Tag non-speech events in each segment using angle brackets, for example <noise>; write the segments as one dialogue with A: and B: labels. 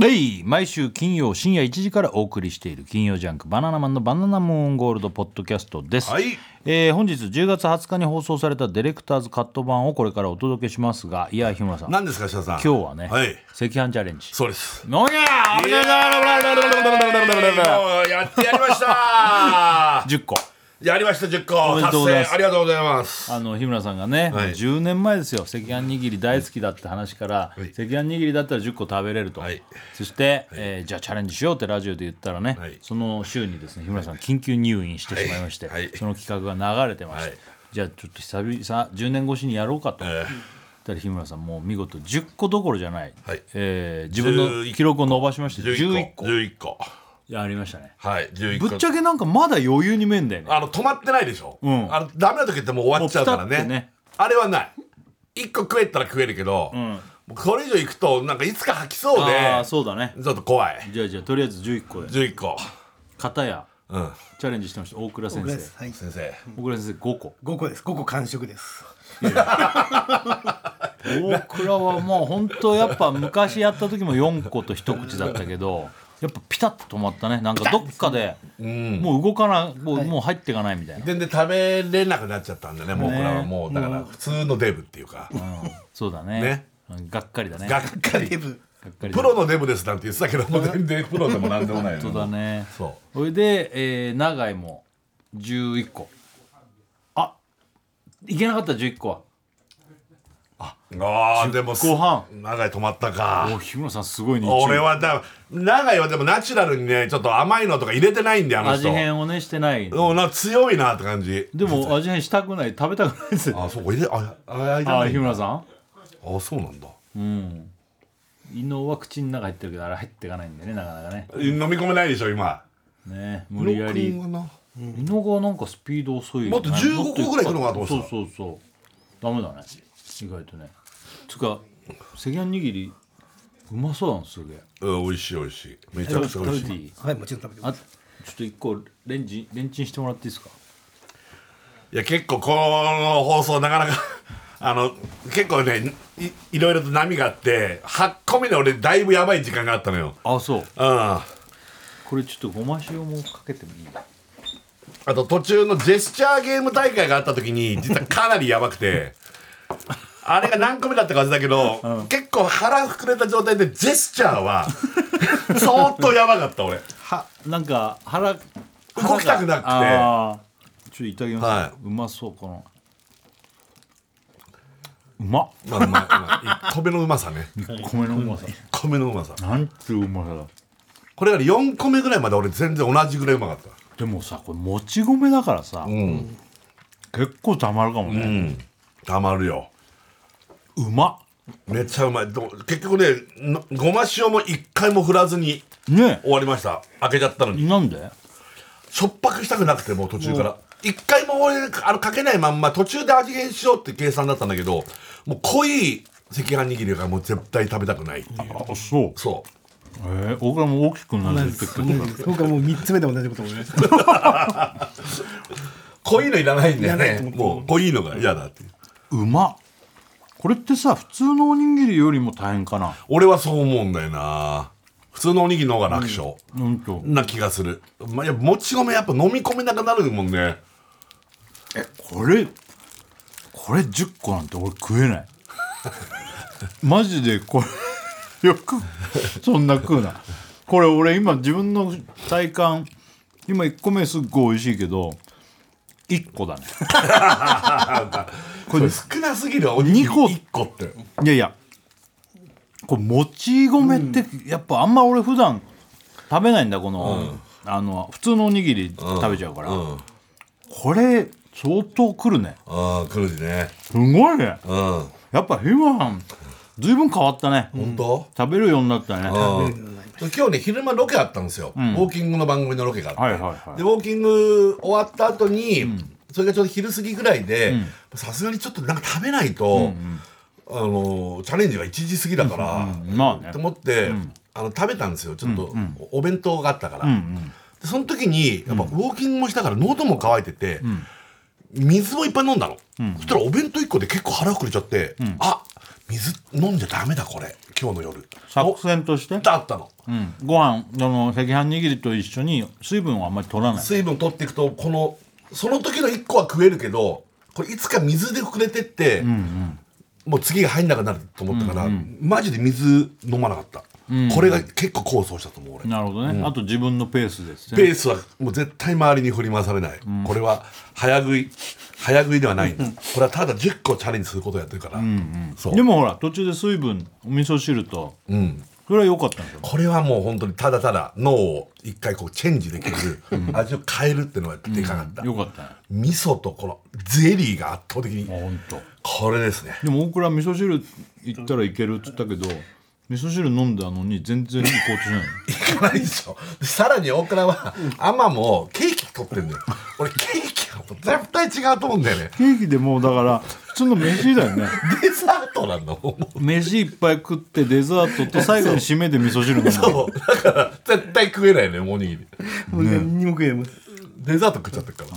A: はい毎週金曜深夜1時からお送りしている金曜ジャンク「バナナマンのバナナムーンゴールド」ポッドキャストです、
B: はい
A: えー本日10月20日に放送されたディレクターズカット版をこれからお届けしますがいや日村さん今
B: 何ですか翔さん
A: 日はね、
B: はい
A: 赤飯チャレンジ
B: そうです
A: おりゃーおりゃー
B: もうやってやりました
A: 10個
B: <laughs> やりました10個
A: めでと
B: 達
A: うございま
B: 成
A: す
B: ありがとうございます
A: あの日村さんがね、
B: はい
A: 10年前ですよ赤飯握り大好きだって話から、
B: い
A: 赤飯握りだったら10個食べれると、
B: はい
A: そして、えーじゃあチャレンジしようってラジオで言ったらね、
B: はい
A: その週にですね日村さん緊急入院してしまいまして、
B: はいはい
A: その企画が流れてまして、
B: はい
A: じゃあちょっと久々10年越しにやろうかと。
B: え
A: だから日村さんもう見事10個どころじゃない、
B: はい
A: えー自分の記録を伸ばしまして
B: ー
A: 11
B: 11
A: 個
B: 個11個
A: やりましたね
B: はい11個
A: ぶっちゃけなんかまだ余裕に見えんだよね
B: あの止まってないでしょ、
A: ん
B: あのダメな時ってもう終わっちゃうから
A: もうピタ
B: ね
A: ッてね
B: あれはない1個食えたら食えるけど、もうこれ以上いくとなんかいつか吐きそう
A: あ
B: で
A: あそうだね
B: ちょっと怖い
A: じゃあじゃあとりあえず11個で
B: 11個
A: 片や
B: うん
A: チャレンジしてました大倉先
C: で
A: 生
C: す。はい。
B: 先生
A: 大倉先生5個
C: 五個です。五個完食です。
A: 大倉はもう本当やっぱ昔やった時も4個と一口だったけどやっぱピタッと止まったねなんかどっかでもう動かないもうもう入っていかないみたいな
B: 全然食べれなくなっちゃったんでねもうこれはもうだから普通のデブっていうか、
A: そうだね
B: ね
A: うんがっかりだね
B: が
A: が
B: っかり
C: デブ。
A: っかり
B: プロのデブですなんて言ってたけどもう全然プロでもなんでもないの
A: そうだね
B: そ
A: それで、えー、長井も11個あいけなかった11個は
B: うあーでも
A: ご飯
B: 長い止まった
A: お
B: か
A: 日村さんすごいね
B: 俺はだ長いはでもナチュラルにねちょっと甘いのとか入れてないんであの
A: 味
B: 人
A: 変をねしてない
B: うんな強いなって感じ
A: でも味変したくない食べたくないです
B: あそうか入れあああいら
A: あ
B: な
A: 日
B: い
A: 村さ
B: あそうなんだ
A: ん胃のは口の中入ってるけどあれ入っていかないんだよねなかなかね
B: 飲み込めないでしょ今
A: ね無理やり
B: ロックンがな
A: 胃のがなんかスピード遅いよね
B: もっと15
A: もっ
B: 個ぐらい行くのかと思ってた
A: そうそうそうダメだね意外とねつうか赤飯握りうまそうなんすげえ
B: うん美味しい美味しいめちゃく
A: 食べ
B: ちゃ美味してい
A: いい
C: はい、もちろん食べて
A: あ
C: ま
A: ち
C: す。
A: ょっと一個レンジレンチンしてもらっていいですか
B: いや結構この放送なかなか <laughs> あの結構ねいいろいろと波があって8個目で俺だいぶやばい時間があったのよ
A: あそう
B: うんあ
A: これちょっとごま塩もかけてもいい
B: と途中のジェスチャーゲーム大会があった時に実はかなりやばくて <laughs> あれが何個目だったか忘れたけど、結構腹膨れた状態でジェスチャーは <laughs> 相当やばかった俺
A: はなんか腹腹
B: 動きたくなくて
A: あーちょっといただきます、
B: はいう
A: まそうこのうまっ
B: まあまあまあ1個目のうまさね
A: 米のうまさ、
B: 1個目のうまさ
A: なんていううまさだ
B: これより4個目ぐらいまで俺全然同じぐらいうまかった
A: でもさこれもち米だからさ、
B: ん
A: 結構たまるかも
B: う
A: ね、
B: んたまるよ
A: うまっ
B: めっちゃうまいど結局ねのごま塩も一回も振らずに
A: ね
B: 終わりました開けちゃったのに
A: なんで
B: しょっぱくしたくなくてもう途中から一回も俺あのかけないまんま途中で味変しようって計算だったんだけどもう濃い赤飯握りがもう絶対食べたくないっていう
A: あそう
B: そ
A: えー、大倉も大きくなるってことだ
C: 僕はもう三つ目で同じこと思いました。
B: う濃いのいらないんだよ
C: いらないと
B: ね
C: 思って
B: もう濃いのが嫌だっていう
A: うまっこれってさ普通のおにぎりよりも大変かな
B: 俺はそう思うんだよな普通のおにぎりの方が楽勝、
A: うんと
B: な気がする、まあ、いやもち米やっぱ飲み込めなくなるもんね
A: これこれ10個なんて俺食えない <laughs> マジでこれ <laughs> よくそんな食うなこれ俺今自分の体感今1個目すっごい美味しいけど1個だねこれ
B: 少なすぎるわおにぎり
A: 二個
B: 1個って
A: いやいやこれもち米ってやっぱあんま俺普段食べないんだこの,、あの普通のおにぎり食べちゃうから、
B: うん
A: これ相当くるね
B: ああくるね
A: すごいね
B: うん本
A: やっぱ日村さんずいぶん変わったね
B: 当、
A: 食べるようになったねは
B: 今日ね昼間ロケあったんですよ、ウォーキングの番組のロケがあって、
A: いはいは
B: でウォーキング終わった後に、それがちょうど昼過ぎぐらいでさすがにちょっとなんか食べないと、あのチャレンジが1時過ぎだから、
A: いまあね
B: と思って、あの食べたんですよちょっと、おお弁当があったから、でその時にやっぱウォーキングもしたから喉も渇いてて、水もいっぱい飲んだの、そしたらお弁当1個で結構腹膨れちゃって、あ水飲んじゃダメだこれ今日の夜
A: 作戦として
B: おあったの
A: うん、ご飯あの赤飯握りと一緒に水分をあんまり取らない
B: 水分取っていくとこのその時の1個は食えるけどこれいつか水で膨れてって、もう次が入んなくなると思ったから、マジで水飲まなかった、これが結構功を奏したと思う俺、
A: なるほどね、あと自分のペースですね
B: ペースはもう絶対周りに振り回されない、これは早食い早食いではないんだこれはただ10個チャレンジすることをやってるから、そう
A: でもほら途中で水分お味噌汁と、それは良かったんだよ
B: これはもう本当にただただ脳を一回こうチェンジできる味を変えるってのがでかかった、
A: 良かったねあ
B: 味噌とこのゼリーが圧倒的に
A: 本当。
B: これですね
A: でも大倉味噌汁行ったらいけるっつったけど味噌汁飲んだのに全然行こうとしない
B: いかないでしょでさらに大倉はアマもケーキ取ってんだよ俺ケーキはもう絶対違うと思うんだよね
A: <laughs> ケーキでもうだから普通の飯だよね
B: デザートなんだもん
A: 飯いっぱい食ってデザートと最後に締めで味噌汁飲む
B: そうだから絶対食えないのよおにぎり
C: もう何にも食えます。
B: デザート食っちゃってるから、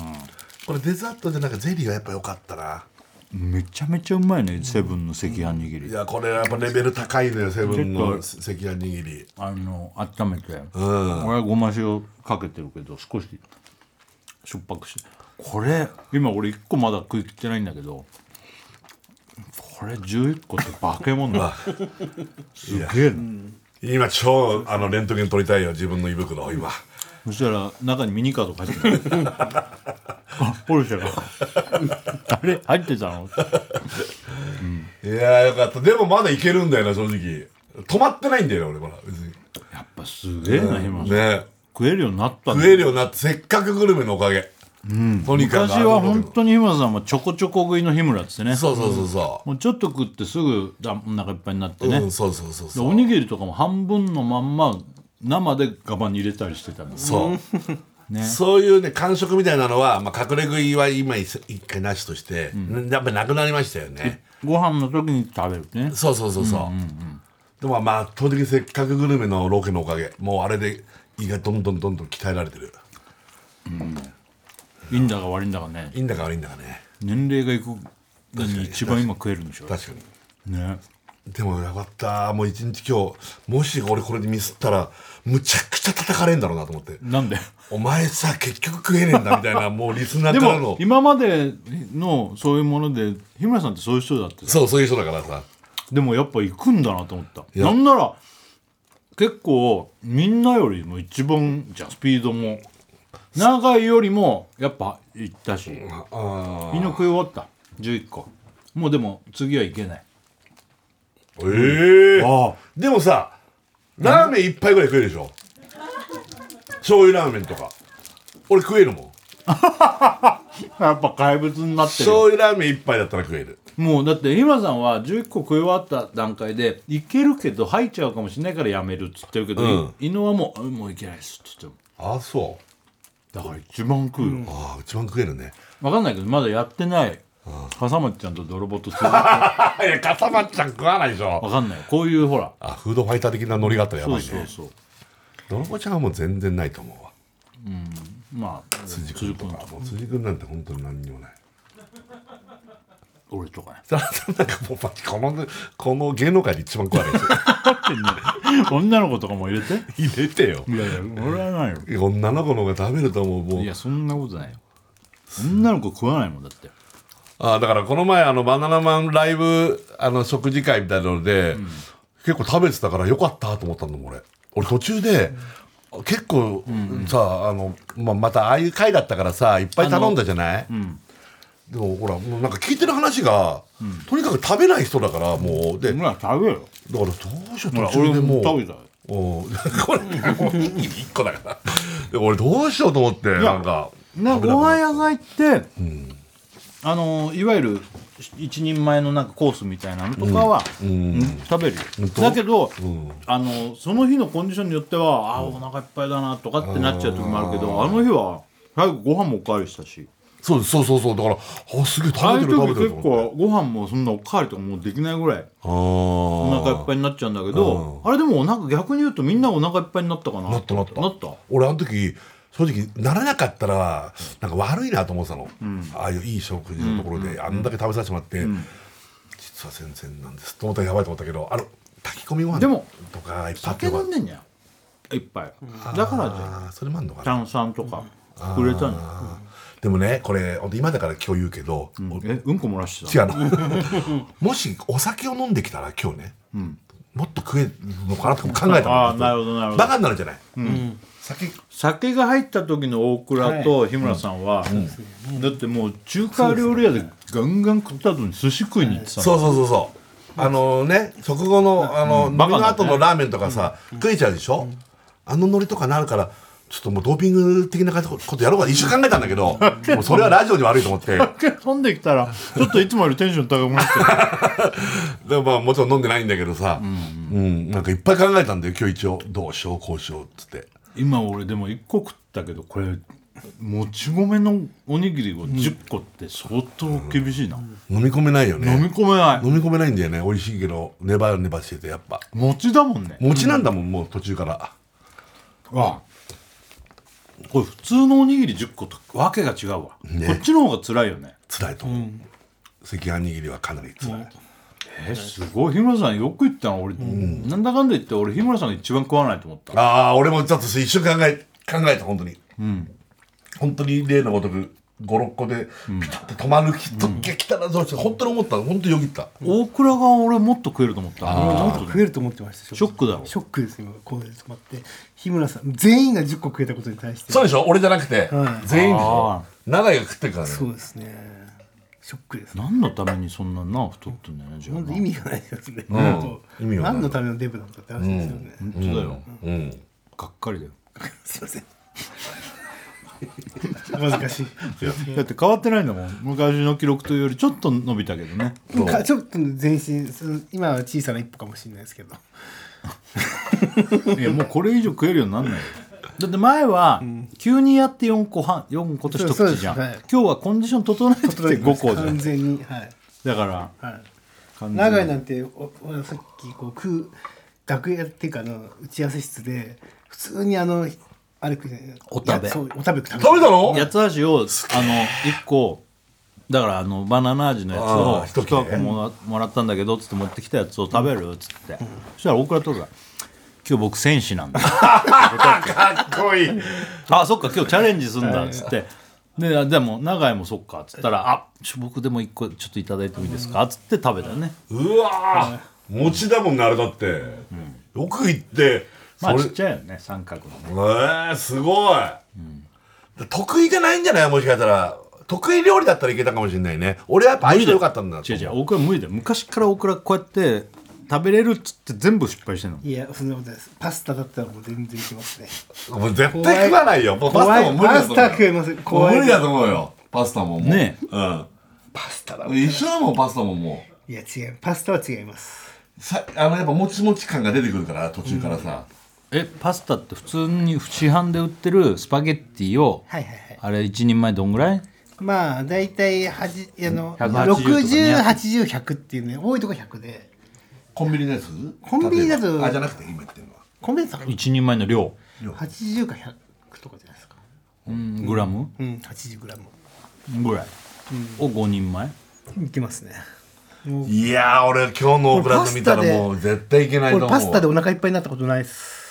B: これデザートじゃなくてゼリーはやっぱ良かったな
A: めちゃめちゃうまいねセブンの赤飯握り
B: いやこれやっぱレベル高いのよセブンの赤飯握り
A: あの温めて、俺はごま塩かけてるけど少ししょっぱくしてこれ今俺1個まだ食い切ってないんだけどこれ11個って化け物だすげえな
B: 今超あのレントゲン取りたいよ自分の胃袋を今
A: そしたら中にミニカード入ってたあポルシェがあれ入ってたの
B: いやーよかったでもまだいけるんだよな正直止まってないんだよね俺まだ別に
A: やっぱすげえな今、
B: ね
A: 食えるようになった
B: 食
A: ね
B: えるようになってせっかくグルメのおかげ、とにかく
A: 昔は本当に日村さんはちょこちょこ食いの日村っつってね
B: そうそうそうそ
A: もうちょっと食ってすぐだお腹いっぱいになって
B: う、
A: ね、
B: うんそうそうそう
A: で
B: そう
A: おにぎりとかも半分のまんま生でガバに入れたりしてたもん
B: そう、<laughs>
A: ね
B: そういうね感触みたいなのは、まあ、隠れ食いは今一一回なしとして、やっぱなくなりましたよね、
A: ご飯の時に食べるね
B: そうそうそうそう,、でもまあ圧倒的にせっかくグルメのロケのおかげもうあれで胃がどんどんどんどん鍛えられてる
A: いいんだか悪いんだかね
B: いいんだか悪いんだかね
A: 年齢がいくのに一番今食えるんでしょ
B: 確かに
A: ね
B: でもよかったもう一日今日もし俺これでミスったらむちゃくちゃ叩かれんだろうなと思って
A: なんで
B: お前さ結局食えねえんだみたいなもうリスナー
A: で
B: から
A: も
B: の
A: 今までのそういうもので日村さんってそういう人だって
B: そうそういう人だからさ
A: でもやっぱ行くんだなと思った
B: や
A: なんなら結構みんなよりも一番じゃんスピードも長いよりもやっぱ行ったし
B: あ
A: みんな食い終わった11個もうでも次はいけない
B: ええ
A: あ
B: でもさラーメン一杯ぐらい食えるでしょ醤油ラーメンとか俺食えるもん
A: あやっぱ怪物になってる
B: 醤油ラーメン一杯だったら食える
A: もうだって今さんは11個食い終わった段階でいけるけど入っちゃうかもしれないからやめるっつってるけど、
B: うん
A: い伊野はもううんもういけないですっつっても
B: あそう
A: だから一番食うよ、わ
B: ああ一番食えるね
A: 分かんないけどまだやってない笠松ちゃんと泥棒とする
B: あいやかさばっちゃん食わないでしょ
A: わかんないこういうほら
B: あフードファイター的なノリがあったらやば
A: そ
B: い
A: うそう
B: ね
A: そう
B: ドロボちゃんはもう全然ないと思うわ
A: まあ辻君とか
B: もう辻君なんて本当に何にもない <laughs>
A: 俺とかね
B: なんかもうマジこのこの芸能界で一番怖いや
A: <laughs> 女の子とかも入れて
B: つ <laughs> 入れてよ
A: いやいや俺はないよ
B: 女の子の方が食べると思うもう
A: いやそんなことないよ女の子食わないもんだって
B: あーだからこの前あのバナナマンライブあの食事会みたいなので、結構食べてたからよかったと思ったのも俺俺途中で、結構、さあの、まあ、またああいう会だったからさいっぱい頼んだじゃない、でもほらもうなんか聞いてる話が、とにかく食べない人だからもうでだか
A: ほら食べよ
B: らどうしよう
A: ほら
B: 途
A: 俺
B: 中でも
A: も
B: う
A: 食べたよ
B: おー <laughs> これおにぎり1個だからで俺どうしようと思ってなんか
A: な
B: 食べ
A: ご
B: なくな
A: 飯
B: っ
A: 屋さん行って、あのいわゆる一人前のなんかコースみたいなのとかは、うん食べるよだけど、あのその日のコンディションによってはあーお腹いっぱいだなとかってなっちゃう時もあるけどあの日は最後ご飯もおかわりしたし
B: そうそうそうそうだからあすげえ
A: ああ
B: 食べ
A: い
B: て
A: う
B: る食べ
A: 時
B: てる
A: 結
B: と思って
A: 構ご飯もそんなおかわりとかもうできないぐらい
B: あ
A: お
B: お
A: 腹いっぱいになっちゃうんだけどあれでもお腹逆に言うとみんなお腹いっぱいになったかな
B: なったなった
A: なった
B: 俺あの時正直ならなかったらなんか悪いなと思ってたの、ああいういい食事のところで、あんだけ食べさせてもらって、実は全然なんですと思ったらやばいと思ったけどあの炊き込みご飯
A: でも
B: とかいっぱいあって
A: 酒
B: よか
A: 飲
B: っ
A: んでんじゃんいっぱいだからじゃん
B: たあーそれもあんのかな
A: 炭酸とかくれたんじゃ
B: あーでもねこれほんと今だから今日言うけど、
A: ん
B: お
A: えうんこ漏らして
B: 違
A: た
B: うの <laughs> もしお酒を飲んできたら今日ね、もっと食えるのかなとかも考えたの
A: あーなるほどなるほど
B: バカになるじゃない、酒
A: 酒が入った時の大倉と日村さんは、だってもう中華料理屋でガンガン食った後に寿司食いに行ってたの
B: そうそうそうそうあのね食後のあの、飲み
A: バカ
B: の
A: だね
B: 後のラーメンとかさ、食えちゃうでしょ、あのノリとかなるからちょっともうドーピング的なことやろうかな一瞬考えたんだけ <laughs> どもうそれはラジオに悪いと思 <laughs> って
A: 酒飲んできたらちょっといつもよりテンション高くなってる
B: でもまあもちろん飲んでないんだけどさ、うんなんかいっぱい考えたんだよ今日一応どうしようこうしようっつって
A: 今俺でも1個食ったけどこれもち米のおにぎりを10個って相当厳しいな、
B: 飲み込めないよね
A: 飲み込めない
B: 飲み込めないんだよね美味しいけどネバネバしててやっぱ
A: 餅だもんね
B: 餅なんだもん、もう途中から
A: あこれ普通のおにぎり10個とわけが違うわ、
B: ね
A: こっちの方が辛いよね
B: 辛いと思う、赤飯握りはかなり辛い、
A: えすごい日村さんよく言ったの俺、なんだかんだ言って俺日村さんが一番食わないと思った
B: ああ俺もちょっと一瞬考え考えた本当にうん本当に例のごとく56個でピタッて止まる人が来たらどうしよう、本当に思ったの本当によぎった
A: 大倉が俺もっと食えると思った
C: もっ
A: も
C: と
A: っと
C: 食えると思ってました
A: ショックだろ
C: ショックです今こうで止まって日村さん全員が10個食えたことに対して
B: そうでしょ俺じゃなくて、
C: はい
B: 全員でしょ
A: あ
B: 長井が食ってるからね
C: そうですねショックですね
A: 何のためにそんなな太ってんだよねじゃあ
C: 本当
A: な
C: 意味がないですね、
B: ん
C: 本当
B: 意味がない
C: 何のためのデブなのかって話ですよね、
A: 本当だよ、
B: うん
A: がっかりだよ
C: すいませ <laughs> ん恥ずかしい
A: だって変わってないんだもん昔の記録というよりちょっと伸びたけど <laughs> ね
B: そう
C: かちょっと前進する今は小さな一歩かもしれないですけど
A: いやもうこれ以上食えるようになんないよだって前は急にやって4個半四個と一口じゃん、
C: そうですはい
A: 今日はコンディション整えて5個じゃ
C: 完
A: ん
C: 全にはい
A: だから
C: はい
A: 完全に
C: 長井なんておおさっきこう食う楽屋っていうかあの打ち合わせ室で普通にあのあれ食うじゃない
A: お食べ
C: いやそうお食べ食べた
B: 食べたの
A: 八つ橋をあの1個だからあのバナナ味のやつ
B: あー
A: を
B: 一
A: 1
B: 切れ
A: 箱もらもらったんだけどっつって持ってきたやつを食べるっつってそしたら大倉徹が「今日僕戦士なんだ」
B: <laughs> かっこいい
A: <laughs> あそっか今日チャレンジすんだっ <laughs> つってであでも長井もそっかっつったら「あちょ僕でも1個ちょっといただいてもいいですか」っつって食べたよね
B: うわー餅だもんなあれだって、よく行ってそ
A: ま
B: れ、
A: あちっちゃいよね三角のね
B: えー、すごい、得意じゃないんじゃないもしかしたら得意料理だったらいけたかもしれないね俺はやっぱ相性良かったんだ
A: 違う違う大倉無理だよ昔から大倉こうやって食べれるっつって全部失敗してんの
C: いやそんなことないですパスタだったらもう全然いけますね
B: もう絶対食わないよもうパス
C: 怖
B: タ
C: い
B: も無理だと思うよ
C: パスタ食えません
B: もう
C: 怖い
B: 無理だと思うよパスタももう
A: ねえ
B: うん
C: パスタだ
B: 一緒だもんパスタももう
C: いや違うパスタは違います
B: さあのやっぱもちもち感が出てくるから途中からさ、
A: えパスタって普通に市販で売ってるスパゲッティを、
C: はいはいはい
A: あれ一人前どんぐらい
C: まあ大体はじあの
A: 180とか
C: 60800100っていうね多いとこ100で
B: コンビニのやつ
C: コンビニだと
B: 例えばあじゃなくて今言ってるのは
C: コンビニさん
A: 一人前の量、
C: 80か100とかじゃないですか
A: うん、グラム
C: うん80グラム
A: ぐらいを5人前
C: いけますね
B: いやー俺今日のオクラで見たらもう絶対いけないと
C: こ
B: 思
C: れ
B: う
C: パスタでお腹いっぱいになったことないです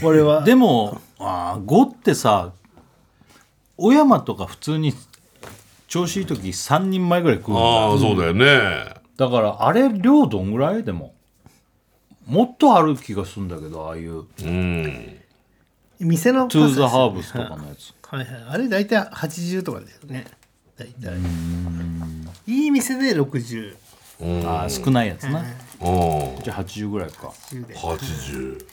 C: これは
A: でもあー5ってさ小山とか普通に調子いい時3人前ぐらい食う
B: ああそうだよね、
A: だからあれ量どんぐらいでももっとある気がするんだけどああいう
C: 店のパ
A: トゥー
C: ですよ
A: ザ
C: ね
A: ハーブスとかのやつ
C: はいはいあれ大体80とかですよね大体いい店で60
A: あー少ないやつな
B: うん
A: じゃあ80ぐらいか
C: 10で
B: 80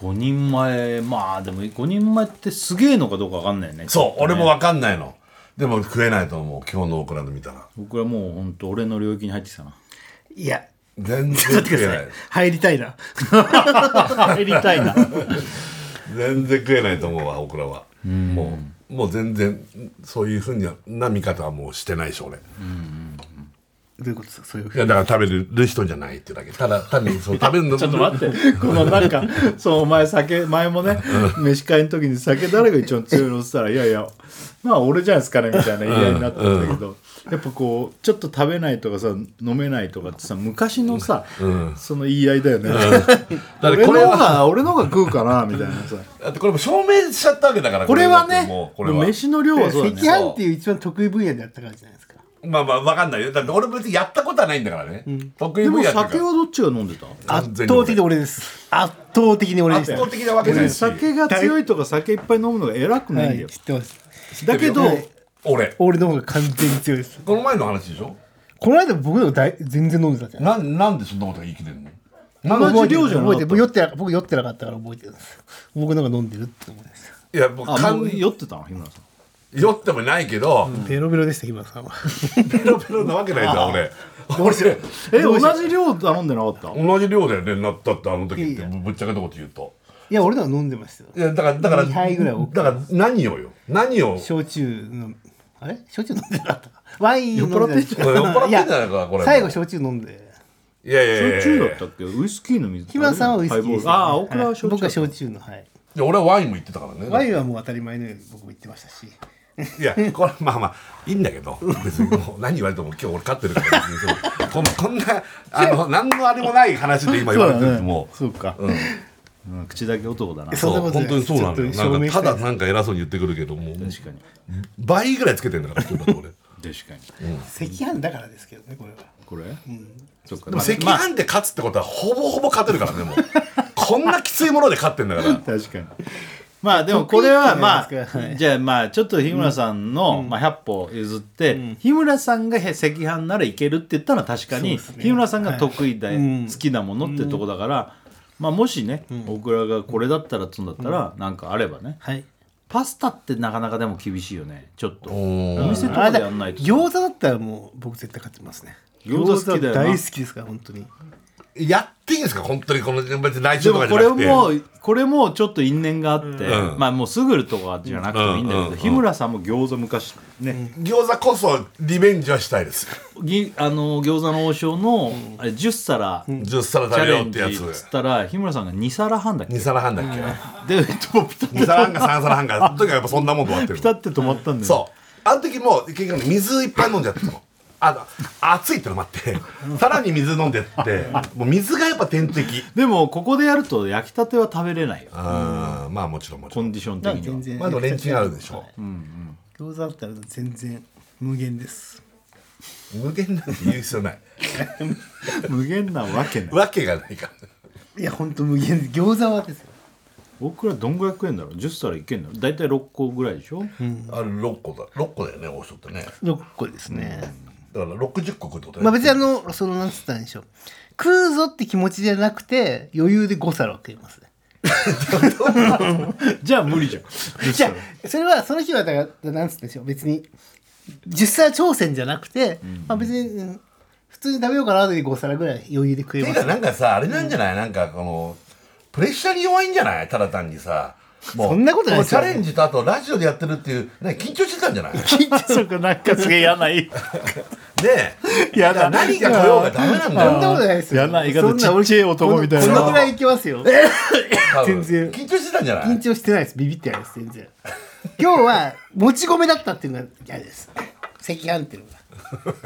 A: 5人前まあでも5人前ってすげえのかどうかわかんないよね
B: そう俺も分かんないのでも食えないと思う今日のオクラで見たら
A: 僕はもう本当俺の領域に入ってきたな
C: いや
B: 全然
C: <laughs> ちょっと待
B: 食
C: ってく
B: え
C: だ
B: な
C: さ
B: い
C: い入りたいな
A: 入りたいな
B: 全然食えないと思うわオクラはもうもう全然そういうふうな見方はもうしてないでしょ俺
C: どういうことですかそういう
B: いやだから食べる人じゃないっていうだけただ単にそう食べるの
A: <laughs> ちょっと待って、このなんか、そう、お前酒、前もね、飯会の時に酒誰が一番強いのって言ったら、いやいや、まあ俺じゃないですかね、みたいな言い合いになったんだけど、やっぱこう、ちょっと食べないとかさ、飲めないとかってさ、昔のさ、その言い合いだよね。
B: だって
A: 俺
B: これ
A: の方
B: は
A: が、俺の方が食うかな、みたいなさ。
B: だってこれも証明しちゃったわけだから
A: これは
B: だって
A: ね
B: もう、これは
A: 飯の量はそうだね。
C: 赤飯っていう一番得意分野でやったからじゃないですか
B: まあまあわかんないよだって俺別にやったことはないんだからね、得意
A: でも
B: 分野ってい
A: 酒
B: うか
A: はどっちが飲んでた
B: 完
C: 圧
B: 全に
C: 倒的に俺です圧倒的に俺でし
B: 圧
C: た
B: 倒的なわけじゃないし
A: 酒が強いとか酒いっぱい飲むのが偉くないんだ
C: は
A: よ
C: い、知。ってます
A: だけど、
B: 俺
C: 俺の方が完全に強いです
B: この前の話でしょ
C: この間僕の方が大全然飲んでたじゃん
B: なんなんでそんなことが生きてるの
A: 同じ量じゃなか
C: 覚え
A: ってた
C: る僕酔ってな僕酔ってなかったから覚えてるんです <laughs> 僕の方が飲んでるって思いました
B: いやもう
A: あ、
B: 完
A: もう酔ってたの日村さん。
B: 酔ってもないけど、
C: ベロベロでした日村さんは
B: ペロペロなわけないん <laughs> だ俺俺
A: え、同じ量頼んでなかった
B: 同じ量だよねなったってあの時
C: い
B: っ
C: い
B: て
C: や
B: ぶっちゃけたこと言うと
C: いや俺の方が飲んでましたよ
B: いやだからだから
C: 二杯ぐらい多く
B: だから何をよ何を
C: 焼酎のあれ焼酎飲んでなかったかワイン飲んで
A: 酔っ払ってん
B: じゃん酔っ払ってんじゃないか
C: や
B: これ
C: 最後焼酎飲んで
B: いやいやいや
A: 焼酎だっ
B: い
A: たっけウイスキーの水
C: 日村さんはウイスキー
A: ハイボ
C: で
A: ー
C: す、
A: ルああ僕らは
C: はい
A: 焼酎
C: 僕は焼酎のはい
B: や俺はワインも言ってたからね
C: ワインはもう当たり前のように僕も言ってましたし
B: いやこれまあまあいいんだけど別にもう何言われても今日俺勝ってるから別にそうこんこんなあの何のあれもない話で今言われてるってもう
A: そうか、うん、口だけ男だな
C: そんなこと
B: 本
C: ない
B: 当にそうなんだ
C: ちょっと
B: よ
C: 証
B: なん
C: 明
B: か
C: した
B: た
C: い
B: だなんか偉そうに言ってくるけどもう
A: 確かに
B: 倍ぐらいつけてんだから今日だと俺。
A: 確かに
C: 赤飯だからですけどねこれは
A: これ、そっか
B: でも赤飯で勝つってことはほぼほぼ勝てるからねもう <laughs> こんなきついもので勝ってんだから
A: 確かにまあでもこれはま
C: 得意じゃないですかは
A: あじゃあまあちょっと日村さんの、まあ、100歩譲って、日村さんがへ赤飯ならいけるって言ったのは確かに、
C: そうですね
A: 日村さんが得意だ、
C: うん
A: 好きなものってとこだから、まあもしね、僕らがこれだったらっつうんだったら、なんかあればね
C: はい
A: パスタってなかなかでも厳しいよねちょっとお
B: お
A: 店とかでやんないと
C: 餃子だったらもう僕絶対勝ってますね
A: 餃子好きだよな
C: 餃子大好きですから本当に
B: やっていいんですか本当にこの別に来
A: で
B: 週と
A: も
B: かじ
A: こ
B: ゃ
A: れ
B: なくて
A: もこれもちょっと因縁があって、
B: うん
A: まあもうすぐるとかじゃなくてもいいんだけど、
B: うんうんうん
A: 日村さんも餃子昔ね、
B: 餃子こそリベンジはしたいです
A: ぎあの餃子の王将の、あれ10皿チ
B: 10皿食
A: ャ
B: べよ
A: レ
B: うっ
A: ンジ
B: てやつ
A: っつったら日村さんが2皿半だっけ
B: 2皿半だっけ
A: でトップタ
B: 2皿半か3皿半
A: <laughs>
B: かとにかくやっぱそんなもんと終わってる
A: ピタって止まったんだよね
B: そうあの時も結局ね水いっぱい飲んじゃってたのあの暑いってのもあってさらに水飲んでってもう水がやっぱ天敵
A: でもここでやると焼きたては食べれないよ
B: あーまあもちろんもち
A: コ
B: ろん
A: ンディション的には
C: 全然
B: まあでもレンチンあるでしょ
C: 餃子だったら全然無限です
B: 無限なんて言う必要ない
A: 無限なわけない
B: わけがないから
C: いや本当無限です餃子はですよ
A: 僕らどんぐらい食えんだろう10皿いけんだろう大体6個ぐらいでし
B: あ
A: ょ、
B: れ6個だ6個だよね王将ってね
C: 6個ですね、
B: だから60個食うってことね
C: まあ別にあのそのなんつったんでしょう食うぞって気持ちじゃなくて余裕で5皿は食えますね
A: じゃあ無理じゃん10
C: じゃ
A: 皿
C: あそれはその日はだからなんつったんでしょう別に10皿挑戦じゃなくて、まあ別に、うん普通に食べようかなと5皿ぐらい余裕で食え
B: て
C: ま
B: か
C: す
B: なんかさあれなんじゃない、なんかこのプレッシャーに弱いんじゃないただ単にさもう
C: そんなことない
B: もう
C: です
B: チ
C: よ
B: ャレンジとあとラジオでやってるっていうね緊張してたんじ
C: <laughs>
B: ゃないね
A: 緊張そうかなんかすげえ嫌な言い
B: え
A: や
B: だから
A: だ
B: 何が来ようがダメなんだ
C: そ
B: よ
C: んなことないですよ
A: やな言い方
C: そんな俺
A: ちっちゃい男みたいな
C: こんこんぐらいいきますよ
B: 多分
C: 全然
B: 緊張してたんじゃな
C: 緊
B: い
C: 張してないですビビってないです全然今日はもち米だったっていうのが嫌です赤飯っていうのが、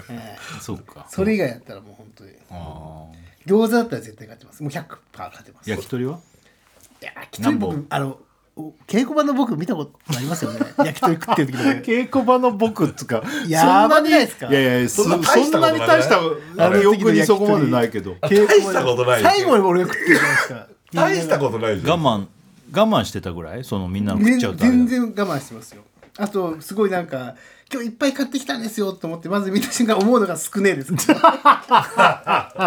C: ええ
A: そうか
C: それ以外だったらもう本当に
A: あー
C: 餃子だったら絶対勝てますもう100%勝てますいや
A: 焼き鳥は
C: き鳥
A: 何本
C: 僕あのお稽古場の僕見たことありま
A: <laughs>
C: すよね焼き鳥食ってる時とかで
A: 稽古場の僕っつうか
C: やばくないですか
A: そんなにいやいやそ
B: そんな大し
A: そ
B: た
A: ん
B: こ
A: な
B: と
A: に
B: ない
A: 大した
C: あの
A: 記憶にそこまでないけど我
B: 大したことない
C: 最後に俺が食ってるじゃないですか
B: 大したことないじゃん
A: 慢我慢してたぐらいそのみんなの食っ
C: 全
A: ちゃうとあれだ
C: 全然我慢してますよあとすごいなんか今日いっぱい買ってきたんですよと思ってまず見た瞬間思うのが少ねえです
A: <laughs>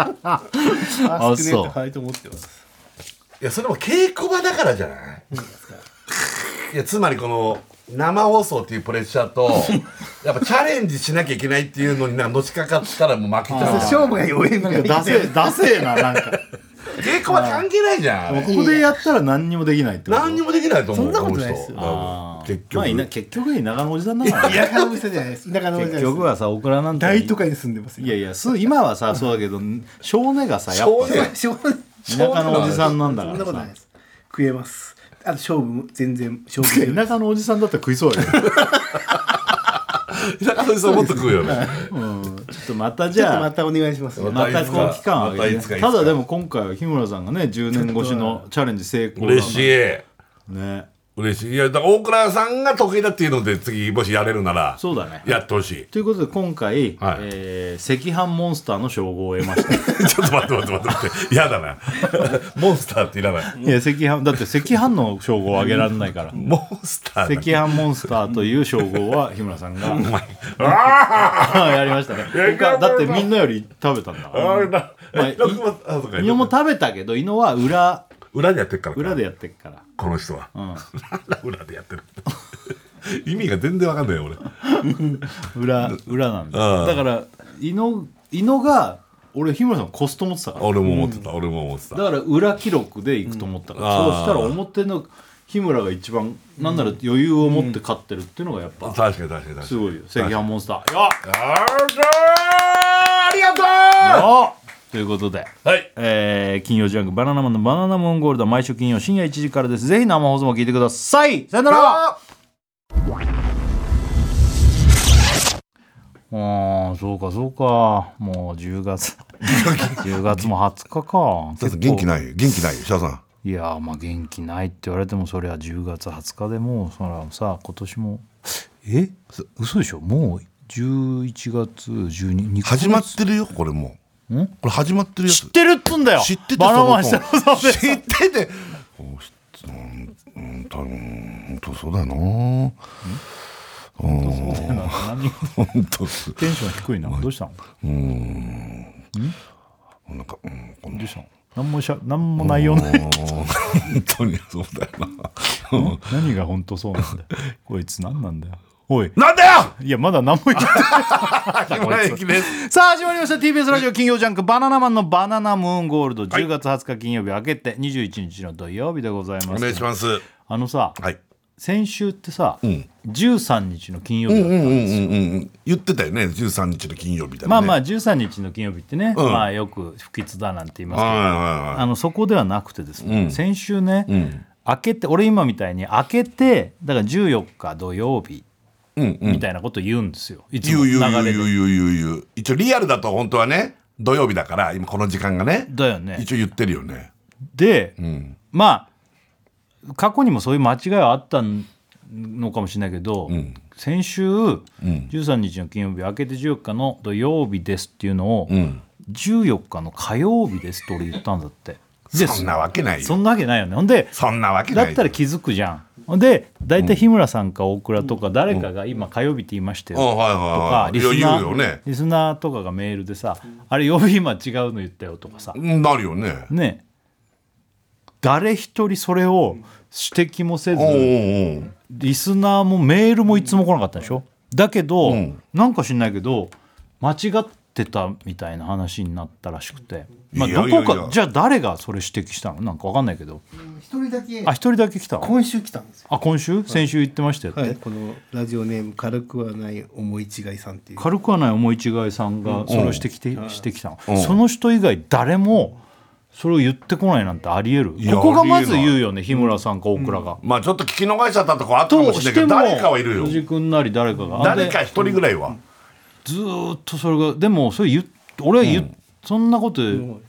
C: あ少ねえ
A: そう
C: ってはいと思ってます
B: いやそれも稽古場だからじゃないいやつまりこの生放送っていうプレッシャーとやっぱチャレンジしなきゃいけないっていうのになんかのしかかったらもう負けちゃう
A: <laughs>
C: <laughs> 勝負が弱いみたい
A: ダセえダセえななんか
D: 稽古は関係ないじゃんあれ
A: ここでやったら何にもできないってこと
D: 何にもできないと思う
C: そんなことないですよ
D: この人多分
A: あー
D: 結
A: まあいな
D: 局
A: 結局田舎のおじさんだからね
C: 田舎の店じゃないです田舎の店
A: 結
C: じゃないです
A: 局はさオクラなんて
C: 大都会に住んでます
A: い
C: よ
A: やいやす今はさそうだけど少年がさやっぱ
D: 性
A: さ
C: しょうがない
A: 田舎のおじさんなんだか
C: そん
A: ら
C: なことない
A: さ
C: です食えますあと勝負も全然勝負 <laughs>
A: 田舎のおじさんだったら食いそうだよ、
D: 田舎の人もっと食うよね
A: うん、ちょっとまたじ
C: じゃあ
A: ゃあ
C: またお願いします
D: ま
A: またこの期間をあげ
D: またいつか
A: て
D: い
A: ね
D: つか
A: ただでも今回は日村さんがね10年越しのチャレンジ成功
D: 嬉し
A: い
D: い
A: ね
D: 嬉しいいやだから大倉さんが得意だっていうので次もしやれるなら
A: そうだね
D: やってほしい <laughs>
A: ということで今回、
D: はい
A: えー赤飯モンスターの称号を得ました <laughs>
D: ちょっと待って待って待って待って嫌だなモンスターっていらない
A: いや赤飯だって赤飯の称号をあげられないから
D: モンスター
A: 赤
D: だ
A: 飯モンスターという称号は日村さんが
D: お前あ
A: <laughs> やりましたね他だってみんなより食べたんだか
D: ー
A: ら
D: あれだ
A: まあ
D: え六番あそうか
A: 伊野も食べたけど伊野は <laughs> 裏
D: 裏でやってるからか
A: 裏でやってっから
D: この人は、
A: ん
D: なんだ裏でやってる意味が全然わかんないよ俺
A: <laughs> 裏裏なん
D: あ
A: だ
D: あ
A: だから伊野伊野が俺日村さんコスト持ってたから
D: 俺も思ってた、俺も思って
A: だ
D: た
A: から裏記録でいくと思ったから、
D: うん
A: そうしたら表の日村が一番、なんなら余裕を持って勝ってるっていうのがやっぱ、
D: 確かに確かに確かに
A: すごいよ赤飯モンスター
D: よっありがとう
A: よっということで
D: はい
A: えー金曜ジャンク「バナナマンのバナナモンゴールド」毎週金曜深夜1時からですぜひ生放送も聞いてくださいさよならうんそうかそうかもう10月
B: <laughs>
A: 10月も20日か
B: ちょっと元気ないよ元気ないよシャワさん
A: いやーまあ元気ないって言われてもそりゃ10月20日でもうそらさ今年もえそ嘘でしょもう11月12
B: 始まってるよこれもうんこれ始まってるやつ
A: 知ってるっつんだよ
B: 知ってて
A: バナナマン
B: そ
A: し
B: の
A: た
B: 子
A: そうです
B: 知ってておしうんうん多分本当そうだよなうん
A: なんか何
B: 本当
A: テンション低いなどうしたの
B: なんかうんこの
A: どうしたの何もしゃ何も内容ない
B: 本当にそうだよなうん
A: 何が本当そうなんだよこいつ何なんだよおい
B: なんだよ
A: いやまだ何も言って
D: 木村ゆきです
A: ない <laughs> さあ始まりました TBS ラジオ金曜ジャンク「バナナマンのバナナムーンゴールド」10月20日金曜日明けて21日の土曜日でござい
D: お
A: ます
D: 願いします
A: あのさ
B: はい
A: 先週ってさ、
B: ん
A: 13日の金曜日だった、
B: うんうんうんうん言ってたよね13日の金曜日だよね
A: まあまあ
B: はい
A: 13日の金曜日ってね、
B: うん
A: まあよく不吉だなんて言いますけど、
B: はいは
A: あのそこではなくてですね、
B: うん
A: 先週ね、
B: いうん
A: 明けて俺今みたいに明けてだから14日土曜日
B: うんうん
A: みたいなこと言うんですよ、いつ
B: 言
A: も
B: う言
A: 流
B: う言う
A: れで
B: 言う言う言う一応リアルだと本当はね土曜日だから今この時間がね
A: だよね
B: 一応言ってるよね
A: で、
B: うん
A: まあ過去にもそういう間違いはあったのかもしれないけど、
B: ん
A: 先週、13日の金曜日明けて14日の土曜日ですっていうのを、
B: うん
A: 14日の火曜日ですって俺言ったんだってで
B: そんなわけない
A: そ
B: よ
A: んなわけないよねほんで
B: そんなわけない
A: だったら気づくじゃんほんで大体日村さんか大倉とか誰かが今火曜日って言いましたよ、
B: うんはいはい
A: とか
B: はい
A: リス
B: いや
A: ナ
B: 言うよ
A: ー
B: ね
A: リスナーとかがメールでさ「あれ曜日今違うの言ったよ」とかさ
B: うんなるよね
A: ね誰一人それを指摘もせ
B: おうおうお
A: ず
B: う
A: リスナーもメールもいつも来なかったでしょだけど、
B: ん
A: なんか知んないけど間違ってたみたいな話になったらしくて、まあ、
B: い
A: ど
B: や
A: こか
B: いやいや
A: じゃあ誰がそれ指摘したのなんか分かんないけど
C: 一人だけ
A: あ一人だけ来たの
C: 今週来たんですよ
A: あ今週先週言ってましたよって、
C: はいこのラジオネーム軽くはない思い違いさんっていう
A: 軽くはない思い違いさんがそれを指摘て、してきたの、その人以外誰もそれを言ってこないなんてありえる
B: や
A: ここがま
B: あ
A: ず
B: りえない
A: 言うよね日村さんか大倉が。
B: まあちょっと聞き逃しちゃったとこあったか
A: と
B: もしれない
A: し
B: け
A: て
B: ど
A: も
B: 誰かはいるよ
A: 藤井君なり誰かが
B: 誰か
A: で
B: 一人ぐらいは
A: ずーっとそれがでもそれ言っ俺は言っ、そんなこと言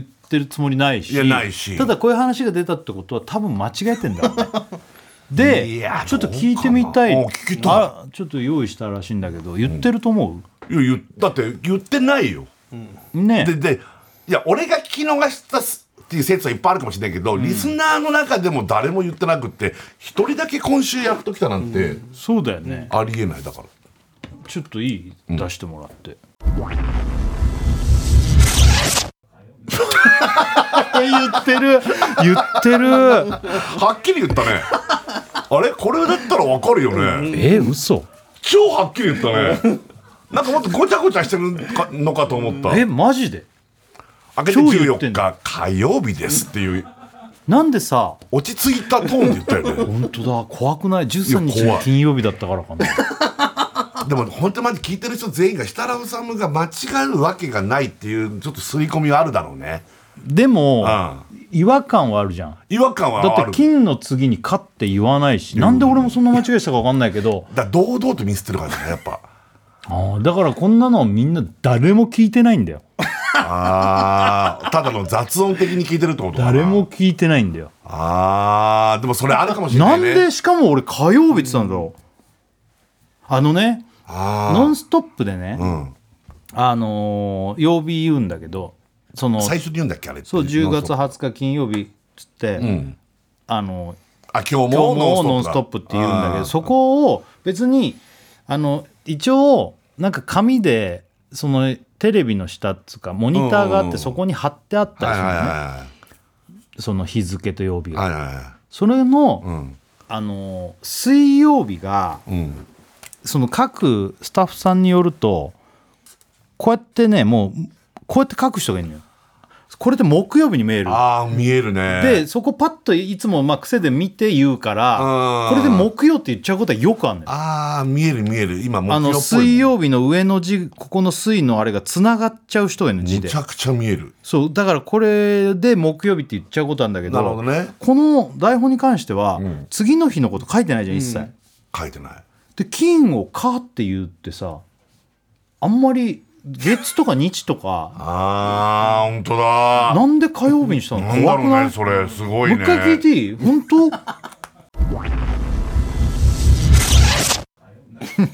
A: ってるつもりないし
B: いやないした
A: だこういう話が出たってことは多分間違えてん
B: <laughs>
A: だろうねで
B: いや
A: ちょっと聞いてみたい
B: どうかなあ聞きたい
A: あちょっと用意したらしいんだけど言ってると思
B: いや言っだって言ってないよ
A: う、ね
B: ででいや俺が聞き逃したすっていう説はいっぱいあるかもしれないけど、リスナーの中でも誰も言ってなくって一人だけ今週やっときたなんて
A: そうだよね
B: ありえないだから
A: ちょっといい出してもらって。 <laughs> 言ってる言ってる
B: はっきり言ったねあれこれだったらわかるよね
A: <laughs> え嘘
B: 超はっきり言ったねなんかもっとごちゃごちゃしてるかのかと思った
A: えマジで
B: 明けて
A: 今日言って
B: 14
A: んの
B: 日火曜日ですっていう
A: なんでさ
B: 落ち着いたトーンで言ったよ
A: <laughs>
B: ね
A: 本当だ怖くない13
B: い
A: 日
B: や
A: が
B: 怖い
A: 金曜日だったからかな
B: でも本当にまず聞いてる人全員が設楽治が間違えるわけがないっていうちょっと刷り込みはあるだろうね
A: <laughs> でも
B: あ
A: 違和感はあるじゃん
B: 違和感は
A: だ
B: あ
A: って
B: る
A: 金の次に「か」って言わないしなんで俺もそんな間違いしたか分かんないけど
B: だから堂々とミスってるからねやっぱ
A: あーだからこんなのみんな誰も聞いてないんだよ
B: ああただの雑音的に聞いてるってことかな
A: 誰も聞いてないんだよ
B: あーでもそれあるかもしれ
A: な
B: ない
A: ん
B: ね
A: でしかも俺火曜日って言ってたんだろうあのね「
B: あ
A: ノンストップ!」でね、
B: ー、うん、
A: あのー曜日言うんだけどその
B: 最初に言うんだっけあれって
A: そう10月20日金曜日っつって、あの
B: あ今日
A: 今
B: も
A: 日も「ノンストップ!」って言うんだけどそこを別にあの一応なんか紙でそのテレビの下っつうかモニターがあってそこに貼ってあった
B: はい
A: りす
B: は
A: るの
B: い
A: ね、
B: は
A: その日付と曜日
B: い
A: が、
B: はいはいは
A: それの、
B: いうん
A: あの水曜日が
B: うん
A: その各スタッフさんによるとこうやってねもうこうやって書く人がいるのよこれって木曜日にメール
B: ああ見えるね
A: でそこパッといつもまあ癖で見て言うから
B: う
A: こ
B: ん
A: れで木曜って言っちゃうことはよくあるのよ
B: ああ見える見える今も
A: あの水曜日の上の字ここの水のあれがつながっちゃう人への字
B: め
A: で
B: ちゃくちゃ見える
A: そうだからこれで木曜日って言っちゃうことなんだけど
B: なるほどね
A: この台本に関しては、次の日のこと書いてないじゃん一切、
B: 書いてない
A: で金を「か」って言うってさあんまり月とか日とか
B: あー本当だ
A: なんで火曜日にしたの
B: なんだ
A: 怖
B: ろ
A: く
B: う
A: ない
B: ねそれすごい
A: も
B: ね
A: う一回聞いていい本当 <laughs> い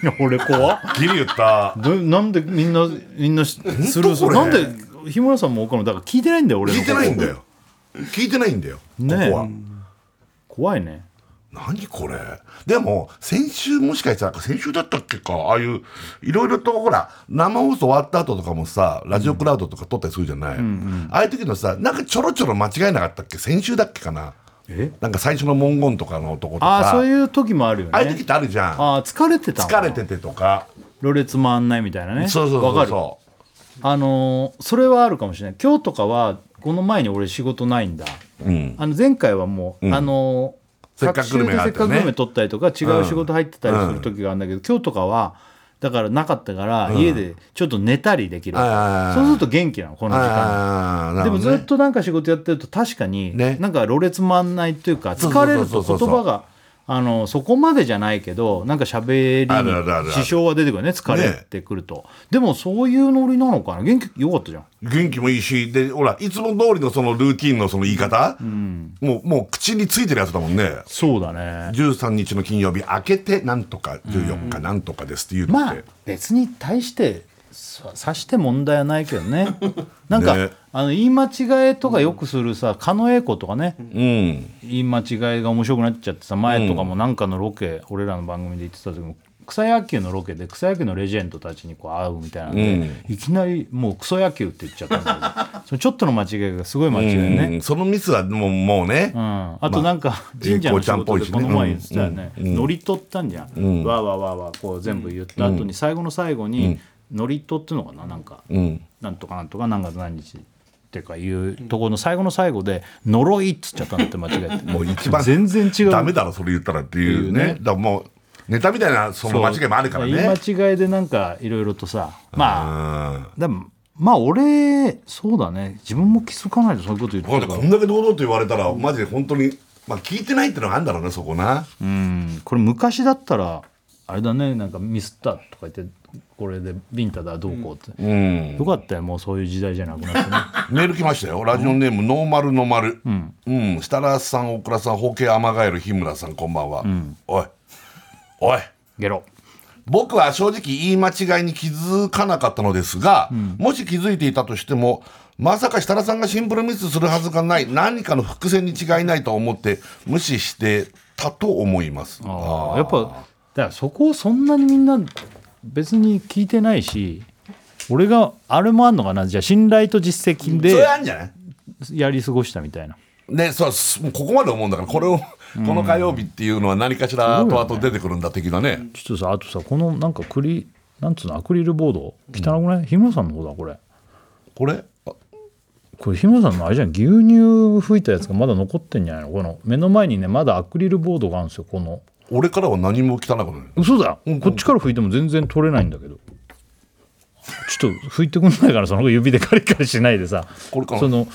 A: や俺怖
B: ギリ言った
A: どなんでみんなみんなする
B: これ
A: なんで日村さんも岡野もだから聞いてないんだよ俺の
B: 聞い
A: こと
B: てないんだよ聞いてないんだよここ
A: ねえ
B: は
A: 怖いね
B: 何これでも先週もしかしたら先週だったっけかああいういろいろとほら生放送終わった後とかもさラジオクラウドとか撮ったりするじゃない、ああいう時のさなんかちょろちょろ間違えなかったっけ先週だっけかな
A: え
B: なんか最初の文言とかのとことか
A: ああそういう時もあるよね
B: ああいう時ってあるじゃん
A: あー疲れてたの
B: 疲れててとか
A: ろれつ回んないみたいなね
B: そうそうそ
A: わ
B: う
A: かる
B: そ
A: あのーそれはあるかもしれない今日とかはこの前に俺仕事ないんだ
B: ううん
A: あの前回はもう、あのー
B: せっかくグルメがあっ
A: 隔週でせったか
B: よ
A: く
B: ね
A: グルメ取ったりとか違う仕事入ってたりする時があるんだけど、今日とかはだからなかったから家でちょっと寝たりできる、
B: はいはいはい
A: そうすると元気なのこの時間、
B: ああな
A: で
B: る
A: も
B: ほ
A: ず
B: ど
A: っ
B: ね
A: となんか仕事やってると確かに、
B: ね
A: なんかろれつ回んないというか
B: そうそう
A: 疲れると
B: そうそ
A: 言
B: う
A: 葉があのそこまでじゃないけどなんか喋
B: あるあるある
A: りに
B: ある
A: 支障は出てくるね疲れてくると、でもそういうノリなのかな元気よかったじゃん
B: 元気もいいしでほらいつも通りのそのルーティンのその言い方、もうもう口についてるやつだもんね
A: そうだね
B: 13日の金曜日明けてなんとか14日なんとかですっていうのっ
A: まあ
B: て、
A: 別に対してささして問題はないけどねなんか、
B: ね
A: あの言い間違いとかよくするさ狩野英孝とかね、
B: うん
A: 言い間違いが面白くなっちゃってさ前とかもなんかのロケ、俺らの番組で言ってた時も草野球のロケで草野球のレジェンドたちにこう会うみたいなんで、いきなりもうクソ野球って言っちゃったんだけど <laughs> そのちょっとの間違いがすごい間違いね、
B: うんそのミスはもうもうね、
A: うん、あとなんか、神社の仕事でこの前言ってたよね、ノリ取ったんじゃん、わーわーわーわーこう全部言った後に最後の最後に、ノリ取ってのかななんか、なんとかなんとか何月何日ってかいうところの最後の最後で「呪い」っつっちゃったんだって間違えて
B: もう一番
A: 全然違う
B: ダメだろそれ言ったらっていうねだからもうネタみたいなその間違いもあるからね
A: 言い間違いでなんかいろいろとさまあ
B: うん
A: でもまあ俺そうだね自分も気づかないでそういうこと言って
B: だ
A: た
B: っ
A: か
B: て
A: ら
B: こんだけ堂々と言われたらマジで本当にまあ聞いてないってのがあるんだろうねそこな、
A: うんこれ昔だったらあれだねなんかミスったとか言ってこれでビンタだどうこうって、よかったよもうそういう時代じゃなくな
B: <laughs>
A: ってね
B: メール来ましたよラジオネーム、ノーマルノーマルうん、設楽さん大倉さんホケアマガエル日村さんこんばんは、おいおい
A: ゲロ
B: 僕は正直言い間違いに気づかなかったのですが、もし気づいていたとしてもまさか設楽さんがシンプルミスするはずがない何かの伏線に違いないと思って無視してたと思います
A: ああやっぱだからそこをそんなにみんな別に聞いてないし俺があれもあんのかなじゃあ信頼と実績
B: それ
A: で
B: あんじゃない
A: やり過ごしたみたいな
B: ね、そうすもうここまで思うんだからこれをこの火曜日っていうのは何かしら後々出てくるんだ的なね
A: ちょっとさあとさこのなんかクリなんつうのアクリルボード汚くない、日村さんの方だこれ
B: これあ
A: これ日村さんのあれじゃん牛乳吹いたやつがまだ残ってんじゃないのこの目の前にねまだアクリルボードがあるんですよこの
B: 俺からは何も汚くない
A: 嘘だ、
B: ん
A: こっちから拭いても全然取れないんだけどちょっと拭いてくんないからその子指でカリカリしないでさ
B: これかな
A: その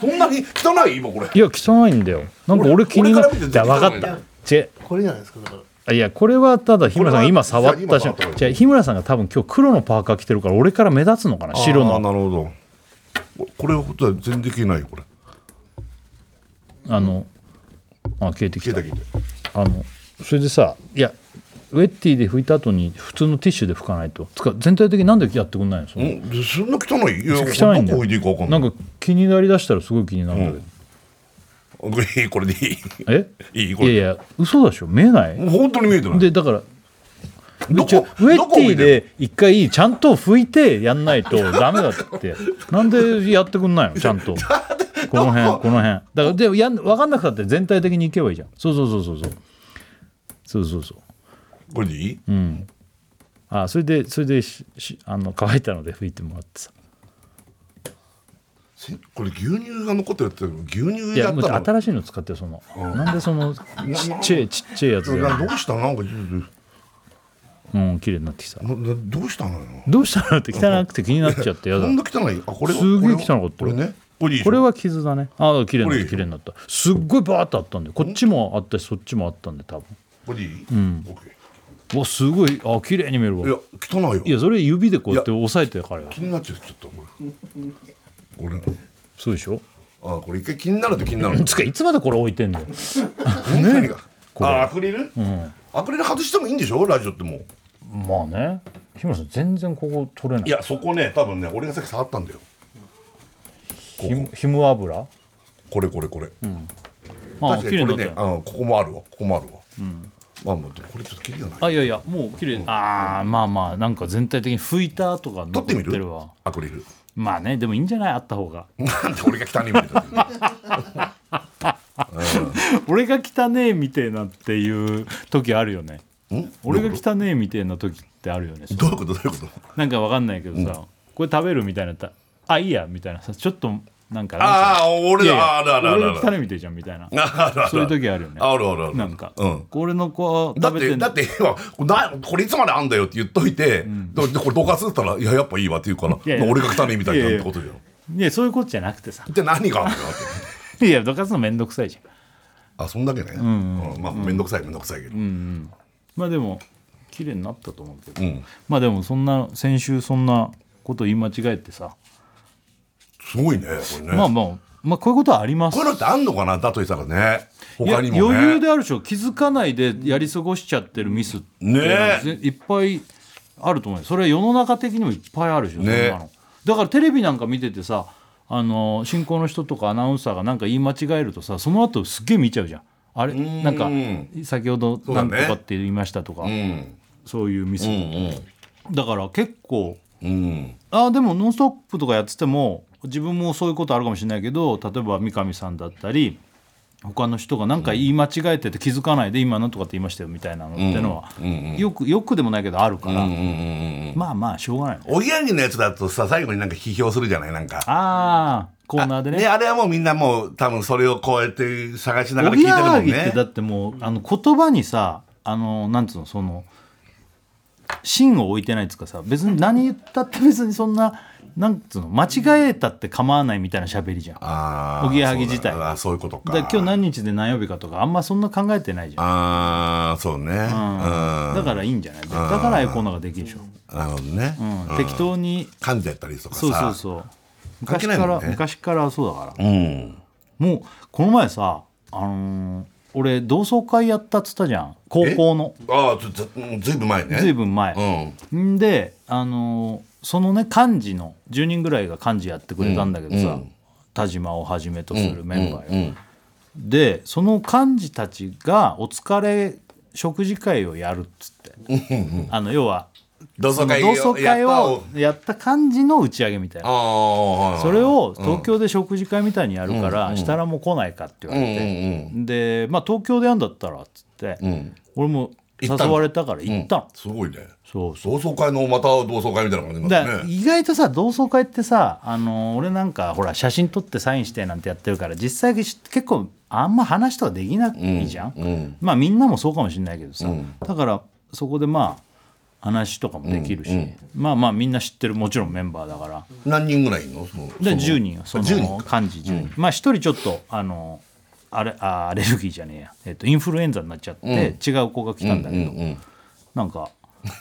B: そんなに汚い今これ
A: いや汚いんだよなんか俺気にな
B: 俺から見て
A: じゃあ分か
B: 全
A: っ
B: 然汚い
A: た違う
E: これじゃないですかだから
A: あいやこれはただ日村さんが今触った
B: いや今
A: 瞬
B: 触った
A: じゃあ日村さんが多分今日黒のパーカー着てるから俺から目立つのかな白
B: あー
A: の
B: なるほどここれほとんど全然消えないよこれ
A: あのあ消えてき
B: 消
A: た
B: えた消えた
A: あのそれでさいやウェッティで拭いた後に普通のティッシュで拭かないとつか全体的になんでやってくんないのその
B: うんでそんな汚いいや
A: 汚いんだ
B: どこ置
A: よ
B: いていいか分かん
A: な
B: ない
A: んか気になりだしたらすごい気になるんだけど、
B: いいこれでいい
A: え
B: いいこ
A: いや
B: れ
A: いや嘘でしょ見えない、
B: 本当に見えてない
A: でだから
B: ど
A: ちょ
B: こ
A: ウェ
B: ど
A: ッ
B: こ
A: テ
B: 置
A: ィ
B: いてる
A: で一回ちゃんと拭いてやんないとダメだってなんでやってくんないのちゃんとこの辺この辺だからでもやん分かんなくたって全体的にいけばいいじゃんそうそうそうそうそうそうそうそう
B: これでいい
A: あそれでそれでししあの乾いたので拭いてもらってさ
B: せこれ牛乳が残ってるって牛乳
A: い
B: や
A: や
B: っ
A: もう
B: たの
A: 新しいの使ってよその、なんでそのちっちゃいちっちゃいやつでや
B: な
A: る
B: どうしたなんかちょっ
A: のうん綺麗になってきた
B: とななどうしたのよ
A: どうしたのって汚くて気になっちゃってや
B: こ
A: だ
B: んな汚いあこれ
A: すげえ汚かったよ
B: これねこれいいでしょ
A: これは傷だねああ綺麗にな
B: これ
A: っ
B: いい
A: た綺麗になったすっごいバーッとあったんでこっちもあったしそっちもあったんで多分
B: これでいいうんオッケ
A: わすごいあ綺麗に見えるわ
B: ーいや汚いよ
A: いやそれ指でこうやって押さえてからよ
B: 気になっちゃうちょっとこれこれ
A: そうでしょ
B: あこれ一回気になると気になる
A: <laughs> つかいつまでこれ置いてんのよ
B: 何があアクリル、アクリル外してもいいんでしょラジオってもう
A: まあね日村さん全然ここ取れない
B: いやそこね多分ね俺がさっき触ったんだよ
A: ひむひむ油
B: これこれこれ、
A: ああ
B: 確
A: 綺
B: かにこれ
A: 麗になった
B: ね
A: よ
B: あここもあるわここもあるわ、まあまあこれちょっと切りがない
A: あいやいやもう綺麗、ああまあまあなんか全体的に拭いたとか残
B: 取
A: っ
B: って
A: て
B: みる
A: るわ
B: アクリル
A: まあねでもいいんじゃないあった方が <laughs>
B: なんで俺が汚いみたいな
A: 俺が汚えみてえなっていう時あるよね <laughs> 俺が汚えみてえな時ってあるよね
B: どういうことどういうこと
A: なんかわかんないけどさ、これ食べるみたいなやったらあいいやみたいなさちょっとなんかなん
B: ああ俺
A: つうの
B: だあ
A: いや
B: るあ
A: い
B: るあ
A: や
B: る
A: 俺
B: ある
A: が
B: あ
A: 汚
B: る
A: いみてえじゃんみたいな
B: ある
A: そういう時あるよね
B: あるあるある
A: なんか、
B: うん
A: これの子
B: だ
A: 食
B: っ
A: べて
B: て
A: ん
B: だ
A: の
B: って <laughs> 今これなこれいつまであんだよって言っといて、でこれどかすったら「いややっぱいいわ」って言うから
A: やいや
B: 俺が汚いみたいじゃんってことじゃん
A: いやそういうことじゃなくてさ
B: じゃあ何があるんだよって
A: いやどかすのめんどくさいじゃん
B: あそんだけね、うんまあ面倒くさい面倒くさいけど、
A: まあでも綺麗になったと思うけど、
B: ん
A: まあでもそんな先週そんなこと言い間違えてさ、
B: すごいねこれね、
A: まあまあまあこういうことはあります
B: こういうのってあんのかなだとしたらね
A: いや
B: 他にもね
A: 余裕であるでしょ気づかないでやり過ごしちゃってるミスって
B: ねえ
A: なんかぜいっぱいあると思うよそれは世の中的にもいっぱいあるでしょ、
B: ねえ
A: そんなのだからテレビなんか見ててさあの進行の人とかアナウンサーがなんか言い間違えるとさその後すっげえ見ちゃうじゃんあれなんか先ほど
B: うだ
A: 何
B: ね
A: とかって言いましたとかそう,、いうミス、だから結構
B: うん
A: あーでも「ノンストップ!」とかやってても自分もそういうことあるかもしれないけど例えば三上さんだったり他の人が何か言い間違えてて気づかないで今なんとかって言いましたよみたいなのってのはよくよくでもないけどあるからまあまあしょうがないね
B: おぎやはぎのやつだとさ最後になんか批評するじゃないなんか
A: ああコーナーで
B: ね
A: ね
B: あれはもうみんなもう多分それをこうやって探しなが
A: お
B: ら聞い
A: ぎ
B: て
A: や
B: るも
A: は
B: ん
A: ぎって
B: ね
A: だってもうあの言葉にさあのなんつうのその芯を置いてないっつうかさ別に何言ったって別にそんななんつうの間違えたって構わないみたいな喋りじゃん
B: あー
A: おぎやはぎ自体
B: そうだあそういうことか
A: だから今日何日で何曜日かとかあんまそんな考えてないじゃん
B: ああそうねうん
A: だからいいんじゃないだからああいうコーナーができるでしょ、
B: なるほどね、
A: うん適当に
B: 噛んじゃったりとかさ
A: そうそうそう
B: 関
A: 昔
B: 係
A: か
B: ない
A: ら
B: も、んね
A: 昔からそうだから
B: うん
A: もうこの前さあのー俺同窓会やったっつったじゃん高校の
B: ああずずずいぶん前ね
A: ずいぶん前、
B: うん
A: んで、あのーそのね幹事の10人ぐらいが幹事やってくれたんだけどさ、田島をはじめとするメンバーよ、でその幹事たちがお疲れ食事会をやるっつって、あの要は
B: 同
A: そ
B: 窓
A: の
B: 会
A: 同窓会を
B: を
A: やった幹事の打ち上げみたい
B: あ
A: な
B: あはい
A: それを東京で食事会みたいにやるからしたらもう来ないかって言われてでまあ東京でやんだったらっつって俺も誘われたから行ったの、
B: すごいね
A: そうそう
B: 同窓会のまた同窓会みたいな感じになっ
A: だか
B: て
A: ら
B: ますね
A: 意外とさ同窓会ってさあの俺なんかほら写真撮ってサインしてなんてやってるから実際結構あんま話とかできないじゃん、まあみんなもそうかもしれないけどさ、だからそこでまあ話とかもできるし、まあまあみんな知ってるもちろんメンバーだから
B: 何人ぐらいいんのその
A: で
B: その
A: 10人よその
B: 10人
A: 幹事10人、まあ1人ちょっとあのあれあアレルギーじゃねえや、えっとインフルエンザになっちゃって、違う子が来たんだけど、
B: <laughs>
A: なんか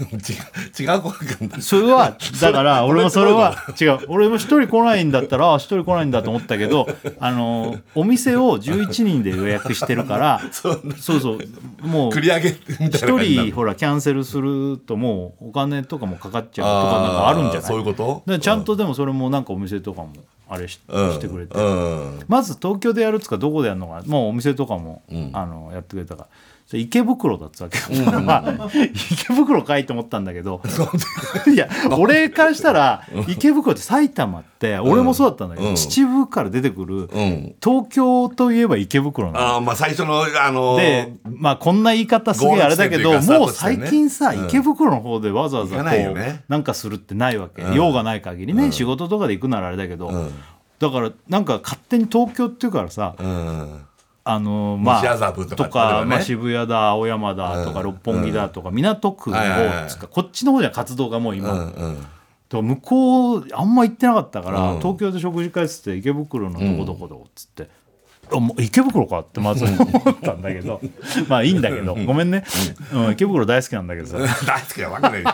B: 違う違う子が
A: そ
B: <laughs>
A: れは、だから、俺もそれは、違う。俺も一人来ないんだったら、あ一人来ないんだと思った
B: <laughs>
A: けど、あの、お店を11人で予約して
B: <laughs>
A: るから、そうそう、もう、
B: 繰り上げみたいな
A: 一
B: 感じになる
A: 人、ほら、キャンセルすると、もう、お金とかもかかっちゃうとか、なんかあるんじゃ
B: あー
A: ない
B: そういうこと
A: でちゃんとでもそれもなんかお店とかもあれし,、
B: うん
A: てくれて、
B: うん
A: まず東京でやるっつうかどこでやるのかなもうお店とかも、あのやってくれたからそれ池袋だったわけ、 <laughs> まあ池袋かいと思ったんだ
B: <laughs>
A: けどいや俺からしたら池袋って埼玉って俺もそうだったんだけど、
B: うん
A: 秩父から出てくる、
B: ん
A: 東京といえば池袋なの。
B: ああまあ最初のあの
A: でまあ、こんな言い方すげえあれだけ
B: ゴー
A: ど
B: ル地点というか
A: もう
B: スタート地
A: 最
B: 点ね
A: 近さ、池袋の方でわざわざ
B: 行
A: こう
B: かないよね
A: なんかするってないわけ、用がない限りね、仕事とかで行くならあれだけど、だからなんか勝手に東京っていうからさ、
B: うん
A: あのま
B: 西
A: あ
B: 麻布とか例えばね
A: まあ、渋谷だ青山だとか、六本木だとか港区の方
B: はいはいはい
A: つかこっちの方じゃ活動がもう今、
B: うんうん <laughs>
A: だから向こうあんま行ってなかったから、
B: うん
A: 東京で食事会っつって池袋のどこどこどこっつって、あもう池袋かってまず思ったんだけど <laughs> まあいいんだけどごめんね、うん、池袋大好きなんだけどさ <laughs> い
B: 大好きなわけない
A: <laughs>
B: で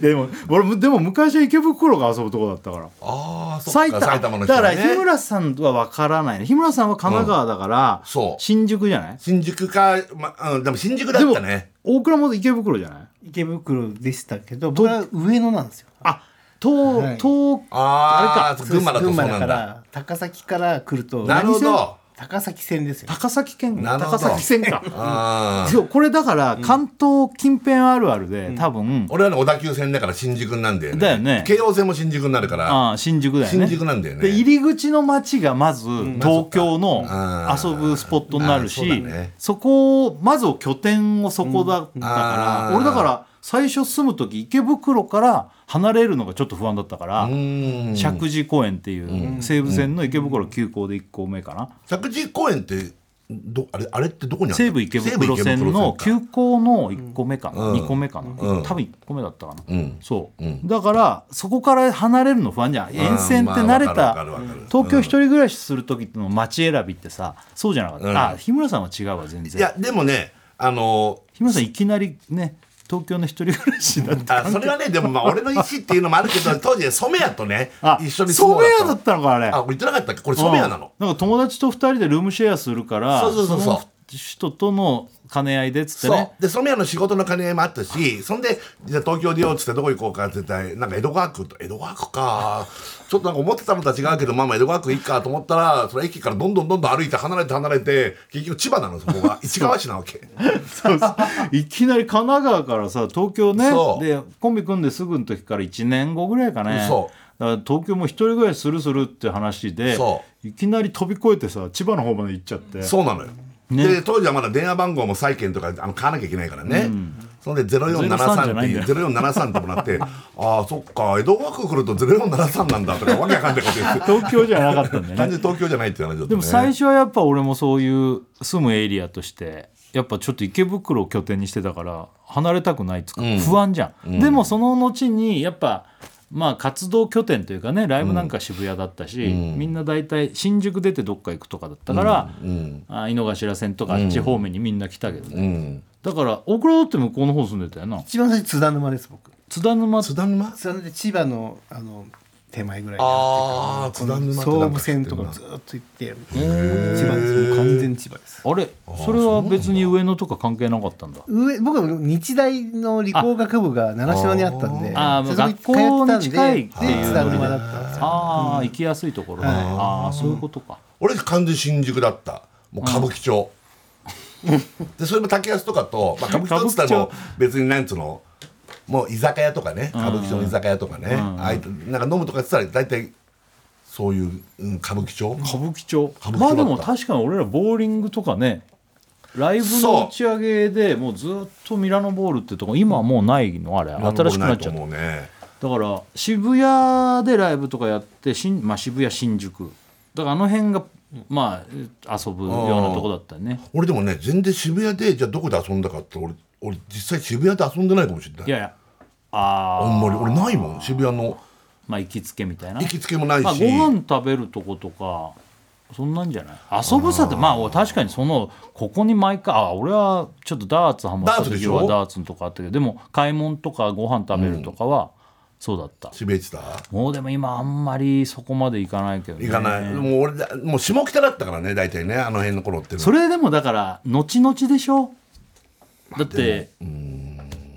B: すよ
A: やでも俺でも昔は池袋が遊ぶとこだったから
B: ああそっか
A: 埼
B: 埼
A: 玉
B: 玉の人
A: だか
B: は
A: ら
B: ね
A: 日村さんは分からないね日村さんは神奈川だから、
B: んそう
A: 新宿じゃない
B: 新宿か、ま、うん、でも新宿だ
A: でも
B: ったね。
A: 大倉も池袋じゃない
C: 池袋でしたけど僕は上野なんですよ
A: あ東、
C: はい
A: 東
B: ああ
A: あれ
B: ー、
A: か
B: 群馬だとそうなん
C: か
B: だ。
C: ら高崎から来ると
B: なるほど
C: 何線高崎線ですよ
A: 高崎県
B: なるほ
A: 高
B: ど
A: 崎線か
B: ああ。
A: そうこれだから関東近辺あるあるで、多分
B: 俺らの小田急線だから新宿なんだよね。
A: だよね
B: 京王線も新宿になるから、
A: ああ新宿だよね
B: 新宿なんだよね
A: で入り口の街がまず東京の
B: あそっ
A: 遊
B: か
A: ぶスポットになるし、
B: あーそうだね
A: そこをまずを拠点をそこだったから、
B: あー
A: 俺だから最初住む時池袋から離れるのがちょっと不安だったから、
B: うん。石
A: 石神公園っていう西武線の池袋急行で1個目かな、
B: 神井公園って、ど、あれ、あれってどこにある
A: 西武池袋線の
B: 急
A: 急行の1個目かな、
B: うん
A: 2個目かな、
B: うん
A: 多分1個目だったかな、
B: うん。
A: そう、
B: うん
A: だからそこから離れるの不安じゃん沿線って慣れ
B: まあわか
A: た
B: るわかるわかる
A: 東京一人暮らしする時の街選びってさそうじゃなかった、
B: うん
A: あ日村さんは違うわ全
B: い
A: 然
B: や、でもね、あの
A: 日村さんいきなりね東京の一人暮らしだっ
B: ー、
A: た
B: あそれはね、でもまあ俺の意思っていうのもあるけ
A: <laughs>
B: ど、当時染谷とね
A: あ、
B: 一緒に
A: 染
B: う
A: 谷だ
B: と
A: ったのかあれ
B: あ、言ってなかったっけこれ染谷なの。
A: うんなんか友達と二人でルームシェアするから
B: そうそうそうそう
A: の人との兼ね合いでっつって
B: そう
A: ね
B: で染谷の仕事の兼ね合いもあったしそんでじゃあ東京出ようっつってどこ行こうかって言ったらなんか江戸川区と江戸川区かちょっとなんか思ってたのとは違うけどまあまあ江戸川区いいかと思ったらその駅からどんどんどんどん歩いて離れて離れて結局千葉なのそこ
A: <laughs>
B: が市川市なわけ
A: そうそういきなり神奈川からさ東京ね
B: そう
A: でコンビ組んですぐの時から1年後ぐらいかね
B: そう
A: だから東京も一人暮らしするするって話で
B: そ
A: いきなり飛び越えてさ千葉の方まで行っちゃって
B: そうなのよ、
A: ね
B: で当時はまだ電話番号も債券とかあの買わなきゃいけないからね、そんで
A: 03じゃ
B: 0473っ
A: な
B: て
A: いん
B: い
A: だ
B: う
A: よ
B: 0473ってもらって <laughs> ああそっか江戸川区来ると0473なんだとかわけわかんないこと言
A: <laughs>
B: って
A: 東京じゃなかったんだ
B: 単
A: よね
B: 純に東京じゃないっていう話だったね
A: でも最初はやっぱ俺もそういう住むエリアとしてやっぱちょっと池袋を拠点にしてたから離れたくないっつうか不安じゃん、でもその後にやっぱまあ活動拠点というかねライブなんか渋谷だったし、みんな大体新宿出てどっか行くとかだったから、あ井の頭線とかあっち方面にみんな来たけどね、
B: うん
A: だから大倉だって向こうの方住んでたよな
C: 一番最初津田沼です僕
A: 津田沼
B: 津田沼
C: 津田沼で千葉のあの手前ぐらい
B: ああ、津田沼
C: 総武線とかずーっと行って千葉ですもう完全に千葉です
A: あれそれは別に上野とか関係なかったんだ
C: 上僕は日大の理工学部が習志野にあったんで
A: あー
C: そこに
A: 学校に近いっ
C: 通
A: て
C: っ
A: いうん
C: てたでで津田沼だったんですよ
A: ああ、行きやすいところね、ああそういうことか
B: 俺完全新宿だったもう歌舞伎町、でそれも竹安とかと、まあ、歌舞伎町っつったらもう別になんつうのもう居酒屋とかね歌舞伎町の居酒屋とかね、ああいなんか飲むとかっつったら大体そういう、うん、歌舞伎町
A: 歌舞伎町
B: 歌舞伎町だった
A: まあでも確かに俺らボーリングとかねライブの打ち上げでもうずっとミラノボールってとこ今はもうないのあれ新しくなっちゃった
B: もうね
A: だから渋谷でライブとかやって新、まあ、渋谷新宿だからあの辺がまあ遊ぶようなとこだったね
B: 俺でもね全然渋谷でじゃあどこで遊んだかって俺俺実際渋谷で遊んでないかもしれない
A: いやいやあ
B: あ
A: あ
B: んまり俺ないもん渋谷の
A: まあ行きつけみたいな
B: 行きつけもないし、
A: まあ、ご飯食べるとことかそんなんじゃない遊ぶさってまあ確かにそのここに毎回あ俺はちょっとダーツハマった
B: ダーツで
A: 時
B: しょ
A: はダーツのとかあったけどでも買い物とかご飯食べるとかはそうだった、
B: 渋谷行ってた
A: もうでも今あんまりそこまで行かないけどね
B: 行かない、もう俺だもう下北だったからね大体ねあの辺の頃っていうのは
A: それでもだから後々でしょだって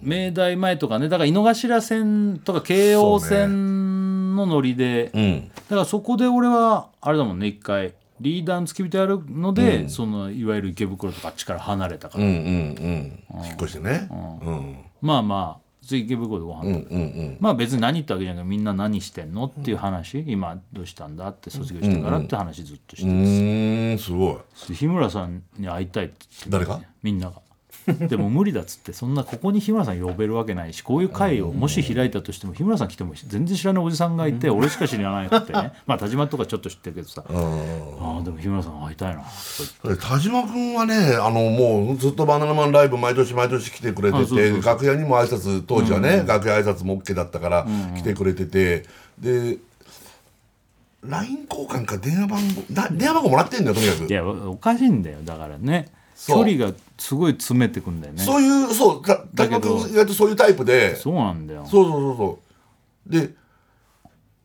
A: 明大前とかねだから井の頭線とか京王線の乗りで、
B: うん
A: だからそこで俺はあれだもんね一回リーダーの付き人やるので、そのいわゆる池袋とかあっちから離れたから、
B: うんうんうん引っ越してねうん
A: まあまあ次池袋でご飯、
B: うんうん
A: まあ別に何言ったわけじゃなくてみんな何してんのっていう話、今どうしたんだって卒業してからって話ずっとして
B: う
A: る、
B: んうーんすごい
A: 日村さんに会いたいって言って
B: 誰が
A: みんなが。でも無理だっつってそんなここに日村さん呼べるわけないしこういう会をもし開いたとしても日村さん来ても全然知らないおじさんがいて俺しか知らないって
B: <laughs>
A: ねまあ田島とかちょっと知ってるけどさあーでも日村さん会いたいな
B: 田島君はねあのもうずっとバナナマンライブ毎年毎年来てくれて
A: あそうそうそ
B: て
A: う
B: 楽屋にも挨拶当時はね、楽屋挨拶も OK だったから来てくれてて、で LINE 交換か電話番号な電話番号もらってんだよとにかく
A: いやおおかしいんだよだからね距
B: そう
A: 離がすごい詰めてくんだよね
B: そういうそうた田
A: だけ
B: 島
A: ど
B: 君意外とそういうタイプで
A: そうなんだよ
B: そうそうそうそうで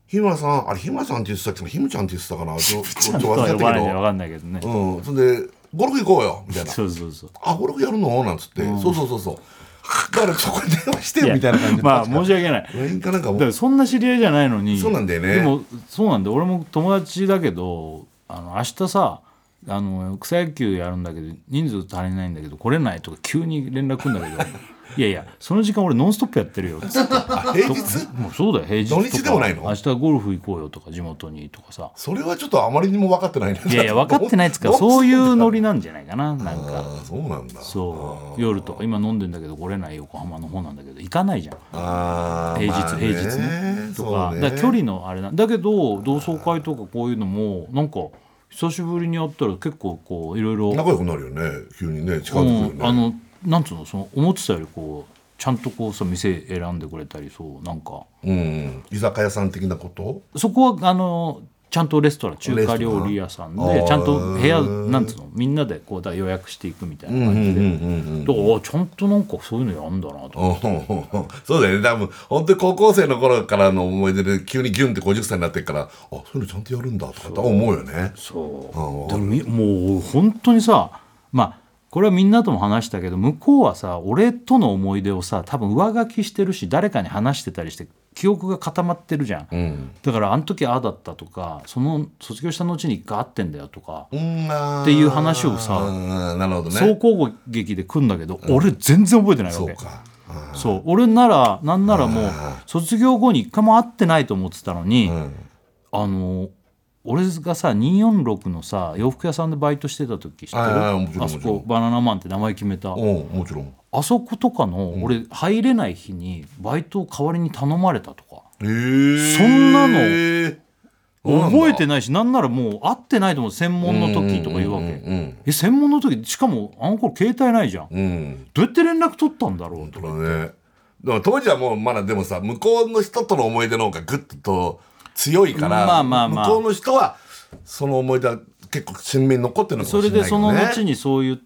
B: 日村さんあれ日村さんって言ってたっけなひむちゃんって言ってたかなちょちょっと
A: と
B: 忘
A: は
B: れ
A: 呼ば
B: たけ
A: ないで分
B: ど
A: かんないけどね、
B: うんそんでゴルフ行こうよみたいな
A: そうそうそう
B: あ、ゴルフやるのなんつって、そうそうそうそう。だからそこに電話してよみたいな感じで。
A: まあ
B: 確か
A: 申し訳ない
B: に LINE かなんか
A: だ
B: も
A: か。らそんな知り合いじゃないのに
B: そうなんだよね
A: でもそうなんだよ俺も友達だけどあの明日さあの草野球やるんだけど人数足りないんだけど来れないとか急に連絡来るんだけど
B: <laughs>
A: いやいやその時間俺ノンストップやってるよつって
B: あ平日
A: もうそうだよ平日とか
B: 土日でもないの
A: 明日ゴルフ行こうよとか地元にとかさ
B: それはちょっとあまりにも分かってないね。
A: いやいや分かってないっつ
B: <laughs>
A: うか
B: ど
A: そういうノリなんじゃないかななんか
B: ああ、そうなんだ。
A: そう夜とか今飲んでんだけど来れない横浜の方なんだけど行かないじゃん
B: ああ。
A: 平日、
B: まあね
A: 平日ねと
B: そ
A: か
B: う
A: だ
B: ね
A: から距離のあれなんだけど同窓会とかこういうのもなんか久しぶりに会ったら結構こういろいろ、
B: 仲良くなるよね。急にね、近づくよね。
A: うんあのなんつうのその思ってたよりこうちゃんとこうさ店選んでくれたりそうなんか
B: うん。居酒屋さん的なこと
A: そこはあのちゃんとレストラン中華料理屋さん
B: レ
A: で
B: ストラン
A: ちゃんと部屋
B: あー
A: なんつうのみんなでこうだ予約していくみたい
B: うん
A: な
B: うんう
A: 感じで、
B: ん
A: だからあちゃんとなんかそういうのやんだなと
B: うんうん。 <laughs> そうだよね。多分、本当に高校生の頃からの思い出で、急にギュンって50歳になってっから、あ、そういうのちゃんとやるんだとかって思うよね。
A: そうでもみもう本当にさまあこれはみんなとも話したけど向こうはさ俺との思い出をさ多分上書きしてるし誰かに話してたりして記憶が固まってるじゃん、だからあの時ああだったとかその卒業した後に一回会ってんだよとか、
B: うんあー
A: っていう話をさ
B: うんなるほどね
A: 総合劇で来るんだけど、俺全然覚えてないわ
B: そう
A: け
B: か
A: そう俺ならなんならもう卒業後に一回も会ってないと思ってたのに、あの俺がさ246のさ洋服屋さんでバイトしてた時知ってる
B: はいはいも
A: あ
B: ちろん
A: そ
B: もち
A: こバナナマンって名前決めた
B: うんもちろん
A: あそことかの俺入れない日にバイトを代わりに頼まれたとか
B: えー
A: そんなの
B: そうなんだ
A: 覚えてないしなんならもう会ってないと思う専門の時とか言うわ
B: うん
A: け
B: うん
A: え専門の時しかもあの頃携帯ないじゃん
B: うん
A: どうやって連絡取ったんだろうと
B: そうだねでも当時はもうまだでもさ向こうの人との思い出の方がグッと強いから、
A: まあまあまあ
B: 向こうの人はその思い出は結構鮮明に残ってるのか
A: そ
B: もし
A: れ
B: れない
A: で
B: け
A: そ
B: どね
A: の後にそういう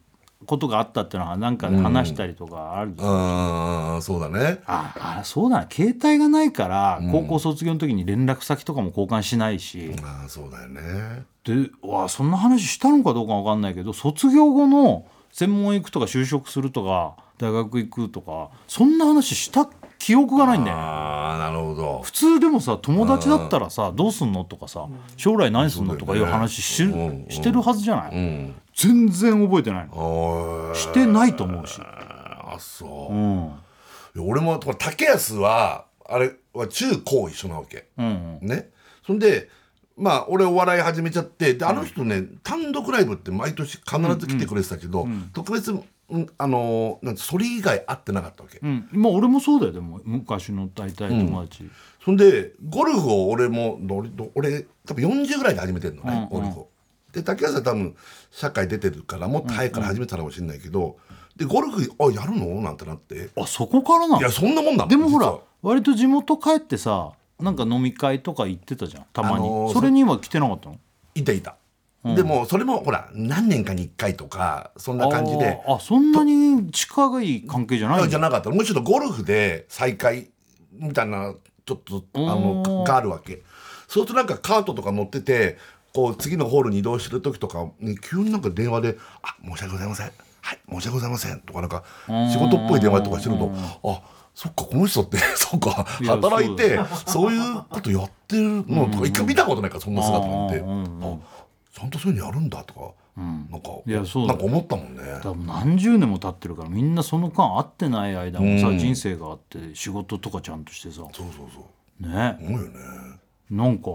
A: ことがあったっていうのはなんかで話したりとかあるじゃん
B: うんそうだね
A: ああそうだな携帯がないから高校卒業の時に連絡先とかも交換しないし、
B: あーそうだよね
A: でうわそんな話したのかどうかわかんないけど卒業後の専門行くとか就職するとか大学行くとかそんな話した記憶がないんだよね
B: ああなるほど
A: 普通でもさ友達だったらさどうすんのとかさ将来何すんのとかいう話し,、してるはずじゃない、全然覚えてないの
B: おー
A: してないと思うし、
B: あそう
A: うん、うん
B: いや俺もこれ竹安はあれは中高一緒なわけ、
A: うん
B: ねそんでまあ俺お笑い始めちゃってであの人ね、単独ライブって毎年必ず来てくれてたけど、特別うんあのーなんてそれ以外会ってなかったわけ、
A: うん、まあ俺もそうだよでも昔の大体友達、
B: そんでゴルフを俺もどれど俺多分40ぐらいで始めてるのね、ゴルフを。で竹谷さん多分社会出てるからもっと早くから始めてたのかもしれないけど、でゴルフあやるのなんてなって
A: あそこからない
B: やそんなもんなの
A: でもほ
B: 実
A: ら
B: は
A: 割と地元帰ってさなんか飲み会とか行ってたじゃんたまに、
B: あのー
A: それには来てなかったの
B: いたいた、でもそれもほら何年かに1回とかそんな感じで
A: あーあそんなに近い関係じゃないい
B: や
A: ん
B: じゃ
A: だ
B: なかったもうちょっとゴルフで再会みたいなちょっとあのがあるわけそうするとなんかカートとか乗っててこう次のホールに移動してる時とかに急になんか電話で「あ申し訳ございませんはい申し訳ございません」とかなんか仕事っぽい電話とかしてると「あそっかこの人って <laughs> そっか
A: いや
B: 働いてそういうことやってるのとか一回見たことないからそんな姿なんて
A: うんうん
B: あちゃんとそういうのやるんだとかなんか
A: いやそうだ
B: なんか思ったもんね。
A: 多分何十年も経ってるからみんなその間会ってない間もさ、
B: うん
A: 人生があって仕事とかちゃんとしてさ
B: そうそうそう
A: ね
B: 思うよね。
A: なんか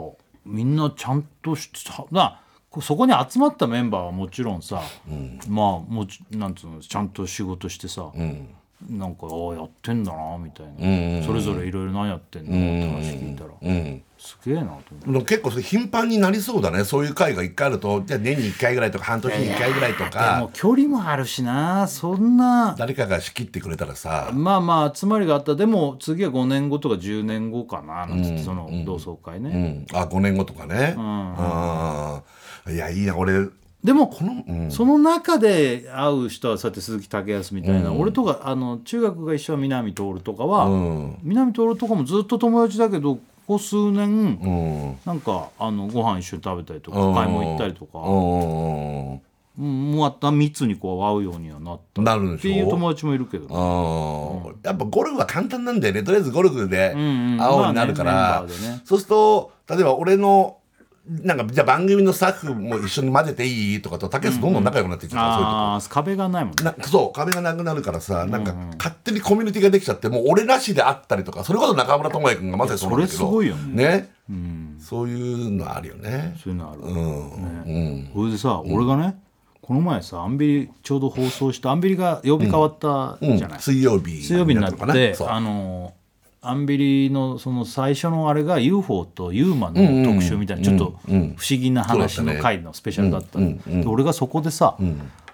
A: みんなちゃんとしてさなこうそこに集まったメンバーはもちろんさ、まあもちなんつうのちゃんと仕事してさ、
B: うん
A: なんかああやってんだなみたいな、
B: んうん
A: それぞれいろいろ何やってんのって話聞いたら、
B: うん
A: すげえなと思って。
B: でも結構それ頻繁になりそうだねそういう会が1回あるとじゃあ年に1回ぐらいとか半年に1回ぐらいと
A: もう
B: か
A: 距離もあるしなそんな
B: 誰かが仕切ってくれたらさ
A: まあまあ集まりがあったでも次は5年後とか10年後かななんつってその同窓会ね、
B: うんあ5年後とかねあーいやいいな俺
A: でも
B: このうん
A: その中で会う人はそうやって鈴木武康みたいな、俺とかあの中学が一緒は南徹とかは、
B: うん
A: 南徹とかもずっと友達だけどここ数年、
B: うん
A: なんかあのご飯一緒に食べたりとか
B: うん
A: 買い物行ったりとか、
B: うん
A: うんまた密にこう会うようにはなったっ
B: なるで
A: て
B: し
A: いう
B: ょ
A: 友達もいるけどね
B: うんやっぱゴルフは簡単なんだよねとりあえずゴルフで
A: んうん
B: 会おうになるか
A: ま
B: ら
A: あねメンバーでね
B: そうすると例えば俺のなんかじゃあ番組のスタッフも一緒に混ぜていいとかと竹内どんどん仲良くなってきちゃったそういうとこ
A: ああ壁がないもんね
B: なそう壁がなくなるからさなんか勝手にコミュニティができちゃってもう俺らしであったりとかそれこそ中村智也君がまさにそうなんだけど
A: いやそれすごいよね
B: そういうのあるよね
A: そういうのある、
B: うん、
A: それでさ、俺がねこの前さアンビリちょうど放送してアンビリが曜日変わった
B: うん
A: じゃない、
B: 水曜日
A: 水曜日にな
B: ったのか
A: って
B: そう
A: あのアンビリのその最初のあれが UFO とユーマの特集みたいな、ちょっと不思議な話
B: そうだ
A: の
B: ったね
A: 回のスペシャルだったの、で俺がそこでさ、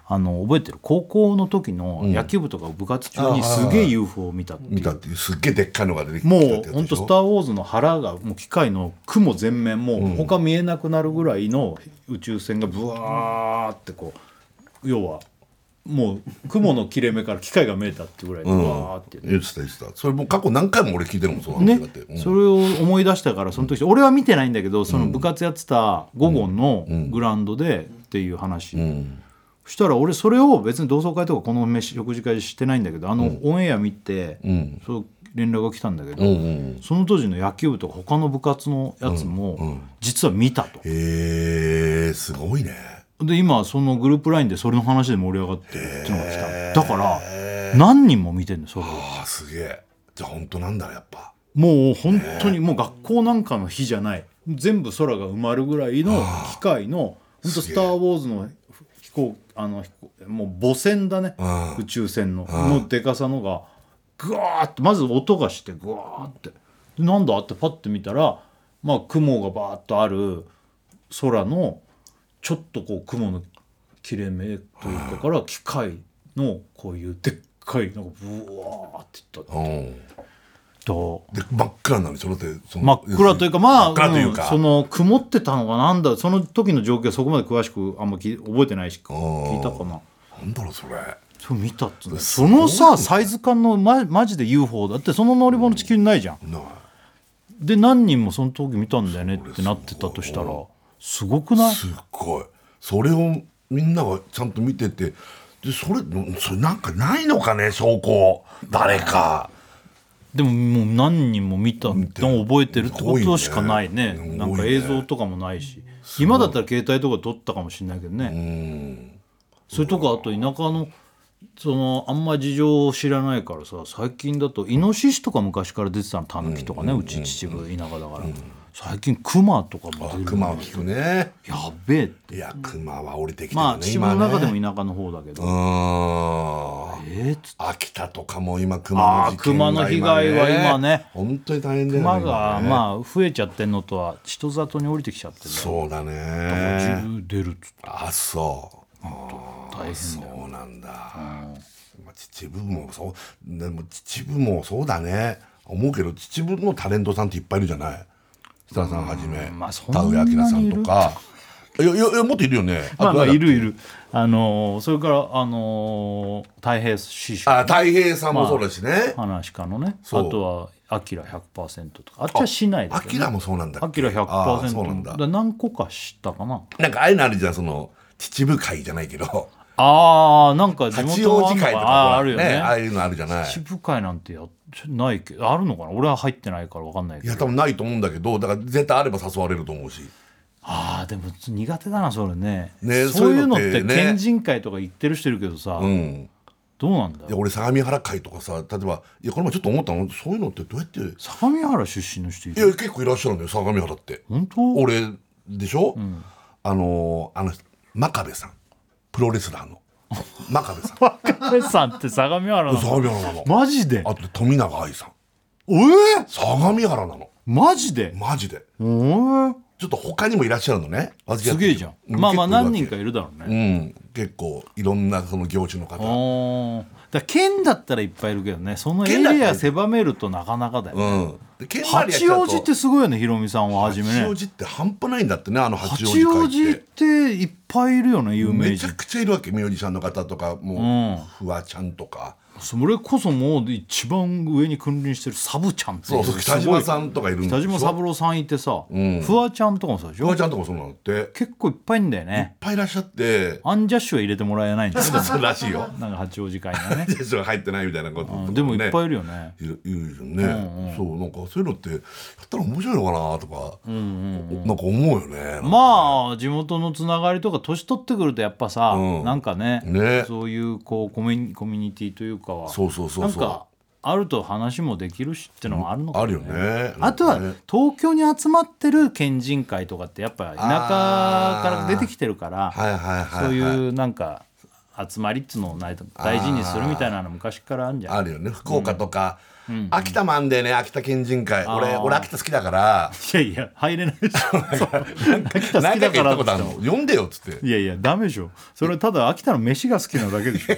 A: あの覚えてる高校の時の野球部とか部活中にすげえ UFO を見たっていう
B: 見たっていうすっげえでっかいのが出てきた
A: も
B: ってやつ
A: う
B: でしょ
A: 本当スター・ウォーズ」の腹がもう機械の雲全面もう他見えなくなるぐらいの宇宙船がブワーってこう要はもう雲の切れ目から機械が見えたってぐらいブワーって。
B: 言ってた言ってたそれもう過去何回も俺聞いてるもんそうなん
A: ね
B: だって、、うん
A: それを思い出したからその時俺は見てないんだけどその部活やってた午後のグラウンドでっていう話、そしたら俺それを別に同窓会とかこの飯食事会してないんだけどあのオンエア見て、そう連絡が来たんだけど、その当時の野球部とか他の部活のやつも実は見たと、
B: へえすごいね
A: で今そのグループ LINE でそれの話で盛り上がってるっていうのが来ただから何人も見てんのそれを
B: ああすげえじゃあ本当なんだやっぱ
A: もう本当にもう学校なんかの日じゃない全部空が埋まるぐらいの機械の本当スター・ウォーズ」の飛行あの飛行もう母船だね宇宙船ののでかさのがグワーってまず音がしてグワーってでなんだってパッて見たらまあ雲がバーッとある空のちょっとこう雲の切れ目というかから機械のこういうでっかいなんかブワーっていった
B: うん
A: と。
B: で真っ暗になるでしょだってその
A: 真っ暗というかまあ
B: 真っ暗というか
A: んその曇ってたのがなんだその時の状況はそこまで詳しくあんま聞い覚えてないし聞いたかな
B: なんだろうそれ
A: そう見たっつうのそのさサイズ感のまマジで UFO だってその乗り物地球にないじゃん、
B: ない
A: で何人もその時見たんだよねってなってたとしたらすごくない
B: すっごいそれをみんながちゃんと見ててでそれそれなんかないのかね証拠誰か
A: でももう何人も見たのを覚えてるってことしかないね
B: すごいね
A: なんか映像とかもないし今だったら携帯とか撮ったかもしれないけどねそれとかあと田舎のそのあんま事情を知らないからさ最近だとイノシシとか昔から出てたのタヌキとかねうち秩父田舎だから最近クマとかも
B: あ熊は聞くね
A: やべえって
B: いや熊は降りてきてるね
A: まあ父
B: 今
A: の
B: ね
A: 中でも田舎の方だけど、
B: うーん
A: えーっつって
B: 秋田とかも今熊の事件が
A: あー熊の被害は今ね
B: 本当に大変だよね
A: 馬が
B: 今ね
A: まあ増えちゃってんのとは人里に降りてきちゃってる
B: そうだね
A: 出るっつって
B: あそう
A: 大変だよ
B: そうなんだ、まあ、秩父もそうでも秩父もそうだね思うけど秩父のタレントさんっていっぱいいるじゃない設楽さんはじめ、
A: まあそんな
B: 田
A: に
B: 上
A: いる
B: 明さんとかいやいやいやもっといるよね
A: まあまあ
B: と
A: いるいるあのーそれからあのー太平師匠
B: あ太平さんもそうだしね、
A: 話家のねあ
B: そう
A: とは「アキラ100%」とかあっちは市内だ
B: あ
A: け
B: き
A: ど、
B: らもそうなんだっけ
A: アキラ
B: あーそうなん
A: 100%
B: だ
A: だから何個か知ったかな
B: なんかああいうのあるじゃんその秩父会じゃないけど
A: あーなんか地
B: 八
A: 元
B: 王
A: はあ
B: 子
A: んのか
B: 会とかほ
A: あー
B: ら
A: あるよね
B: ああいうのあるじゃない
A: 秩父会なんてやってないけどあるのかな俺は入ってないから分かんない
B: い
A: け
B: や
A: ど
B: 多分ないと思うんだけどだから絶対あれば誘われると思うし
A: ああでも苦手だなそれね
B: ね
A: そういうのっ
B: そうい
A: て
B: うのってね
A: 県人会とか行ってる人いるけどさ、
B: うん
A: どうなんだ
B: いや
A: よ
B: 俺相模原会とかさ例えばいやこれもちょっと思ったのそういうのってどうやって
A: 相模原出身の人い
B: い
A: る
B: や結構いらっしゃるんだよ相模原って
A: 本当
B: 俺でしょ、あのーあの人真壁さんプロレスラーの真壁さん
A: <laughs> 高橋さんって相模原なの
B: 相模原なの
F: マジで
B: あと富永愛さん
F: ええ
B: 相模原なの
F: マジで
B: マジで
F: おえ
B: ちょっと他にもいらっしゃるのねす
A: すげえじゃんまあまあ何人かいるだろう
B: う
A: ね、
B: ん結構いろんなその業種の
A: あ
B: 方
A: ーだから県だったらいっぱいいるけどねそのエ
B: 県だった
A: リ
B: ら
A: ア狭めるとなかなかだよ、
B: うんで県周りやっち
A: 八
B: ゃうと
A: 王子ってすごいよねヒロミさんをはじめ
B: 八王
A: ね
B: 子って半端ないんだってねあの八王
A: 八王
B: 子
A: 子
B: 会
A: っ
B: って
A: ていっぱいいるよね有名
B: めちゃ
A: 人
B: くちゃいるわけミュージシャンの方とかもう、フワちゃんとか
A: それこそもう一番上に君臨してるサブちゃんってい
B: そうそう北島さ
A: ん
B: んとかいるんでしょ
A: 北島三郎さんいてさ、
B: ん
A: フワちゃんとかもそうでし
B: フワ
A: ょ
B: ちゃんとかもそうなのっていっ
A: 結構いっぱいいんだよね
B: ぱいいらっしゃって
A: アンジャッシュは入れてもらえないんだ
B: <laughs>
A: けど
B: そうらしいよ、
A: なんか八王子会がね
B: テンション入ってないみたいなこと、
A: うんでもいっぱいい
B: い
A: るよね
B: るいるじゃんね、そうなんかそういうのってやったら面白いのかなとか、なんか思うよね
A: まあ地元のつながりとか年取ってくるとやっぱさ、
B: うん
A: なんかね
B: ね
A: そういうこうコミュニコミュニティというかは
B: そうそうそうそう
A: なんかあると話もできるしってのもあるのか
B: あ
A: も
B: るよね
A: あと
B: なん
A: は
B: かね
A: 東京に集まってる県人会とかってやっぱ田舎から出てきてるから、
B: はいはいはい、はい、
A: そういうなんか集まりっつうのをない大事にするみたいなの昔からあるんじゃない
B: あるよね福岡とか、秋田もあんだよね秋田県人会俺俺秋田好きだから
A: いやいや入れな
B: <laughs>
A: いでしょ秋田好き
B: 何
A: だ
B: 回か行
A: か
B: っ
A: ら
B: たこ
A: っつっ
B: と
A: て
B: あるの
A: も
B: 読んでよっつって
A: いやいやダメでしょそれはただ秋田の飯が好きなだ
B: <laughs>
A: けでしょ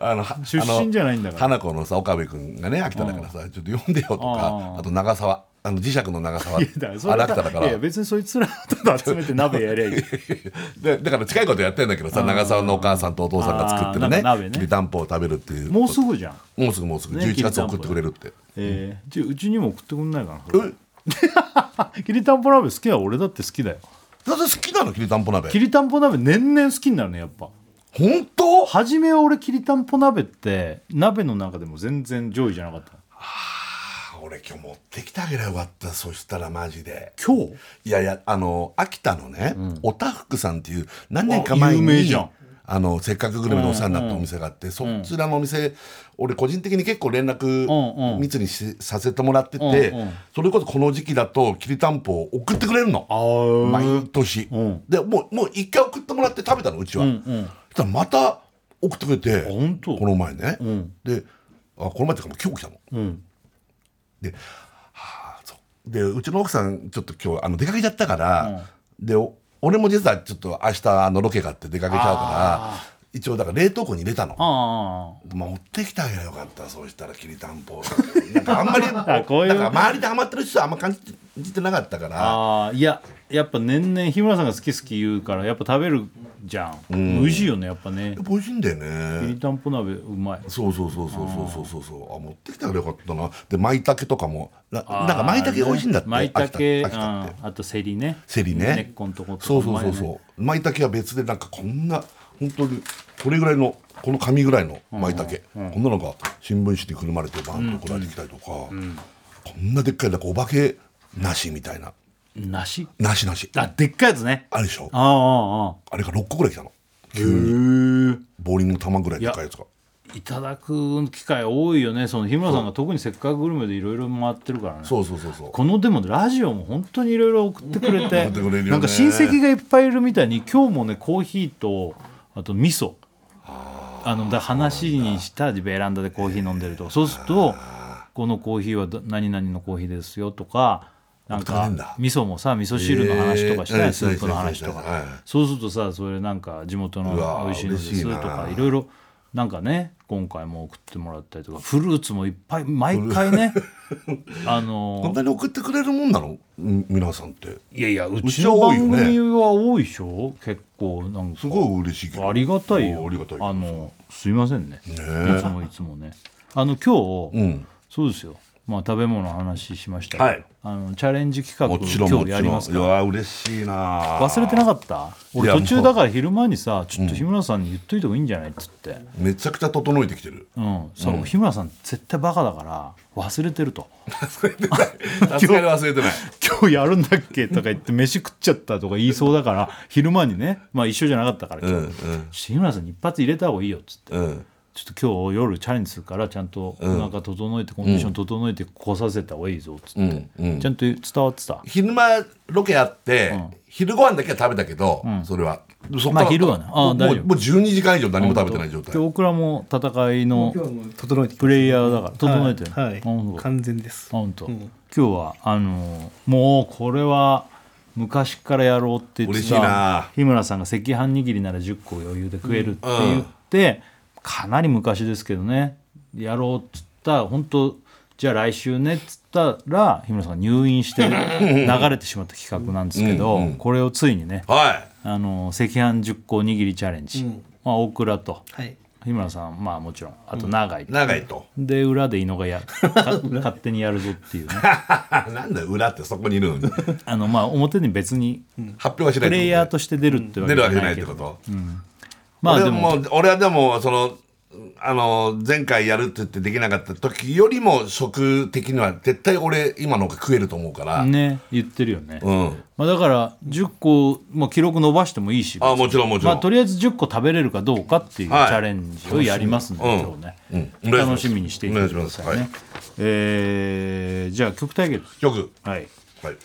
B: あのは
A: 出身じゃないんだから
B: あの花子のさ岡部君がね秋田だからさちょっと読んでよとか
A: あ
B: あと長沢あの磁石の長沢あ
A: い
B: れ
A: やだからそれはい
B: 秋田だか
A: やいや
B: ら
A: 別にそいつらただ集めて鍋やりゃ
B: <laughs>
A: いい
B: でだから近いことやってんだけどさ長沢のお母さんとお父さんが作ってる
A: あー
B: ね
A: なんか鍋ね
B: きりたんぽを食べるっていう
A: もうすぐじゃん、
B: もうすぐもうすぐ
A: ね
B: 11月送ってくれるって
A: えー、じゃあうちにも送ってくんないかなそれ <laughs>
B: え
A: きりたんぽ鍋好きは俺だって好きだよ
B: だって好きなのきりたんぽ鍋
A: きりたんぽ鍋年々好きになるねやっぱ
B: 本当
A: 初めは俺きりたんぽ鍋って鍋の中でも全然上位じゃなかった
B: 俺今日持ってきてあげればよかったそしたらマジで
A: 今日
B: いやいやあの秋田のね、おたふくさんっていう何年か前に
A: あ有名じゃん
B: あのせっかくグルメのお世話になったお店があって、そちらのお店俺個人的に結構連絡
A: うんうん
B: 密にし、させてもらってて、
A: うんうん
B: それこそこの時期だときりたんぽを送ってくれるの毎年、
A: ん
B: でもうもう一回送ってもらって食べたのうちは、
A: うんうん
B: そしたらまた送ってくれて
A: 本当
B: この前ね、
A: ん
B: であこの前っていうかもう今日来たの
A: うん
B: そうでうちの奥さんちょっと今日あの出かけちゃったから、でお俺も実はちょっと明日あのロケがあって出かけちゃうから一応だから冷凍庫に入れたの
A: ああ
B: 持ってきてあげればよかったそうしたらきりたんぽなんかあんまり
A: <laughs> あこういう
B: なんか周りでハマってる人はあんま感じてなかったから
A: あーいややっぱ年々日村さんが好き好き言うからやっぱ食べるじゃん、美味しいよねやっぱ
B: や
A: ね
B: っぱ美味しいんだよ
A: き
B: ね
A: りたんぽ鍋うまい
B: そうそうそうそうそうそうそうそうあ持ってきてあげればよかったなで舞茸とかもななんか舞茸美味しいんだって
A: まいたけ
B: 秋田秋田って
A: あとセリね
B: セリね
A: 根っこのとことか
B: そうそうそう
A: まいよね
B: そう舞茸は別でなんかこんな本当にこれぐらいのこの紙ぐらいの舞茸、こんなのが新聞紙にくるまれてバンと送られてきたりとか、こんなでっかいなんかお化けなしみたいな
A: 梨
B: なしなし
A: あでっかいやつね
B: あるでしょ
A: ああああああ
B: あれが6個ぐらい来たの急にボーリングの球ぐらいでっかいやつが
A: いただく機会多いよねその日村さんが特に「せっかくグルメ」でいろいろ回ってるからね
B: そうそうそうそう
A: このでもラジオも本当にいろいろ送ってく
B: <laughs>
A: れて
B: ってくれるよね
A: なんか親戚がいっぱいいるみたいに今日もねコーヒーとあと味噌あのだ話にしたベランダでコーヒー飲んでるとそうすると「このコーヒーはど何々のコーヒーですよ」とかなん
B: 送ってくれ
A: か
B: んだ
A: 味噌もさ味噌汁の話とかした
B: え
A: り
B: ー
A: スープの話と
B: はいはいはい
A: か
B: はい
A: そうするとさそれなんか地元の
B: うわー
A: 美味しいので
B: 嬉し
A: す
B: い
A: と
B: な
A: かいろいろなんかね今回も送ってもらったりとかフルーツもいっぱい毎
B: <laughs>
A: 回ねあのー
B: こんなに送ってくれるもんなのみ皆さんって
A: いやいやう
B: ち
A: ち
B: は
A: の
B: 多い
A: 番
B: よね
A: 組は多いでしょ結構なんか
B: すごい嬉しいけど
A: ありがたい
B: お
A: よ
B: ありがたい
A: あのすいませんねいつもいつもねあの今日、
B: うん
A: そうですよまあ食べ物の話しましたけど、
B: はい
A: あのチャレンジ企
B: も
A: 画
B: ちろん
A: 今
B: も
A: 日
B: ち
A: やり
B: ろん
A: ますから
B: いや嬉しいな
A: 忘れてなかった
B: い
A: 俺
B: や
A: 途中だから昼間にさちょっと日村さんに言っといた方がいいんじゃないっつって、
B: めちゃくちゃ整えてき
A: <laughs>
B: てる
A: うん、そう日村さん絶対バカだから忘れてると
B: さすがに忘れてない
A: <laughs> 今日やるんだっけとか言って飯食っちゃったとか言いそうだから昼間にねまあ一緒じゃなかったから
B: う
A: 今
B: ん
A: 日、日村さんに一発入れた方がいいよっつって
B: うんうん
A: ちょっと今日夜チャレンジするからちゃんとお腹整えてコンディション整えて来させた方がいいぞっつって、
B: うんうん
A: ちゃんと伝わってた
B: 昼間ロケやって、昼ご飯だけは食べたけど、それはそっから
A: まあ昼はねあ
B: もう
A: 大丈夫
B: もう12時間以上何も食べてない状態
A: で大倉も戦いの
C: 今日はもう整えてき
A: プレイヤーだから整えてる
C: はい、はい、
A: 本
C: 完全です
A: 当、今日はあのーもうこれは昔からやろうって言って
B: 嬉しいな
A: た日村さんが赤飯握りなら10個余裕で食えるって言って、かなり昔ですけどねやろうっつった本当じゃあ来週ねっつったら日村さんが入院して流れてしまった企画なんですけど、これをついにね
B: は
A: あの赤飯10個おにぎりチャレンジ、まあ、大倉と
C: はい
A: 日村さんまあもちろんあと長井
B: い長いと <laughs>
A: で裏で井野がやか勝手にやるぞっていうね
B: なんだよ裏ってそこにいるのに発
A: あのまあ表に別に
B: 表はしない
A: プレイヤーと
B: して
A: して出るってわ
B: 出
A: け
B: るわ
A: じゃ
B: けじゃな
A: ない
B: っ
A: いけ
B: てこ
A: ど
B: と、
A: まあ
B: 俺
A: で
B: はも
A: も
B: う俺はでもそのあの前回やるって言ってできなかった時よりも食的には絶対俺今の方が食えると思うから、
A: ね言ってるよね、
B: うん
A: まあ、だから10個、まあ、記録伸ばしてもいいし
B: あもちろんもちろん、
A: まあ、とりあえず10個食べれるかどうかっていうチ
B: はい
A: ャレンジをやりますので、
B: うん
A: 今日ね、
B: うんお願いします
A: 楽しみにしていてくださいね
B: お願いしま
A: えーじゃあ曲対決
B: 曲
A: はい
B: はい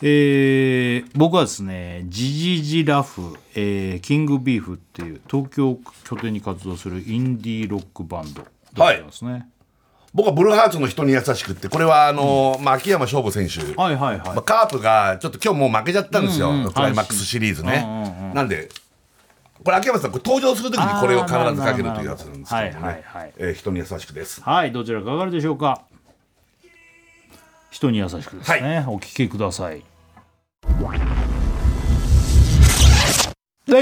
A: えー僕はですねジジジラフ、えーキングビーフっていう東京を拠点に活動するインディーロックバンドでございますね、
B: 僕はブルーハーツの人に優しくってこれはあの、まあ、秋山翔吾選手、
A: はい、はいはい
B: まあ、カープがちょっと今日もう負けちゃったんですよ、クライマックスシリーズね、なんでこれ秋山さんこれ登場する時にこれを必ずかけるというやつなんですけどね
A: あーなるほどなるほどはいはいはい
B: えー人に優しくです
A: はいどちらかかるでしょうか人に優しくですね、お聞きくださいは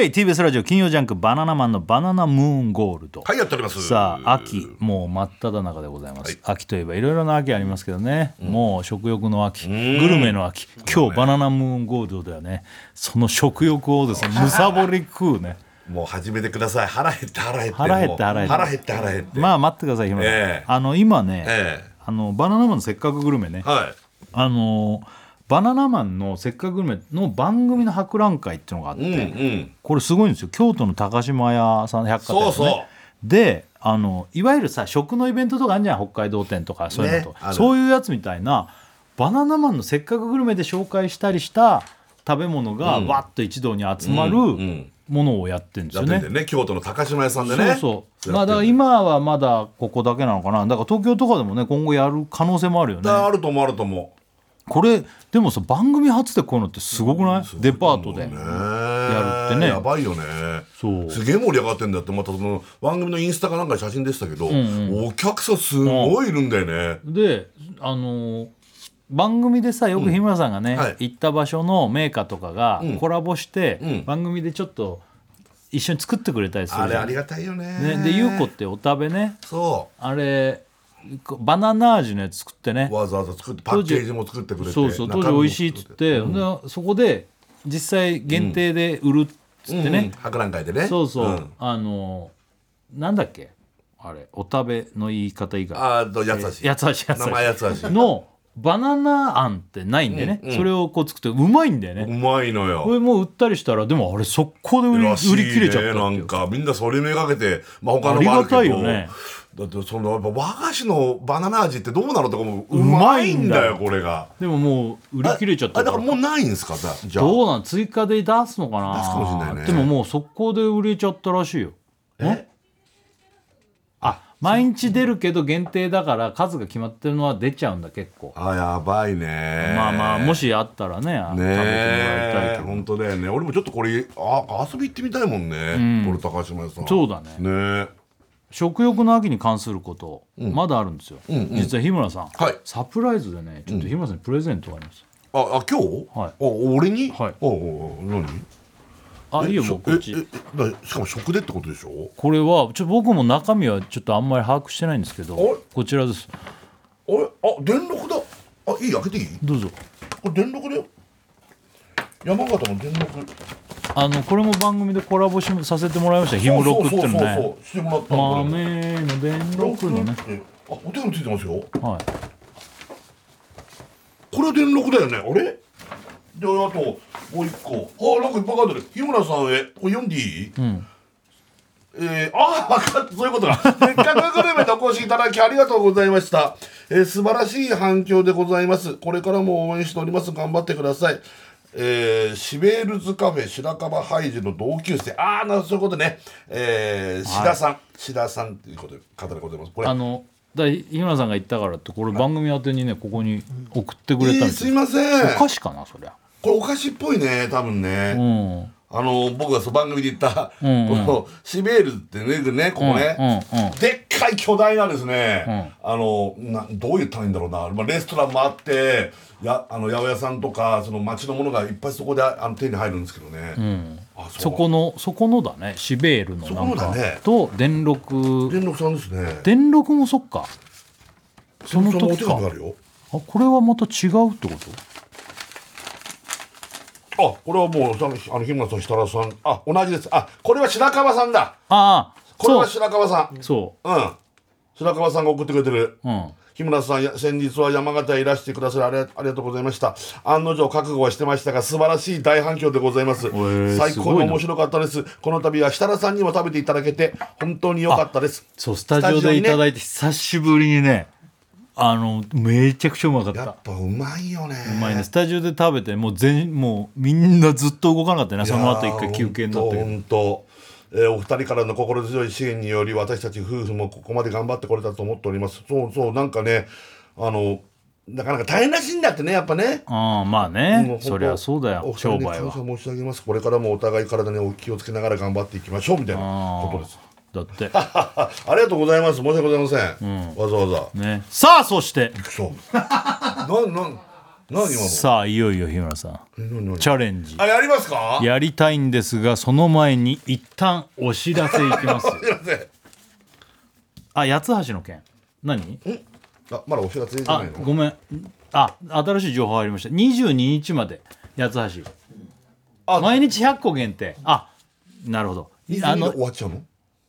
A: い TBS ラジオ金曜ジャンク「バナナマンのバナナムーンゴールド」
B: はいやっております
A: さあ秋もう真っ只中でございます、秋といえばいろいろな秋ありますけどね、もう食欲の秋グルメの秋今日バナナムーンゴールドではねその食欲をですねむさぼり食う <laughs> ね
B: もう始めてください腹減って腹減って
A: 腹減って
B: もう
A: 腹減って
B: 腹減って腹減って
A: まあ待ってください日村さん、
B: ええ
A: あの今ね、
B: ええ
A: あのバナナマンのせっかくグルメね、
B: はい
A: あのバナナマンのせっかくグルメの番組の博覧会っていうのがあって、
B: うん
A: これすごいんですよ京都の高島屋さん百貨店のね
B: そうそう
A: であのいわゆるさ食のイベントとかあるじゃん北海道展とかそういうのと、
B: ねある
A: そういうやつみたいなバナナマンのせっかくグルメで紹介したりした食べ物がわっと一堂に集まる
B: ん
A: ものをやってるんです
B: や
A: よ
B: っ
A: ね。
B: てんだよね京都の高島屋さんでね
A: そうそう
B: や
A: まあ
B: ってん
A: だから
B: よ
A: 今はまだここだけなのかなだから東京とかでもね今後やる可能性もあるよね
B: あると思うあると思う
A: これでもさ番組初でこういうのってすごくない、デパートで、
B: や
A: るってね
B: やばいよね
A: そう
B: すげえ盛り上がってんだってまたその番組のインスタかなんかに写真でしたけど、お客さんすごいいるんだよね、
A: であのー番組でさよく日村さんがね、
B: はい
A: 行った場所のメーカーとかがコラボして、
B: ん
A: 番組でちょっと一緒に作ってくれたりす
B: あ
A: るじ
B: れ
A: ゃ
B: あ
A: ん、
B: り
A: ね、
B: がたいよね
A: で優子ってお食べね
B: そ
A: あれこバナナ味のやつ作ってね
B: うわざわざ作ってパッケージも作ってくれて
A: そうそう当時美味しいっつって、でそこで実際限定で売るっつってね、
B: ね、うん博覧会でね
A: そうそう、
B: ん
A: あのなんだっけあれお食べの言い方以外
B: あーとやつし
A: 八つ橋八つ橋
B: 名前八つ橋
A: のバナナあんってないんでね、それをこう作ってうまいんだよね、
B: うまいのよ
A: これもう売ったりしたらでもあれ速攻で売り
B: らしい
A: 売
B: ね
A: り切れちゃったって
B: ないん
A: う
B: かみんなそれめがけて、まあ、他のもあるけど
A: ありがたいよね
B: だってそのやっぱ和菓子のバナナ味ってどうなのとかもう
A: う
B: ま
A: ま
B: い
A: い
B: ん
A: ん
B: だ
A: だ
B: よ
A: よ
B: これが
A: でももう売り切れちゃっ
B: あ
A: た
B: だ
A: か
B: から
A: ら
B: もうないんですかじゃあじゃあ
A: どうなん追加で出すのかな
B: 出すかもしれないね
A: でももう速攻で売れちゃったらしいよ
B: え
A: あ毎日出るけど限定だから数が決まってるのは出ちゃうんだ結構
B: あやばいね
A: まあまあもしあったらね食べても
B: ね
A: らい
B: え
A: たい
B: 本当だよね俺もちょっとこれあ遊び行ってみたいもんね、これ高島屋さん
A: けどそうだね
B: ねえ
A: 食欲の秋に関すること、まだあるんですよ、実は日村さん、
B: はい
A: サプライズでねちょっと日村さんにプレゼントがあります、
B: ああ今日、
A: はい
B: あ俺に、
A: はい
B: おお何
A: あいいよ
B: え
A: もう
B: しょ
A: こっち
B: ええだしかも食でってことでしょ
A: これはちょ僕も中身はちょっとあんまり把握してないんですけ
B: あれ
A: どこちらです
B: あれあ電録だあいい開けていい
A: どうぞ
B: これ電録だよ山形の電録
A: あのこれも番組でコラボしさせてもらいました「ひむろく」っていう
B: そう
A: の
B: そう
A: ね
B: そうそうしてもらったのこれ
A: 豆の電
B: ロック
A: 録のね
B: ってあお手紙ついてますよ
A: は
B: これは電録だよねあれであともう一個あなんかいっぱい書いてある日村さんへこれ読んでいい、
A: ん
B: えー、ああ分かったそういうことだせっかくグルメでお越しいただきありがとうございました、えー、素晴らしい反響でございますこれからも応援しております頑張ってくださいえー、シベールズカフェ白樺ハイジの同級生ああなるほどそういうことねえー、志田さん、志田さんっていうことで方でございますこ
A: い
B: れ
A: あのだから日村さんが言ったからってこれ番組宛てにねここに送ってく
B: え
A: れたん
B: ー、
A: ですす
B: い
A: よ、
B: ません
A: お菓子かなそりゃ
B: これお菓子っぽいね多分ね、
A: うん
B: あの僕がそう番組で言った、
A: んうん
B: このシベールってねねここね、
A: うんうんうん
B: でっかい巨大なんですね、あのなどう言ったらいいんだろうな、まあ、レストランもあってやあの八百屋さんとかその町のものがいっぱいそこであの手に入るんですけどね、あそう
A: そこのそこのだねシベールのなん
B: そこの
A: か、
B: だね
A: と電録
B: 連絡さんですね
A: 電録もそっかその
B: そのお
A: 時
B: 手
A: か
B: 紙があるよ
A: あこれはまた違うってこと
B: あこれはもうさあの日村さん設楽さんあ同じですあこれは白樺さんだ
A: ああ
B: これは
A: そう
B: 白樺さん
A: そ
B: うん白樺さんが送ってくれてる
A: ううん
B: 日村さんや先日は山形へいらしてくださりありありがとうございました案の定覚悟はしてましたが素晴らしい大反響でございます、
A: ー
B: 最
A: す
B: 高
A: ご
B: に
A: いな
B: 面白かったですこの度は設楽さんにも食べていただけて本当に良かったです
A: そうスタジ
B: スタ
A: オ
B: ジオ
A: で
B: に
A: い
B: ね
A: ただいて久しぶりにねあのめちゃくちゃうまかっ
B: や
A: た
B: っぱうまいよね
A: うまいねスタジオで食べてもう全もうみんなずっと動かなかったよねその後
B: いやー
A: 一回休憩になったけど
B: 本当本当えーお二人からの心強い支援により私たち夫婦もここまで頑張ってこれたと思っておりますそうそうなんかねあのなかなか大変らしいんだってねやっぱね
A: ああま
B: も
A: あ
B: う本
A: ね
B: 当
A: そりゃそうだよ
B: お二人
A: 商
B: に
A: 売は
B: 感謝申し上げますこれからもお互い体にお気をつけながら頑張っていきましょうみたいなことです
A: だって
B: <laughs> ありがとうございます申し訳ございません、わざわざ
A: ねさあそして
B: く
A: <laughs>
B: そなんなん何今の
A: さあいよいよ日村さんチャレンジ
B: あやりますか
A: やりたいんですがその前に一旦お知らせい
B: <laughs>
A: きます
B: すいません
A: あ八つ橋の件何
B: あまだお知らせじゃ
A: あ
B: ないの
A: ごめんあ新しい情報入りました22日まで八つ橋
B: あ
A: 毎日100個限定あなるほどあ
B: あの
A: の
B: 終わっちゃうの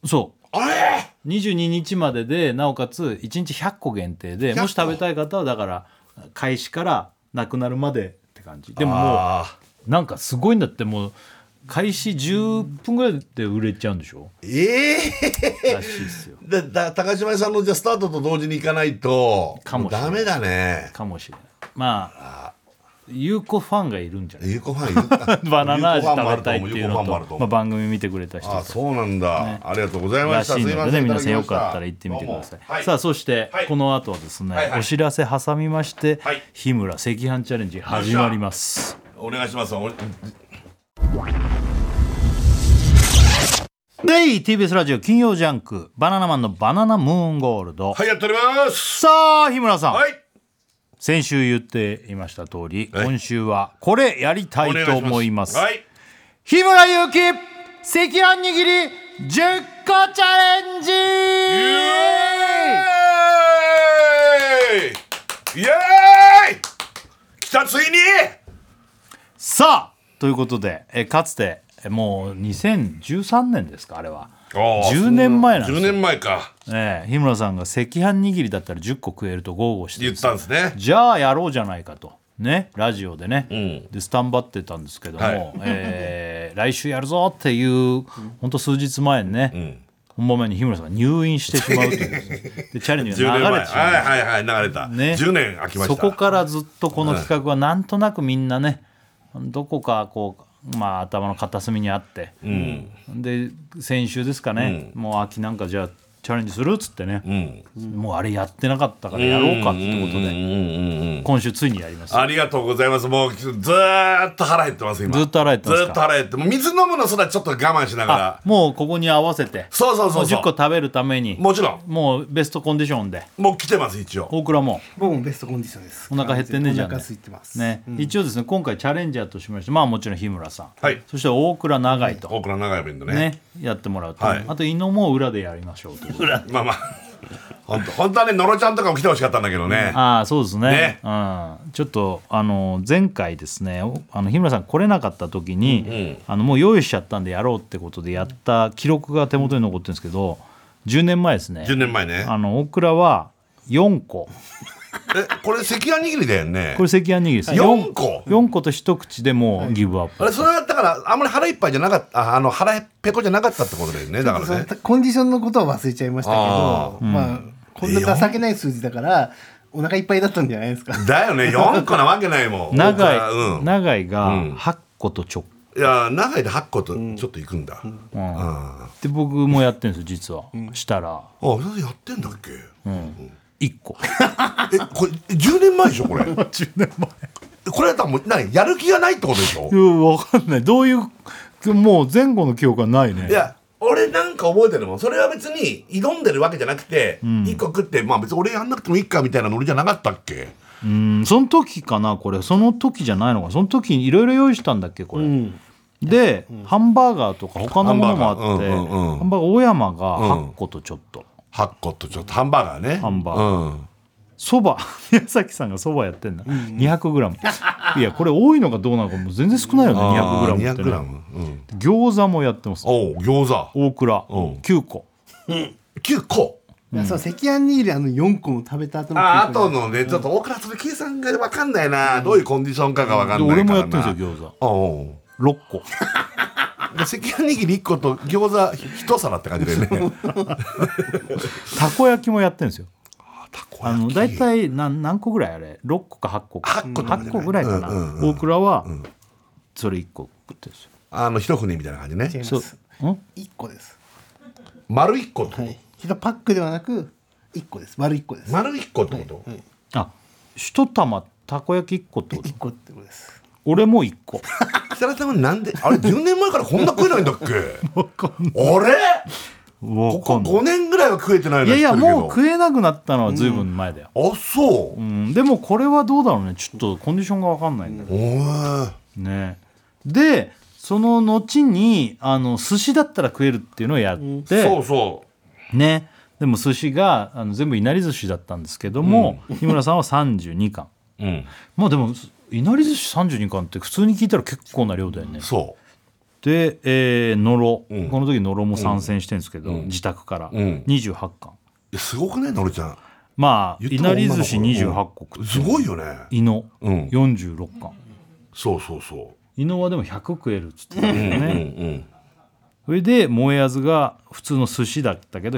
A: そう
B: あれ
A: 22日まででなおかつ1日100個限定で
B: 個
A: もし食べたい方はだから開始からなくなるまでって感じでもも
B: あ
A: うなんかすごいんだってもう開始10分ぐらいで売れちゃうんでしょ
B: ー <laughs> ええ
A: らしいっすよ
B: でだ高島屋さんのじゃあスタートと同時に行かないと
A: かもしれない
B: ダメだね
A: かもしれないまあ有効ファンがいるんじゃない
B: ゆうこファンいる
A: <laughs> バナナ味
B: 有効ファン
A: 食
B: もあ
A: べ
B: る
A: たいっ
B: 思
A: て
B: う
A: いう
B: 有効ファ
A: の
B: ンもある
A: と
B: と、思
A: ま
B: う
A: あ、番組見てくれた人
B: あ
A: とか
B: そうなんだ、ありがとうございま
A: ら
B: し。
A: したい
B: すいま
A: の
B: せんい
A: で皆
B: だき
A: さん
B: ま
A: よ
B: し
A: かったら行ってみてください、
B: はい、
A: さあそして
B: はい
A: この後はですね、
B: はいはい
A: お知らせ挟みまして、
B: はい
A: 日村赤飯チャレンジ始まります
B: お願いします。お
A: デイ TBS ラジオ金曜ジャンクバナナマンのバナナムーンゴールド、
B: はい、やっております。
A: さあ日村さん、
B: はい、
A: 先週言っていました通り
B: はい
A: 今週はこれやりた
B: お
A: い
B: 願いし
A: と思います
B: はい、
A: 日村勇紀赤飯握り10個チャレンジ
B: イエーイ。イエーイ。来たついに。
A: さあということでえかつてえもう2013年ですかあれは10年前なんです
B: 10
A: よ
B: 年前か
A: ええ日村さんが赤飯握りだったら10個食えると豪語して
B: 言ったんですね
A: じゃあやろうじゃないかとねラジオでね、
B: ん
A: でスタンバってたんですけども、
B: はい
A: えー来週やるぞっていうほんと数日前にね、
B: ん
A: 本番前に日村さんが入院してしまうというです
B: <laughs>
A: ねでチャレンジ
B: 10
A: が
B: 年
A: 流
B: 前
A: れてしまう、
B: はいはいはい流れた、
A: ね
B: 10年空きました
A: そこからずっとこの企画はなんとなくみんなねどこかこうまあ頭の片隅にあって、
B: うん
A: で先週ですかね、もう秋なんかじゃあチャレンジするっつってね、
B: うん
A: もうあれやってなかったからやろうかってこと
B: うんう
A: で
B: んうん
A: 今週ついにやります
B: ありがとうございますもうずーっと腹減ってます今
A: ずっと腹減ってますか
B: ずっと腹減ってもう水飲むのすらちょっと我慢しなが
A: あ
B: ら
A: もうここに合わせて
B: そうそうそうそ
A: もう10個
B: う
A: 食べるために
B: もちろん
A: もうベストコンディションで
B: もう来てます一応
A: 大倉も
C: 僕もベストコンディションです
A: お腹減ってんねじゃん
C: お腹空いてます
A: ね、
C: うん
A: 一応ですね今回チャレンジャーとしましてまあもちろん日村さん、
B: はい
A: そして大倉長井と、
B: 大倉長い弁でね
A: ねやってもらうと、
B: はい
A: あと犬も裏でやりましょうということで
B: まあまあ本当本当はねのろちゃんとかも来てほしかったんだけどね、
A: ああそうですね
B: ね
A: うん、ちょっとあの前回ですねおあの日村さん来れなかった時に、あのもう用意しちゃったんでやろうってことでやった記録が手元に残ってるんですけど10年前ですね
B: 10年前ね
A: あの大倉は4個
B: えこれ赤飯握りだよね
A: これ赤飯握りです
B: 4個
A: 4個と一口でもうギブアップ、
B: あれそれはだからあんまり腹いっぱいじゃなかったああの腹ペコじゃなかったってことだよねだから
C: その
B: ね
C: コンディションのことは忘れちゃいましたけ
B: あ
C: ど、まあ、こんな情けない数字だから、お腹いっぱいだったんじゃないですか。
B: だよね4個なわけないもん
A: <laughs> 長
B: 大
A: い、
B: 倉うん
A: 長いが
B: うん
A: 8個と直
B: いや長いで8個とちょっといくんだ、
A: うん
B: あ
A: で僕もやってるんですよ実は、したら
B: ああそれやってんだっけ、
A: 1個
B: えこれ10年前でしょこれ10年前これだったらもう何やる気がないってことでしょ
A: いやわかんないどういうもう前後の記憶がないね
B: いや俺なんか覚えてるもんそれは別に挑んでるわけじゃなくて、一個食ってまあ別に俺やんなくてもいいかみたいなノリじゃなかったっけ
A: うんその時かなこれその時じゃないのかなその時いろいろ用意したんだっけこれ、
C: うん。
A: で、ハンバーガーとか他のものもあって
B: ハ
A: ハ
B: ンバーガ
A: ン
B: ーうんうんうん
A: バーガー大山が
B: うん
A: 8個とちょっと
B: 8個とちょっとハンバーガーねハ
A: ンバー
B: ーガー
A: そば <laughs> 宮崎さんがそばやってんだ 200g いやこれ多いのかどうなのかもう全然少ないよね 200g って、
B: 200g、
A: ね、
B: うん、
A: 餃子もやってます
B: おう餃子
A: 大倉
B: うん
A: 9個
B: 9個
C: いやその赤飯握りあの4個も食べた後の
B: ああ
C: 記
B: と
C: 憶が
B: のねちょっと大倉それ計算が分かんないな、どういうコンディションかが分か
A: で
B: んないからな
A: 俺もやってるんですよ餃子
B: おう
A: 6個
B: で赤飯握り1個と餃子1皿って感じだよね
A: <laughs> たこ焼きもやってる
B: <laughs>
A: んですよ
B: たこ
A: あ
B: 焼
A: の
B: き
A: 大体何何個ぐらいあれ6個か8個か
B: 8個とかじゃない
A: 8個ぐらいかな、
B: うんうんうん
A: 大倉はそれ1個食ってるんですよ
B: あの一船みたいな感じね
C: 違い
A: そ
C: ます
A: ううん
C: 1個です。
B: 丸1個ってこと、
C: はい。一パックではなく、1個です。丸1個です。
B: 丸1個ってこと、
A: あ一玉たこ焼き1個って
B: <laughs>
A: こと
C: 1個ってことです。
A: 俺も1個
B: 設楽さんはなんであれ10年前からこんな食えないんだっけあれここ5年ぐらいは食えてないの
A: いやいやもう
B: え
A: 食えなくなったのはずいぶん前だよ、
B: あそう
A: う、ん、でもこれはどうだろうねちょっとコンディションが分かんないんだけど
B: おー
A: ねでその後にあの寿司だったら食えるっていうのをやって、
B: そうそ
A: ねでも寿司があの全部いなり寿司だったんですけども、日村さんは32貫
B: ううん
A: まあでもいなり寿司32貫って普通に聞いたら結構な量だよね
B: そ
A: で、えー、のろ、
B: うん
A: この時のろも参戦してるんですけど、
B: うん
A: 自宅から、
B: うん
A: 28
B: うい
A: 貫
B: やすごくねのりちゃん
A: まあ
B: 言
A: い
B: っても
A: なり寿司
B: 女
A: 28
B: の
A: 個食って
B: すごいよね
A: いの
B: うん
A: 46貫
B: そうそうそ
A: いのはでも100食えるっつってたん
B: う、
A: だ
B: う
A: よ
B: んう
A: ね
B: ん
A: それでもえあずが普通の寿司だったけど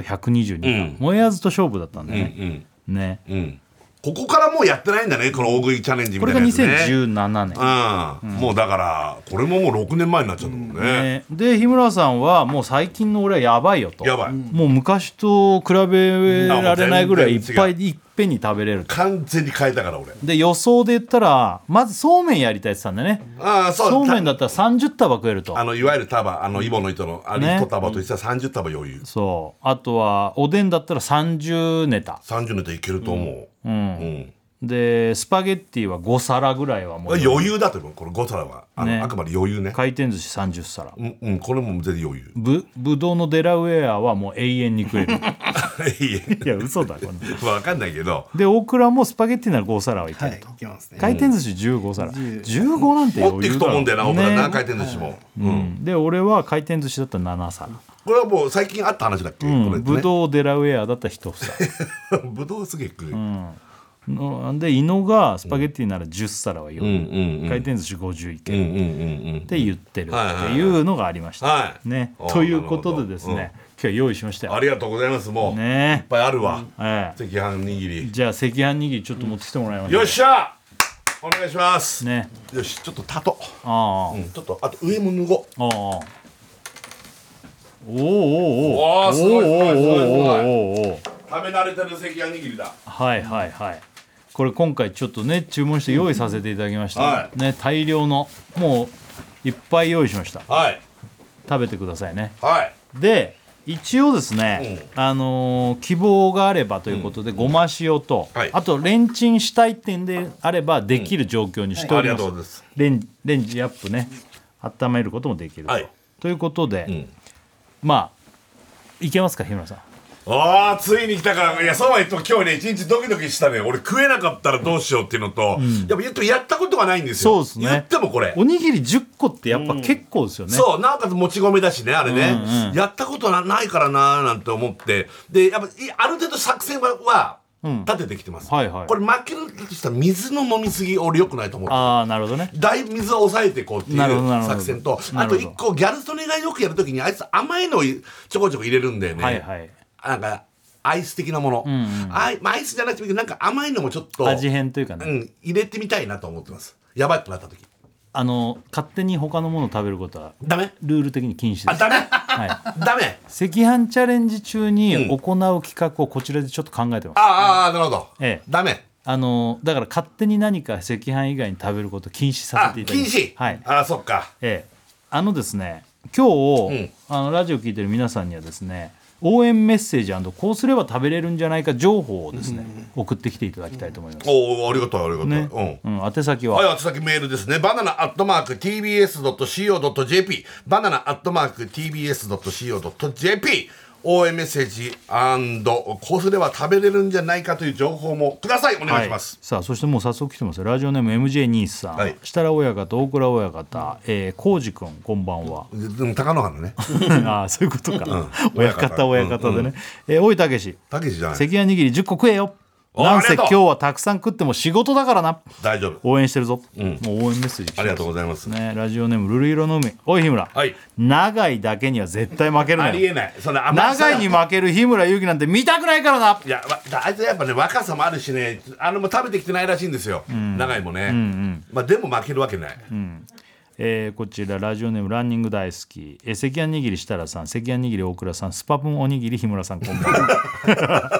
B: うん
A: 122貫もえあずと勝負だったんだ
B: うんう
A: ね
B: ん
A: ね
B: うんうんここからもうやってないんだねこの大食いチャレンジみ
A: こ
B: た
A: れ
B: い
A: が
B: なやつね
A: 2017年
B: うん、もうだからこれももう6年前になっちゃったもんね、
A: ねで日村さんはもう最近の俺はやばいよと
B: やばい、
A: もう昔と比べられないぐらいいっぱいいっぺんに食べれると
B: 完全に変えたから俺
A: で予想で言ったらまずそうめんやりたいって言ってたんだね
B: ああそう
A: そうめんだったら30束食えると
B: あのいわゆる束あのイボの糸のあれ
A: ね
B: 一束と一束30束余裕、
A: そうあとはおでんだったら30ネタ
B: 30ネタいけると思う、う
A: うん
B: ん
A: でスパゲッティは5皿ぐらいはもう
B: 余裕だと思うこの5皿はあの、
A: ね
B: あくまで余裕ね
A: 回転寿司30皿
B: うん、うん、これも全然余裕
A: ぶぶどうのデラウェアはもう永遠に食える
B: <laughs> いえ
A: いや嘘だこんな
B: 分かんないけど
A: で大倉もスパゲッティなら5皿はいけ
C: は
A: る
C: い
A: と、。
C: いきますね。
A: 回転寿司15皿、15なんて
B: 持っ
A: 余
B: ていくと
A: 裕だろ
B: 思うんだよな大倉な
A: ね
B: 回転寿司も、
A: うんで俺は回転寿司だったら7皿
G: これはもう最近あった話だっけ、これね
A: ブドウデラウェアだった人さ
B: <laughs>
G: ぶどうすげえ食う、
A: ので伊野がスパゲッティなら10皿はよ、
G: うんうん
A: 回転寿司50いけ
G: うんうんうん
A: って言ってるっていうのがありました、
G: はい
A: ね
G: あ、ー
A: ということでですね、
G: なる
A: 今日用意しました
G: うんあ
A: よ
G: りがとうございますもう、い
A: ね
G: っぱいあるわ、
A: え
G: 赤
A: え
G: 飯握り
A: じゃあ赤飯握りちょっと持ってきてもらいましょう
G: よっしゃお願いします、
A: ね
G: よしちょっとタト、
A: ああ、
G: うん、ちょっとあと上も脱ごう
A: ああおおおお
G: おーすごいすごいすごいすごい
A: おおおお
G: 食べ慣れてる赤飯握りだ
A: はいはいはいこれ今回ちょっとね注文して用意させていただきました、
G: は
A: ね大量のもういっぱい用意しました
G: はい
A: 食べてくださいね
G: はい
A: で一応ですね、あのー希望があればということで、ごま塩と、
G: はい
A: あとレンチンしたいってんであればできる状況にしてお
G: あ
A: り
G: り
A: ま
G: が
A: す,、
G: とうございます
A: レンレンジアップね温めることもできると、
G: はい
A: ということで、
G: ん
A: まあいけますか日村さん
B: ああついに来たからいやそうは言っても今日ね一日ドキドキしたね俺食えなかったらどうしようっていうのと、やっぱ言ってもやったことがないんですよ
A: そうですね
B: 言ってもこれ
A: おにぎり10個ってやっぱ結構ですよね、
B: そうなおかつもち米だしねあれね、やったことなないからなーなんて思ってでやっぱいある程度作戦はは立ててきてます、
A: はいはい
B: これ負けるとしたら水の飲みすぎ俺よくないと思う
A: ああなるほどね
B: 大水を抑えていこうっていう
A: なるほどなるほど
B: 作戦と
A: な
B: あ
A: るほ
B: と
A: ど
B: 一個ギャル曽根がよくやるときにあいつ甘いのをちょこちょこ入れるんだよね、
A: はいはい
B: なんかアイス的なもの、アイまあアイスじゃなくてもいいけどなんか甘いのもちょっと
A: 味変というかね、
B: うん、入れてみたいなと思ってますやばいってなった時
A: あの勝手に他のものを食べることは
B: ダメ
A: ルール的に禁止で
B: あ
A: す、
B: ダメ <laughs>
A: はい、赤
B: ダメ
A: 飯チャレンジ中に行う企画をこちらでちょっと考えてます、
B: ああああなるほど、
A: ええ
B: ダメ
A: あのだから勝手に何か赤飯以外に食べることを禁止さ
B: あ
A: せていただき
B: 禁止、
A: ますはい
B: あそっか
A: ええあのですね今日、
B: ん
A: あのラジオ聞いてる皆さんにはですね応援メッセージこうすれば食べれるんじゃないか情報をですね、送ってきていただきたいと思います、
B: おおありがとうありがとう、
A: ね
B: うん
A: うん、宛先は、
B: はい、宛先メールですね。バナナアットマーク tbs.co.jp。バナナアットマーク tbs.co.jp。応援メッセージこうすれば食べれるんじゃないかという情報もください。お願いします。
A: さあそしてもう早速来てますよラジオネーム MJ 兄さん、
B: はい
A: 設楽親方大倉親方、えー、浩二君こんばんは、
B: でも高野花ね。
A: <laughs> ああそういうことか、親方親方でね、えー、大井武志
B: たけしじゃな
A: 赤飯
B: い。
A: 握り10個食えよ
B: お
A: なんせ
B: ありが
A: 今
B: と
A: 日
B: う
A: はたくさん食っても仕事だからな
B: 大丈夫。
A: 応援してるぞ、もう応援メッセージ来て
B: あり
A: ます
B: がとうございます。
A: ねラジオネームルル色の海おい日村、
B: はい
A: 長いだけには絶対負ける
B: あ
A: な
B: り
A: よ
B: えない。そんな甘さ
A: 長いに負ける日村勇紀なんて見たくないからない
B: や、わあいつやっぱね、若さもあるしね、あのもう食べてきてないらしいんですよ。長いもね。まあでも負けるわけない。
A: えーこちらラジオネームランニング大好き、えー、赤飯握り設楽さん赤飯握り大倉さんスパプンおにぎり日村さんこんばん
C: <laughs>
A: は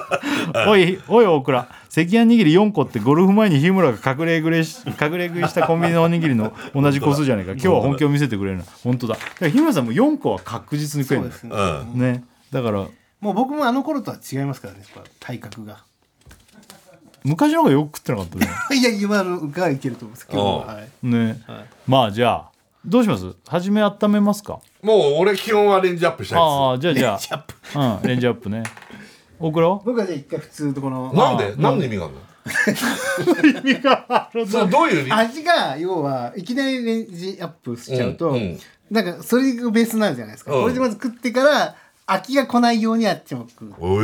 A: おいおい大倉赤飯握り4個ってゴルフ前に日村が隠れ食いし <laughs> 隠れ食いしたコンビニのおにぎりの同じ個数じゃないか今日は本気を見せてくれるな本当だだから日村さんも4個は確実に食え
C: そう
A: るん
C: で
A: だ
C: すね、
B: うん。
A: ねだから
C: もう僕もあの頃とは違いますからねやっぱ体格が
A: 昔の方がよく食ってなかったね
C: いや今のがいけると思うんですけど、
B: おう
C: はい、 <laughs>
A: ね、まあじゃあどうします初め温めますか
B: もう俺基本はレンジアップしたいです。
A: ああじゃあじゃあうんレンジアップね大倉は
C: 僕はじゃあ一回普通のこの
B: なんで何の意味があるの
A: <laughs>
B: 意味があるどういう理由
C: 味が要はいきなりレンジアップしちゃうと、
B: うんうん
C: なんかそれがベースになるじゃないですか、
B: うん
C: これでまず食ってから飽きが来ないようにあっちも食
B: <laughs>
C: う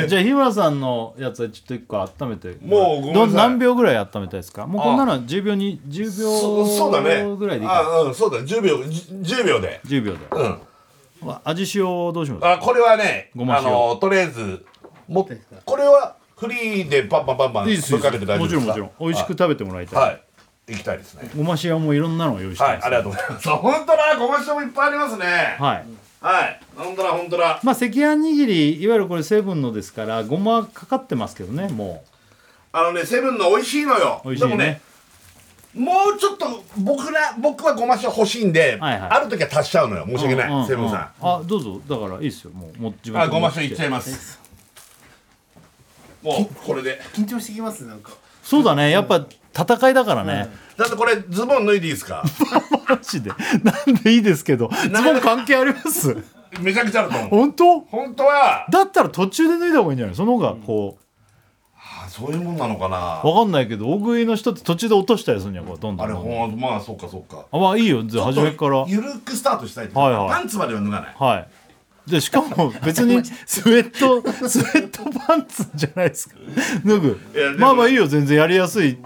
B: ええ
A: じゃあ日村さんのやつはちょっと一個温めて
B: もうごめんなさ
A: ど
B: い
A: 何秒ぐらい温めたいですかもうこんなの10秒に10
B: そそうだ
A: 秒
B: ね
A: ぐらいでいいか
B: あうんそうだ10秒10秒で
A: な10秒で
B: うん
A: わ味塩どうします
B: あこれはね
A: ごま
B: あ
A: 塩
B: のとりあえずもこれはフリーでパンパンパンパン
A: いい
B: ぶ
A: です
B: っ
A: よ
B: かけて大丈夫
A: もち
B: で
A: ろん
B: すか
A: もちろん美味しく食べてもらいたい、
B: はい行きたいですね
A: ごま塩もいろんなのを用意して
B: はい
A: ま
B: あ
A: す、
B: りがとうございますそう本当だごま塩もいっぱいありますね
A: はい
B: はい本当だ本当だ
A: まあ赤飯握りいわゆるこれセブンのですからごまかかってますけどねも
B: あのねセブンの美味しいのよ
A: う美味
B: で
A: しい
B: も
A: ね
B: もうちょっと僕ら僕はごま塩欲しいんで、
A: はいはい
B: ある時は足しちゃうのよ申し訳ない、
A: うんうん
B: セブンさ
A: うんあどうぞだからいいですよもうもう自
B: ん
A: 分
B: あ
A: で
B: ごま
A: 持
B: 塩い
A: て
B: っちゃいますもうこれで
C: 緊張してきますねなんか
A: そうだねやっぱ戦いだからね、
B: だってこれズボン脱いでいいです
A: <laughs>
B: か
A: マジでなんでいいですけどズボン関係あります
B: めちゃくちゃあると思う
A: 本当
B: 本当は
A: だったら途中で脱いだ方がいいんじゃないその方がこ
B: あそういうもんなのかな
A: うわかんないけど大食いの人って途中で落としたりするんやこうどんど
B: あ
A: ん
B: れ
A: どんどん
B: ほんまあそうかそうか
A: あまあいいよじゃあ初めから
B: ゆるくスタートしたいと
A: はいはい
B: パンツまでは脱がない
A: はいでし
B: <laughs>
A: かも別にスウェット <laughs> スウェットパンツじゃないですか脱ぐ
B: やでも
A: まあまあいいよ全然やりやすい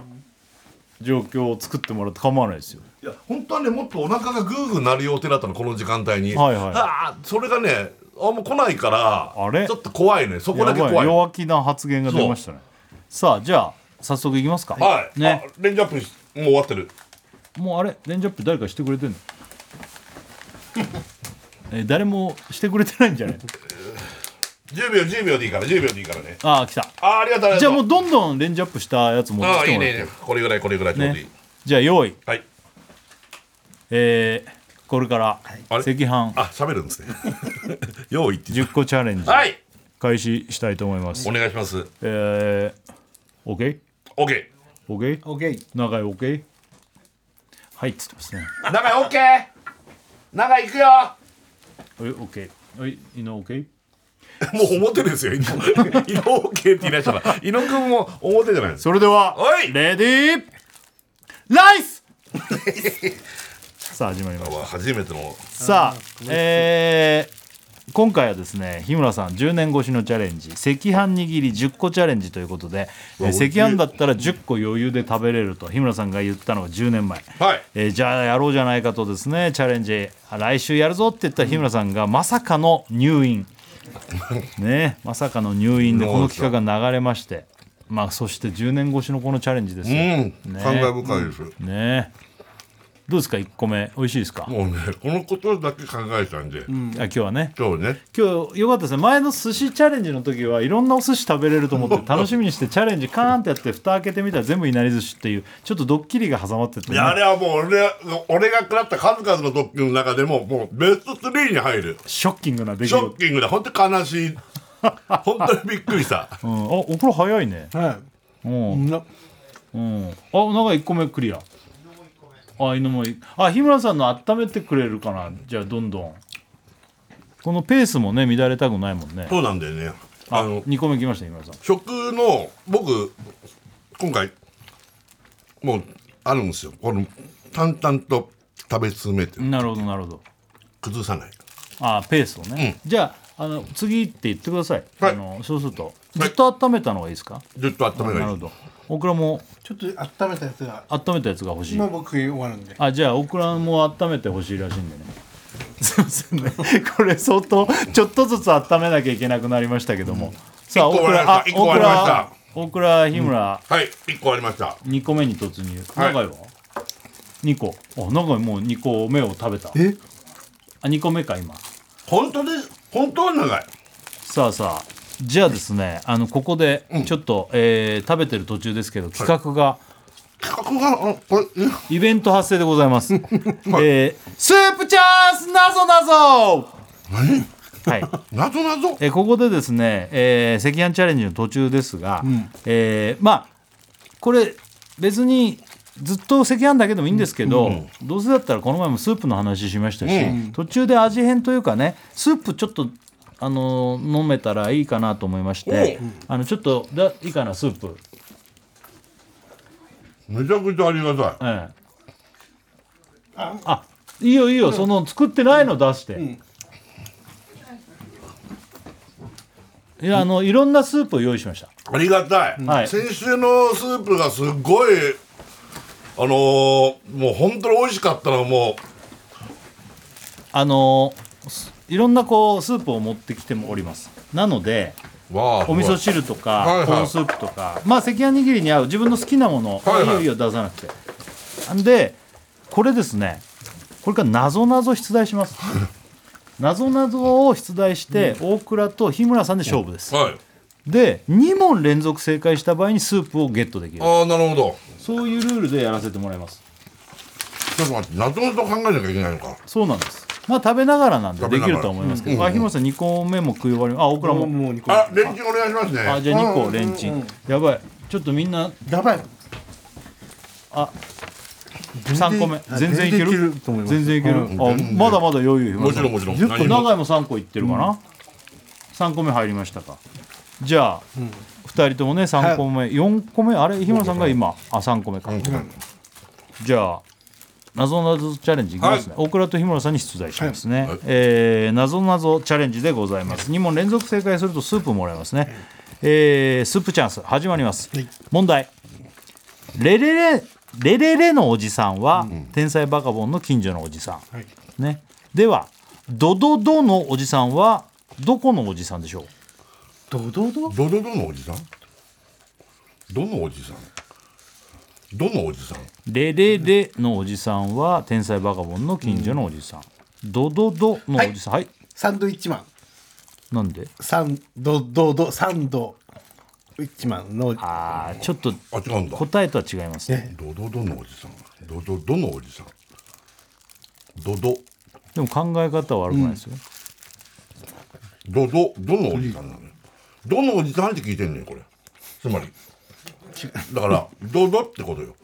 A: 状況を作ってもらって構わないですよ
B: いや本当はねもっとお腹がグーグーなる予定だったのこの時間帯に、
A: はいはい
B: あーそれがねあんま来ないから
A: あれ
B: ちょっと怖いねそこだけ
A: やば
B: 怖い
A: い弱気な発言が出ましたねさあじゃあ早速いきますか
B: はい、
A: ね
B: あレンジアップしもう終わってる
A: もうあれレンジアップ誰かしてくれてんの <laughs> え誰もしてくれてないん <laughs> じゃない
B: 10秒10秒でいいから10秒でいいからね
A: ああ来た
B: あーありがとうありがとう
A: じゃあもうどんどんレンジアップしたやつ持って
B: あ
A: き
B: あ
A: て
B: いい
A: もら
B: ね
A: っ
B: いい
A: て
B: ねこれぐらいこれぐらいちょうどいい、
A: ねじゃあ用意
B: はい
A: えーこれから
B: あれ
A: 赤飯
B: あ喋るんですね <laughs> 用意って言っ
A: 10個チャレンジ
B: てはい
A: 開始したいと思います
B: お願いします
A: えー
B: OK
A: OKOK
C: オッケー
A: 長い OK はいっつってますね
B: 長い OK 長い行くよ
A: おい OK おい井の OK
B: <laughs> もう表です <laughs> よ、犬。犬 OK って言い出したら、猪野くんも表じゃないですか。
A: それでは
B: おい
A: レディーライス <laughs> さあ始まりました
B: 初めての。
A: さあえー今回はですね日村さん10年越しのチャレンジ赤飯握り10個チャレンジということで、えー赤飯だったら10個余裕で食べれると日村さんが言ったのが10年前、
B: はい
A: えーじゃあやろうじゃないかとですねチャレンジあ来週やるぞって言った日村さんがまさかの入 <laughs> 院ねまさかの入院でこの企画が流れましてまあそして10年越しのこのチャレンジですよ、
G: うん、
A: ね
G: 感慨深いです、
A: ねどうですか1個目美味しいですか、
G: もうねこのことだけ考えたんで、
A: あ今日はね
G: 今日ね
A: 今日よかったですね前の寿司チャレンジの時はいろんなお寿司食べれると思って楽しみにしてチャレンジカーンってやって蓋開けてみたら全部いなり寿司っていうちょっとドッキリが挟まってて、
G: い
A: ね、
G: やあれはもう俺は
B: 俺が食らった数々のドッキリの中でも、もうベスト3に入る。
A: ショッキングな出来
B: ショ
A: 事
B: ッ、キングで、本当悲しい。
A: <laughs>
B: 本当にびっくりした。
A: うん、あお風呂早いね
C: は
A: うん、
C: いな
A: うん、あ長い1個目クリアあ犬もいいあ日村さんの温めてくれるかなじゃあどんどんこのペースもね乱れたくないもんね
B: そうなんだよね。
A: あ
B: あの、
A: 2個目きました日村さん
B: 食の、僕、今回、もう、あるんですよ。この、淡々と食べ進めて、
A: なるほどなるほど
B: 崩さない。
A: あペースをね、じゃああの次って言ってください、
B: はい
A: あのそうすると
B: は
A: ず
B: い
A: っと温めたのがいいですか、
B: ずっと温め
A: な
B: な
A: る
B: い
A: ほどオクラも
C: ちょっと温めたやつが
A: 温めたやつが欲しい
C: 今僕終わるんで
A: あじゃあオクラも温めてほしいらしいんでね <laughs> すいませんねこれ相当ちょっとずつ温めなきゃいけなくなりましたけども、さ
B: 一
A: あオ
B: 個
A: ク
B: 終わりました
A: ラあ
B: 一個
A: オク
B: 終わりました
A: ラオクラ日村、
B: はい、1個ありました。
A: 二2個目に突入
B: はい
A: 長いは、二2個あ長いもう2個目を食べた
C: え
A: あ2個目か今
B: 本当です。本当は長い。
A: さあさあじゃあですねあのここでちょっと、えー食べてる途中ですけど企画が、
B: 企画が、あこれ、え
A: イベント発生でございます、えースープチャンスなぞなぞはい
B: なぞなぞ
A: えーここでですね、えー、赤飯チャレンジの途中ですが、えーまあこれ別にずっと赤飯だけでもいいんですけど、どうせだったらこの前もスープの話しましたし、途中で味変というかねスープちょっとあのー飲めたらいいかなと思いまして、あのちょっとだいいかなスープ、
B: めちゃくちゃありがたい。
A: ええあいいよいいよ、その作ってないの出して、いやあのいろんなスープを用意しました
B: ありがたい、
A: はい
B: 先週のスープがすっごいあのー、もう本当に美味しかったのはも
A: あのすいろんなこうスープを持ってきてもおりますなので
B: うわあ
A: お味噌
B: す
A: 汁とか、
B: はいはい
A: コーンスープとかまあ赤飯握りに合う自分の好きなもの、
B: はいはい
A: いい、よいいよ出さなくてんでこれですねこれから謎ぞ出題します <laughs> 謎ぞを出題して、大倉と日村さんで勝負です、
B: ごいはい
A: で2問連続正解した場合にスープをゲットできる
B: ああなるほど
A: そういうルールでやらせてもらいます
B: ちょっと待ってなぞなぞ考えなきゃいけないのか
A: そうなんですまあ食べながらなんで
B: 食べ
A: で
B: な
A: き
B: がら
A: ると思いますけど、あ日村さん2個目も食い終わりあ大倉も、
C: もう2個
B: あレンチンお願いします
A: あ
B: ね
A: じゃあ2
C: うん
A: 個
C: うん
A: レンチン、やばいちょっとみんな
C: やばい
A: 3個目全然いける
C: と思い
A: 全然いける、あまだまだ余裕
B: もちろんもちろん何も
A: 長井も3個いってるかな、3個目入りましたかじゃあ、二2人ともね3個目、四4個目あれ日村さんが今あ三3個目か、じゃあ謎なぞチャレンジいきますね、大倉と日村さんに出題しますね、えー謎なぞチャレンジでございます2問連続正解するとスープもらえますね、えースープチャンス始まります、問題レレレレレレのおじさんは、天才バカボンの近所のおじさん、ね、ではドドドのおじさんはどこのおじさんでしょう
C: ドドド
B: どどどのおじさんどのおじさんどのおじさん
A: レレレのおじさんは天才バカボンの近所のおじさん、ドドドのおじさんはい、
C: サンドイッチマン
A: なんで
C: サンドドドサンドイッチマンの
A: あーちょっと
B: あ違うんだ
A: 答えとは違いますね
B: どどどのおじさんどどどのおじさんどど
A: でも考え方は悪くないですよ、
B: どどどのおじさんなのよどのおじさんって聞いてんのよこれつまりだからどどってことよ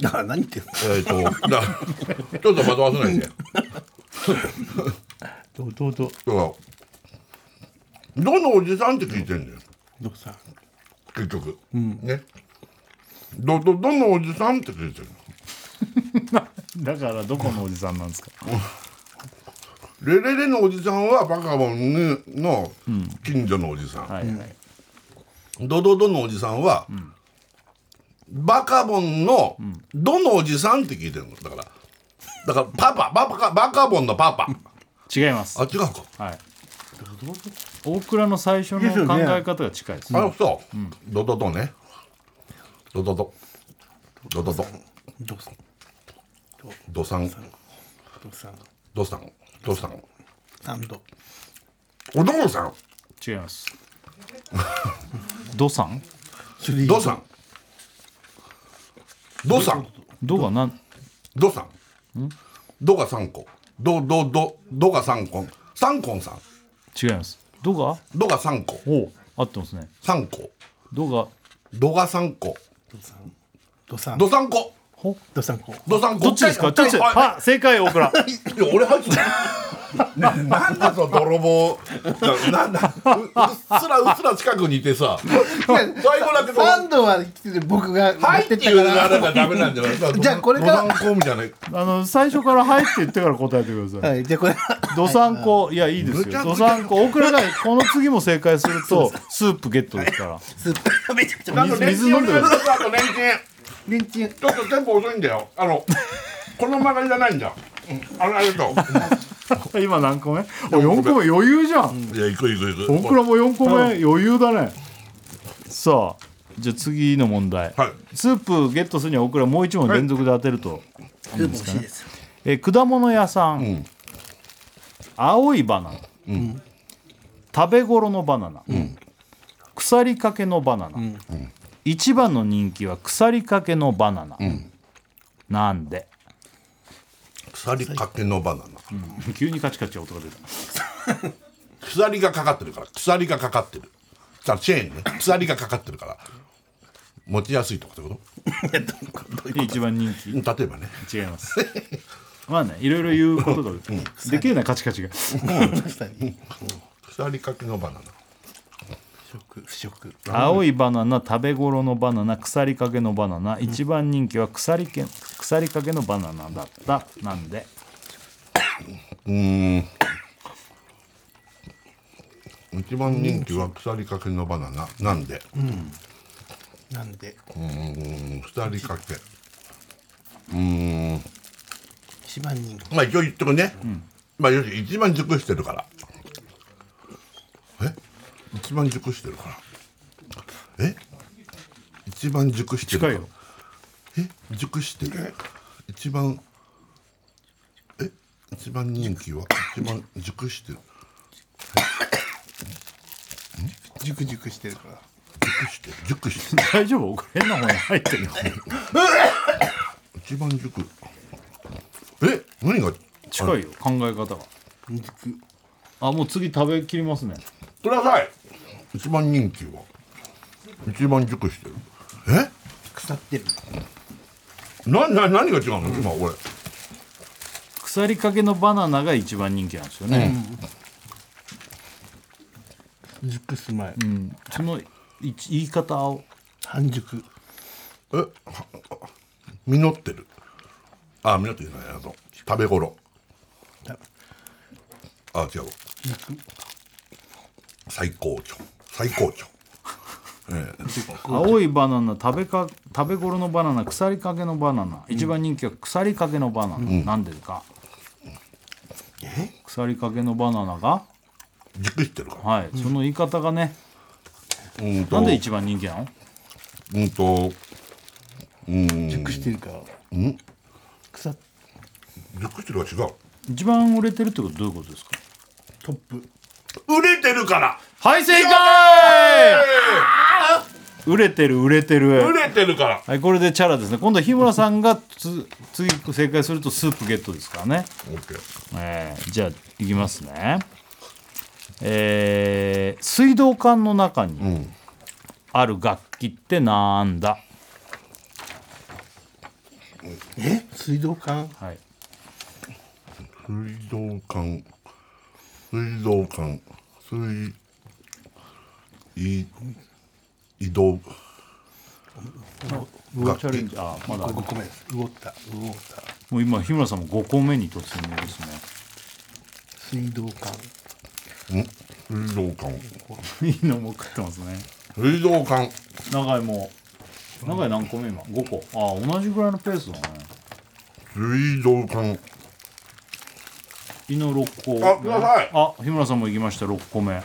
C: だから何言ってんの
B: えっ、とだからちょっと惑わせないで
C: ドドド
B: だからどのおじさんって聞いてんのよ
C: ドさん
B: 結局、ねどどどのおじさんって聞いてる
A: だからどこのおじさんなんですか
B: レレレのおじさんはバカボンの近所のおじさん、
A: はいはい
B: ドドドのおじさんは、バカボンのどのおじさんって聞いてるのだからだからパパバカバカボンのパパ
A: 違います
B: あ違うか
A: はい大倉の最初の
C: ですよ
A: 考
C: ね
A: え方が近いですね
B: あそう、ドドドねドドドドドド
C: ドさん
B: ドさんド
C: ドさん
B: さんドさん
C: サンド
B: お父さん
A: 違いますドさん
C: シュリー
B: ドさんドさん
A: ドがなん
B: ドさんドが3個ドドドドが3個3個さん
A: 違いますドが
B: ドが3個
A: おう合ってますね
B: 3個
A: ドが
B: ドが3個
C: ドさん
B: ド3個
A: ほ
C: ドさんこ
B: ド3個
A: どっちですかどっち
B: あ
A: あ正解大倉
B: いや俺入ってない <laughs> ねなんだぞ泥棒ななんだううっすらうっすら近くにいてさ最後だけど
C: サンドは来てて僕
B: は
C: が持
B: い
C: って
B: っ
C: ってた
B: い
C: か
B: うのがあ
C: ら
B: ればダメなんじゃない
C: じゃあこれから
B: ド3個みたいな
A: あの最初から「はい」って言ってから答えてください
C: はいじゃあこれは
A: ドサンコ、いや、いいです
B: ぐちゃ
A: よ。
B: ぐち
A: ド
B: ゃ
A: サンコ、大倉がこの次も正解すると、スープゲットですか
C: スープめちゃくちゃ
A: ら。
B: あと
A: 水
B: レンチ
A: 水
B: ン
A: 飲
B: お
A: んで
B: 願
A: く
B: い
A: だ
B: します
A: さい。
B: あとレンチン
C: レンチン
B: ちょっとテンポ遅いんだよ。あの、この曲がりじゃないんだ。あれあれと。
A: 今何個目お、4個目余裕じゃん。
B: いや、行く行く
A: 大倉も4個目余裕だね。さあ、じゃあ次の問題。
B: はい。
A: スープゲットするには大倉もう1問連続で当てると。
C: スープ欲しいです
A: えー果物屋さん、青いバナナ、食べ頃のバナナ、腐りかけのバナナ、一番の人気は腐りかけのバナナ、なんで
B: 鎖かけのバナナ。
A: <laughs> 急にカチカチ音が出た
B: 鎖がかかってるから、鎖がかかってる。さあ、チェーンね。鎖がかかってるから。持ちやすいとかってこ
A: で一番人気
B: と例えばね。
A: 違いますまあねいろいろ言うことができるなカチカチが
C: 確かに
B: 鎖かけのバナナ。
C: 不食不食
A: 青いバナナ食べ頃のバナナ腐りかけのバナナ一番人気は腐りけ腐りかけのバナナだったなんで
B: 一番人気は鎖かけのバナナ。なんで
C: なんで
B: うん、鎖かけ。
C: 一番人気
B: まあ一応言っとくね。まあ要するに一番熟してるから。え一番熟してるから。え一番熟してるから。
A: 近いよ
B: え熟してる。一番、え一番人気は一番熟してる。
C: 熟熟してるから
B: 熟してる。熟してる。
A: 大丈夫大倉変な方に入ってるよ
B: 一番熟。え何が
A: 近いよ考え方があもう次食べきりますね
B: ください一番人気は一番熟してる。え
C: 腐ってる
B: な、な、何が違うの今俺。
A: 腐りかけのバナナが一番人気なんですよね、
C: 熟す前
A: そのい言い方を
C: 半熟
B: えは実ってるあ港じゃないあの食べ頃あ違う最高潮最高潮
A: 青いバナナ食べか食べ頃のバナナ腐りかけのバナナ、一番人気は腐りかけのバナナ、なんでか腐りかけのバナナが
B: 熟してるから
A: はい、その言い方がね
B: うんと
A: なんで一番人気なの
B: うんと
C: 熟してるから。腐っ
B: 熟してるは違う
A: 一番売れてるってことどういうことですか
C: トップ。
B: 売れてるから
A: はい正解売れてる売れてる
B: 売れてるから
A: はいこれでチャラですね今度は日村さんがつ次正解するとスープゲットですからね
B: オッケー
A: えーじゃあいきますねえー水道管の中にある楽器ってなんだ、
C: え水道管
A: はい、
B: 水道管水道管水い移動
A: 楽器あまだ
C: 五個目です。魚った。魚った。
A: もう今日村さんも5個目に突入ですね
C: 水道管。
B: 水道管
A: <laughs> いいのも食ってますね
B: 水道管
A: 長井も長井何個目今5個ああ同じぐらいのペースだね
B: 水道管
A: 井の6個
B: あください
A: あ日村さんも行きました6個目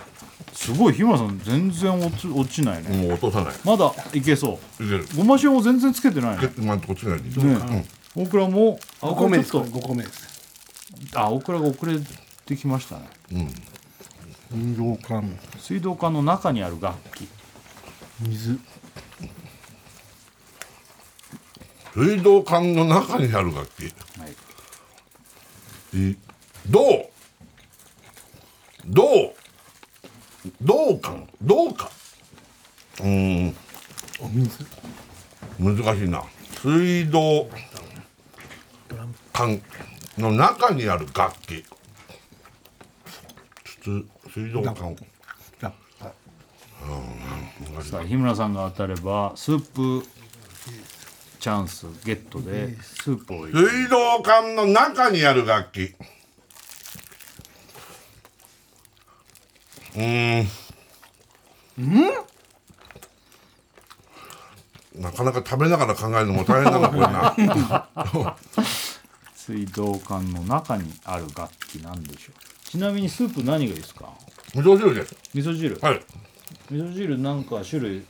A: すごい日村さん全然落ち落ちないね
B: もう落とさない
A: まだいけそ
B: いける
A: うごま塩も全然つけてないね
B: 結構こっちないで
A: ね大倉もあ
C: 五個目です。
A: ちょ
C: 五
A: っと
C: 個目です。
A: あ大倉が遅れてきましたね
C: 水道管。
A: 水道管の中にある楽器
C: 水。
B: 水道管の中にある楽器
A: はい
B: い銅銅銅管銅管うーん
C: お水。
B: 難しいな水道管の中にある楽器つつ水道管
C: ラッパ。
A: さあ日村さんが当たればスープチャンスゲットでスープを入れ
B: 水道管の中にある楽器うーんなかなか食べながら考えるのも大変だなこれ <laughs> な
A: 水道管の中にある楽器なんでしょうちなみにスープ何がいいですか
B: 味噌汁です
A: 味噌汁、
B: はい
A: 味噌汁なんか種類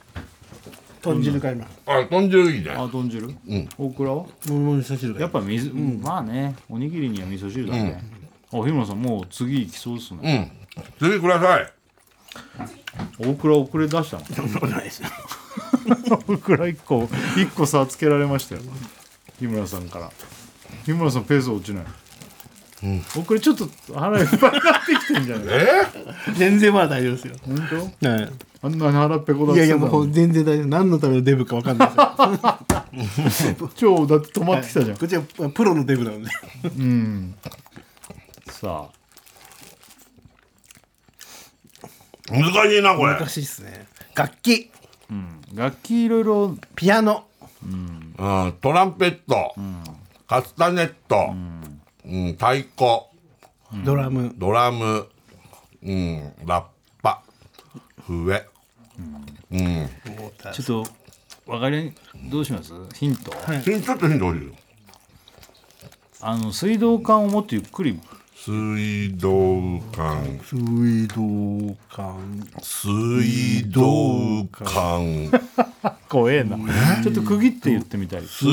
C: 豚汁買います。
B: あ豚汁いいね
A: あ豚汁、大倉は
C: もも味噌汁がい
A: やっ
C: い。
A: ぱ水、まあねおにぎりには味噌汁だね、あ日村さんもう次行きそうですね、
B: 次ください
A: 大倉遅れ出したの <laughs> 大倉一個一個差つけられましたよ日村さんから日村さんペース落ちない、大倉ちょっと腹いっぱいになってきてんじゃ
B: <laughs>
A: ない
C: 全然まだ大丈夫ですよ。
A: 本
C: はい。
A: 当あんなに腹ペコだっ
C: い
A: てた
C: やいや
A: の
C: もう全然大丈夫何のためのデブか分かんないですよ
A: 超だって止まって
C: <laughs>
A: きたじゃん、
C: こっちはプロのデブなので
A: うんさあ
B: 難しいなこれ
C: 難しいですね楽器
A: 楽器いろいろ
C: ピアノ
B: うん、トランペット、カスタネット、うん太鼓
C: ドラム
B: ドラム、うん、ラッパ笛
A: ちょっとわかりどうしますヒント、
B: ちょっとヒント欲しいよ
A: あの水道管をもっとゆっくり
B: 水道管
C: 水道管
B: 水道管
A: 怖えなちょっと区切って言ってみたり
B: す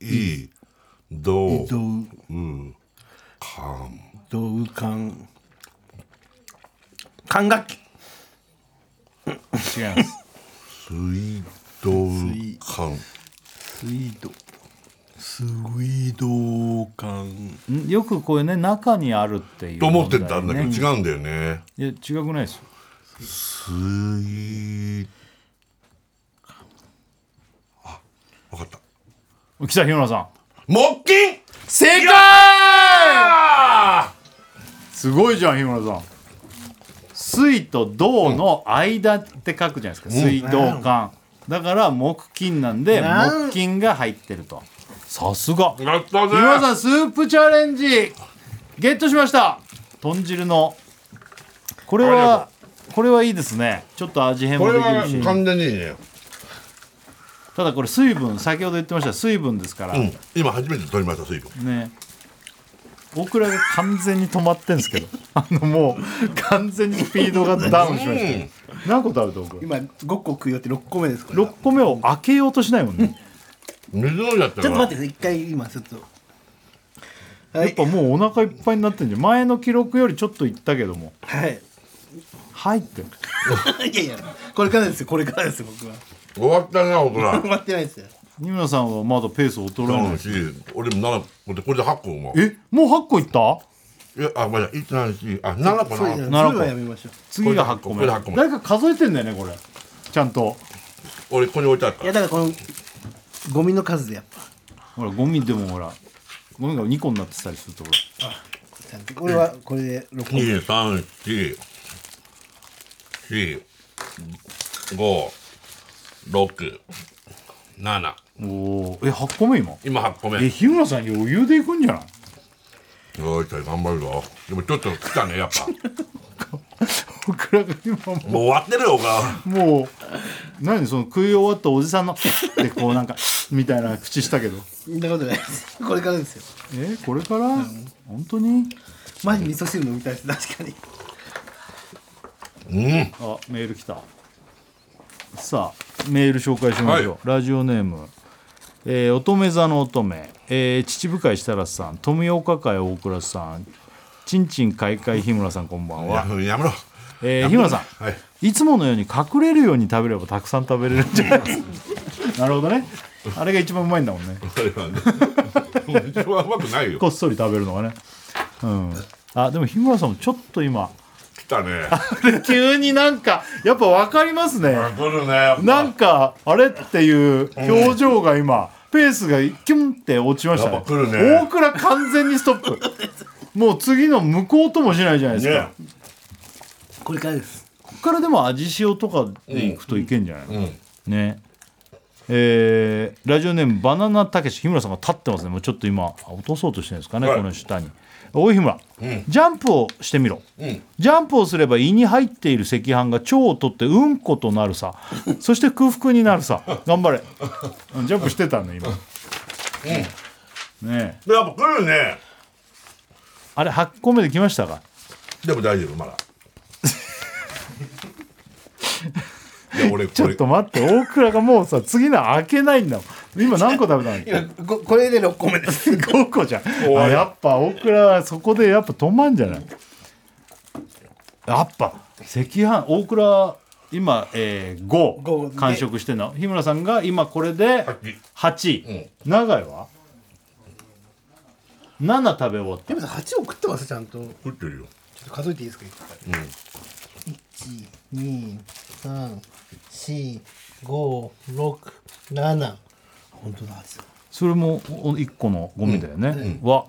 B: いど
C: 道
B: 管
C: 道管管楽器
A: 違います
B: 水道管
C: 水道水道管
A: んよくこういうね中にあるっていう
B: と思って
A: 問
B: た
A: 題
B: んだけど
A: ね
B: 違うんだよね
A: いや違くないですよ
B: 水あわかった
A: 来た日村さん
B: 木琴
A: 正解
B: あ
A: すごいじゃん日村さん水と銅の間って書くじゃないですか、水道管だから木金なんで
C: なん
A: 木金が入ってるとさすが
B: やったぜ
A: 皆さんスープチャレンジゲットしました豚汁のこれ
B: あり
A: はこれはいいですねちょっと味変
B: こ
A: も
B: れ
A: で
B: は
A: きるし
B: 完全にいいね
A: ただこれ水分先ほど言ってました水分ですから、
B: うん今初めて取りました水分
A: ねオクラが完全に止まってんですけど <laughs> あのもう完全にスピードがダウンしましたね何個食べたオクラ
C: 今5個食い終わって6個目ですこれ
A: 6個目を開けようとしないもんね
B: 水飲んじゃった
C: ち
B: か
C: ょっと
B: ら
C: 待ってください一回今ちょっとは
A: やっ
C: い
A: ぱもうお腹いっぱいになってんじゃん前の記録よりちょっといったけども
C: はい
A: 入ってる
C: <laughs> いやいやこれからですよこれからですよ僕は <laughs>
B: 終わったな大人
A: <laughs>
C: 待ってないですよ
A: 二村さんはまだペース衰えない
B: 楽しい俺も7個でこれで8個も
A: えもう8個いった
B: いやあごめんなさい1 7 4あ7個
C: そうじゃ
B: な
A: なる
C: ない
A: ほど
C: それはやめましょう
A: 次が8個
B: こ
A: 目
B: れ8個目
A: 誰か数えてんだよねこれちゃんと
B: 俺ここに置いてあるか
C: い
B: ら
C: やだからこのゴミの数でやっぱ
A: ほらゴミでもほらゴミが2個になってたりするとこ
C: ちゃんとこれはこれで6個目
B: 2 3 4 4 5 6 7
A: ろおーえ8個目今
B: 今8個目
A: え
B: よ
A: 日村さん余裕でいくんじゃない
B: ーし頑張るぞでもちょっと来たねやっぱも
A: 僕らが今も
B: う終わってるよ俺は
A: うもう何その食い終わったおじさんのでこうなんかみたいな口したけど
C: そんなことないですこれからですよ
A: えこれから本当に
C: マジ味噌汁飲みたいです確かに
B: うん
A: あメール来たさあメール紹介しましょう、
B: はい
A: ラジオネーム、えー乙女座の乙女、えー、秩父会設楽さん富岡会大倉さんちんちんかいかい日村さんこんばんは、
B: ややめろ
A: えー日村さん、
B: <laughs> はい
A: い、つものように隠れるように食べればたくさん食べれるんじゃない
B: <laughs>
A: ですかなるほどねあれが一番うまいんだもんね
B: あれはね一番うまくないよ
A: こっそり食べるのがねうんあでも日村さんもちょっと今
B: 来たね
A: <laughs> 急になんかやっぱ分かりますね
B: 来るねやっぱ
A: なんかあれっていう表情が今、ペースがキュンって落ちました
B: や
A: ね
B: っぱ来るね
A: 大倉完全にストップもう次の向こうともしないじゃないですか、
B: ね
C: これからです
A: ここからでも味塩とかでいくといけんじゃないの、
B: うん
A: ねえーラジオネームバナナたけし日村さんが立ってますねもうちょっと今落とそうとしてるんですかね、
B: はい
A: この下におい日村、ジャンプをしてみろ、
B: ん
A: ジャンプをすれば胃に入っている赤飯が腸を取ってうんことなるさそして空腹になるさ
B: <laughs>
A: 頑張れうんジャンプしてたね今、ねえ
B: やっぱ来るね
A: あれ8個目で来ましたか
B: でも大丈夫
A: <laughs>
B: まだいや俺こ
A: ちょっ
B: れ
A: と待って大倉がもうさ次の開けないんだもん今何個食べ
B: <laughs>
A: たの
C: 今ここれで6個目です <laughs>
A: 5個じゃん
B: おい
A: あやっぱオクラはそこでやっぱ止まんじゃないやっぱ赤飯大倉今、えー、
C: 五
A: 5
C: で
A: 完食してんの日村さんが今これで8長井は7食べ終わった
C: でもさ8を食ってますちゃんとちょ
B: 食ってるよ
C: っと数えていいですか一回、うん、1234567本当だ
A: それも1個のゴミだよね、は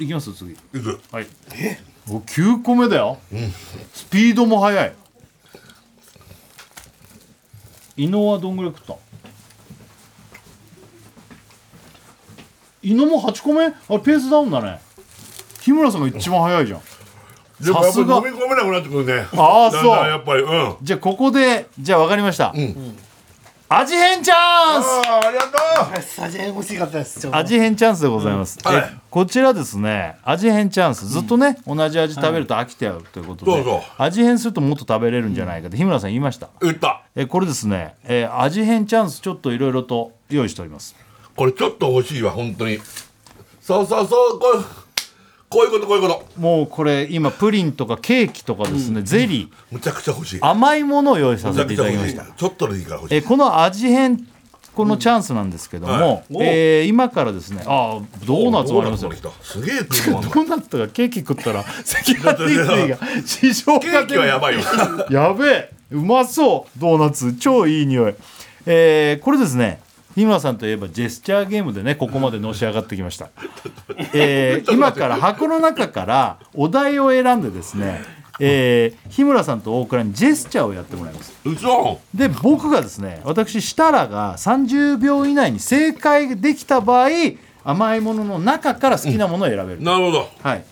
A: いきます次
B: いく
A: はいお9個目だよ、スピードも速い伊野はどんぐらい食った伊野も8個目あれペースダウンだね日村さんが一番速いじゃん
B: でもやっぱ
A: さす
B: り
A: が
B: 飲み込めなくなってくるね
A: あー
B: だん
A: そう
B: だんやっぱりうんあ
A: じゃあここでじゃあ分かりました、味変チャンス
B: あありがとう
C: 味変欲しかったですちょうど
A: 味変チャンスでございます、
B: はい
A: えこちらですね味変チャンスずっとね、同じ味食べると飽きてゃうということで、
B: そうそう
A: 味変するともっと食べれるんじゃないかって日村さん言いました
B: 言った
A: えこれですね、えー味変チャンスちょっといろいろと用意しております
B: これちょっと欲しいわ本当にそうそうそうこうこういうことこういうこと
A: もうこれ今プリンとかケーキとかですね、ゼリー
B: むちゃくちゃ欲しい
A: 甘いものを用意さ
B: む
A: せていただきました
B: ちゃくちゃ欲しいちょっとでいいから欲し
A: え
B: い
A: ーこの味変このチャンスなんですけども、
B: うんはい
A: えー今からですねああドーナツもありますよ
B: ドーナツも来たすげえ食い物あん
A: <laughs> ド
B: だ
A: ーナツがケーキ食ったら <laughs> 赤
B: <laughs>
A: 飯リーが市場
B: ケーキはやばい
A: <laughs>
B: よ
A: やべえうまそうドーナツ超いい匂いえーこれですね日村さんといえばジェスチャーゲームでねここまでのし上がってきました、えー今から箱の中からお題を選んでですね、えー日村さんと大倉にジェスチャーをやってもらいます
B: うそ
A: で僕がですね私設楽が30秒以内に正解できた場合甘いものの中から好きなものを選べる、
B: なるほど
A: はい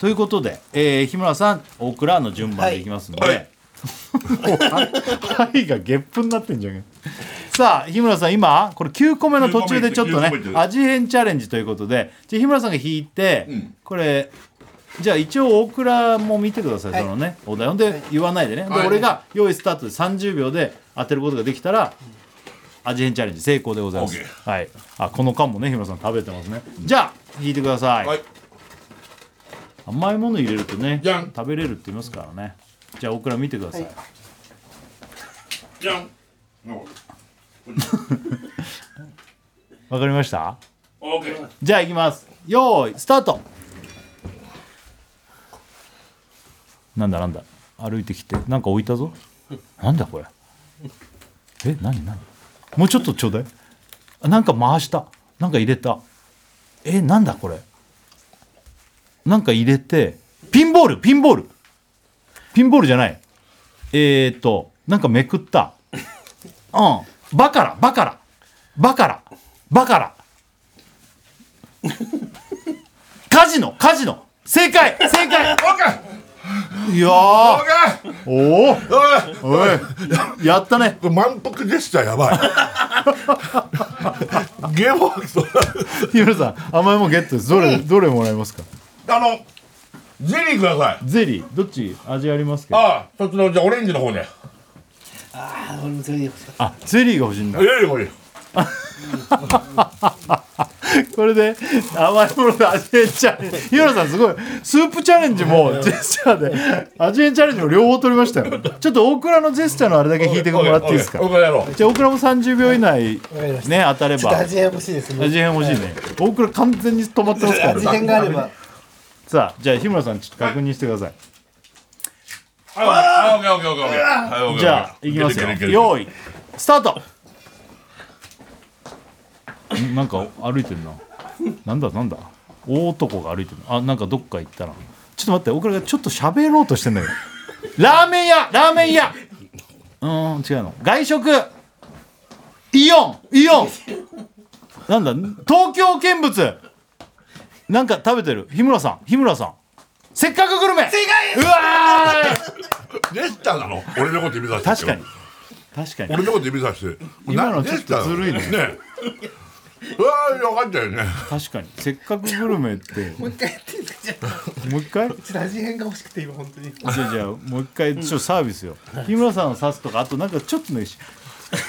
A: ということで、えー日村さんオクラの順番でいきますので、
B: は
A: はい <laughs> いがゲップになってんじゃんさあ日村さん今これ9個目の途中でちょっとね
B: 9個目です
A: 味変チャレンジということでじゃあ日村さんが引いて、これじゃあ一応大倉も見てください、
C: はい
A: そのねお題をで言わないでね、
B: はい
A: で俺が用意スタートで30秒で当てることができたら味変チャレンジ成功でございます、
B: OK
A: はい、あこの間もね日村さん食べてますねじゃあ引いてください、
B: はい
A: 甘いもの入れるとね
B: じゃん
A: 食べれるって言いますからねじゃあ大倉見てください、
C: はい
B: じゃん
A: わかりました
B: オーケー
A: じゃあ行きますよーいスタートなんだなんだ歩いてきてなんか置いたぞなんだこれえ何何もうちょっとちょうだいあなんか回したなんか入れたえなんだこれなんか入れてピンボールピンボールピンボールじゃないえーとなんかめくったうんバカラバカラバカラバカラカジノカジノ正解正解
B: オーケー
A: いや
B: オ
A: ー
B: ーケー
A: おお
B: おい
A: おいやったね
B: これ満腹ジェスチャーやばい <laughs> ゲームワークス
A: 日村さん甘いもんゲットですどれ、どれもらえますか
B: あのゼリーください
A: ゼリーどっち味ありますか
B: ああそっちのじゃあオレンジの方ね
C: ああ俺もそれで欲しかっ
A: あゼリーが欲しいんだ
B: いやいやこれ
A: これで甘いもので味変チャレンジ日村さんすごいスープチャレンジもジェスチャーで味変チャレンジも両方取りましたよちょっと大倉のジェスチャーのあれだけ引いてもらっていいですか
B: オーケーやろう
A: じゃあ大倉も30秒以内
C: りまし
A: ね当たれ
C: たちょっと
A: ば
C: 味変欲しいですね
A: 味変欲しいね大倉完全に止まってますから
C: 味変があれば
A: さあじゃあ日村さんちょっと確認してください
B: あオッケーオッケーオッケーオッケーはいオッケー
A: じゃあ、いきますよ。用意、スタート。んなんか歩いてるな。なんだなんだ。大男が歩いてるな。あ、なんかどっか行ったな。ちょっと待って、僕らがちょっと喋ろうとしてんだけど。ラーメン屋、ラーメン屋。うーん、違うの。外食。イオン、イオン。なんだ、東京見物。なんか食べてる。日村さん、日村さん。せっかくグルメ。うわーい。
B: ジェスチャーなの俺のこと指さして
A: 確かに。確かに。
B: 俺のこと指さして
A: 今の
B: な
A: ちょっとずるいね
B: ジェスチャーなのねうわーよかった <laughs> よね
A: 確かにせっかくグルメって
C: もう一回やっていいですかちょ
A: もう一回
C: っと味変が欲しくて今本当に
A: じゃあじゃあもう一回ちょっとサービスよ、日村さんを指すとかあとなんかちょっとねし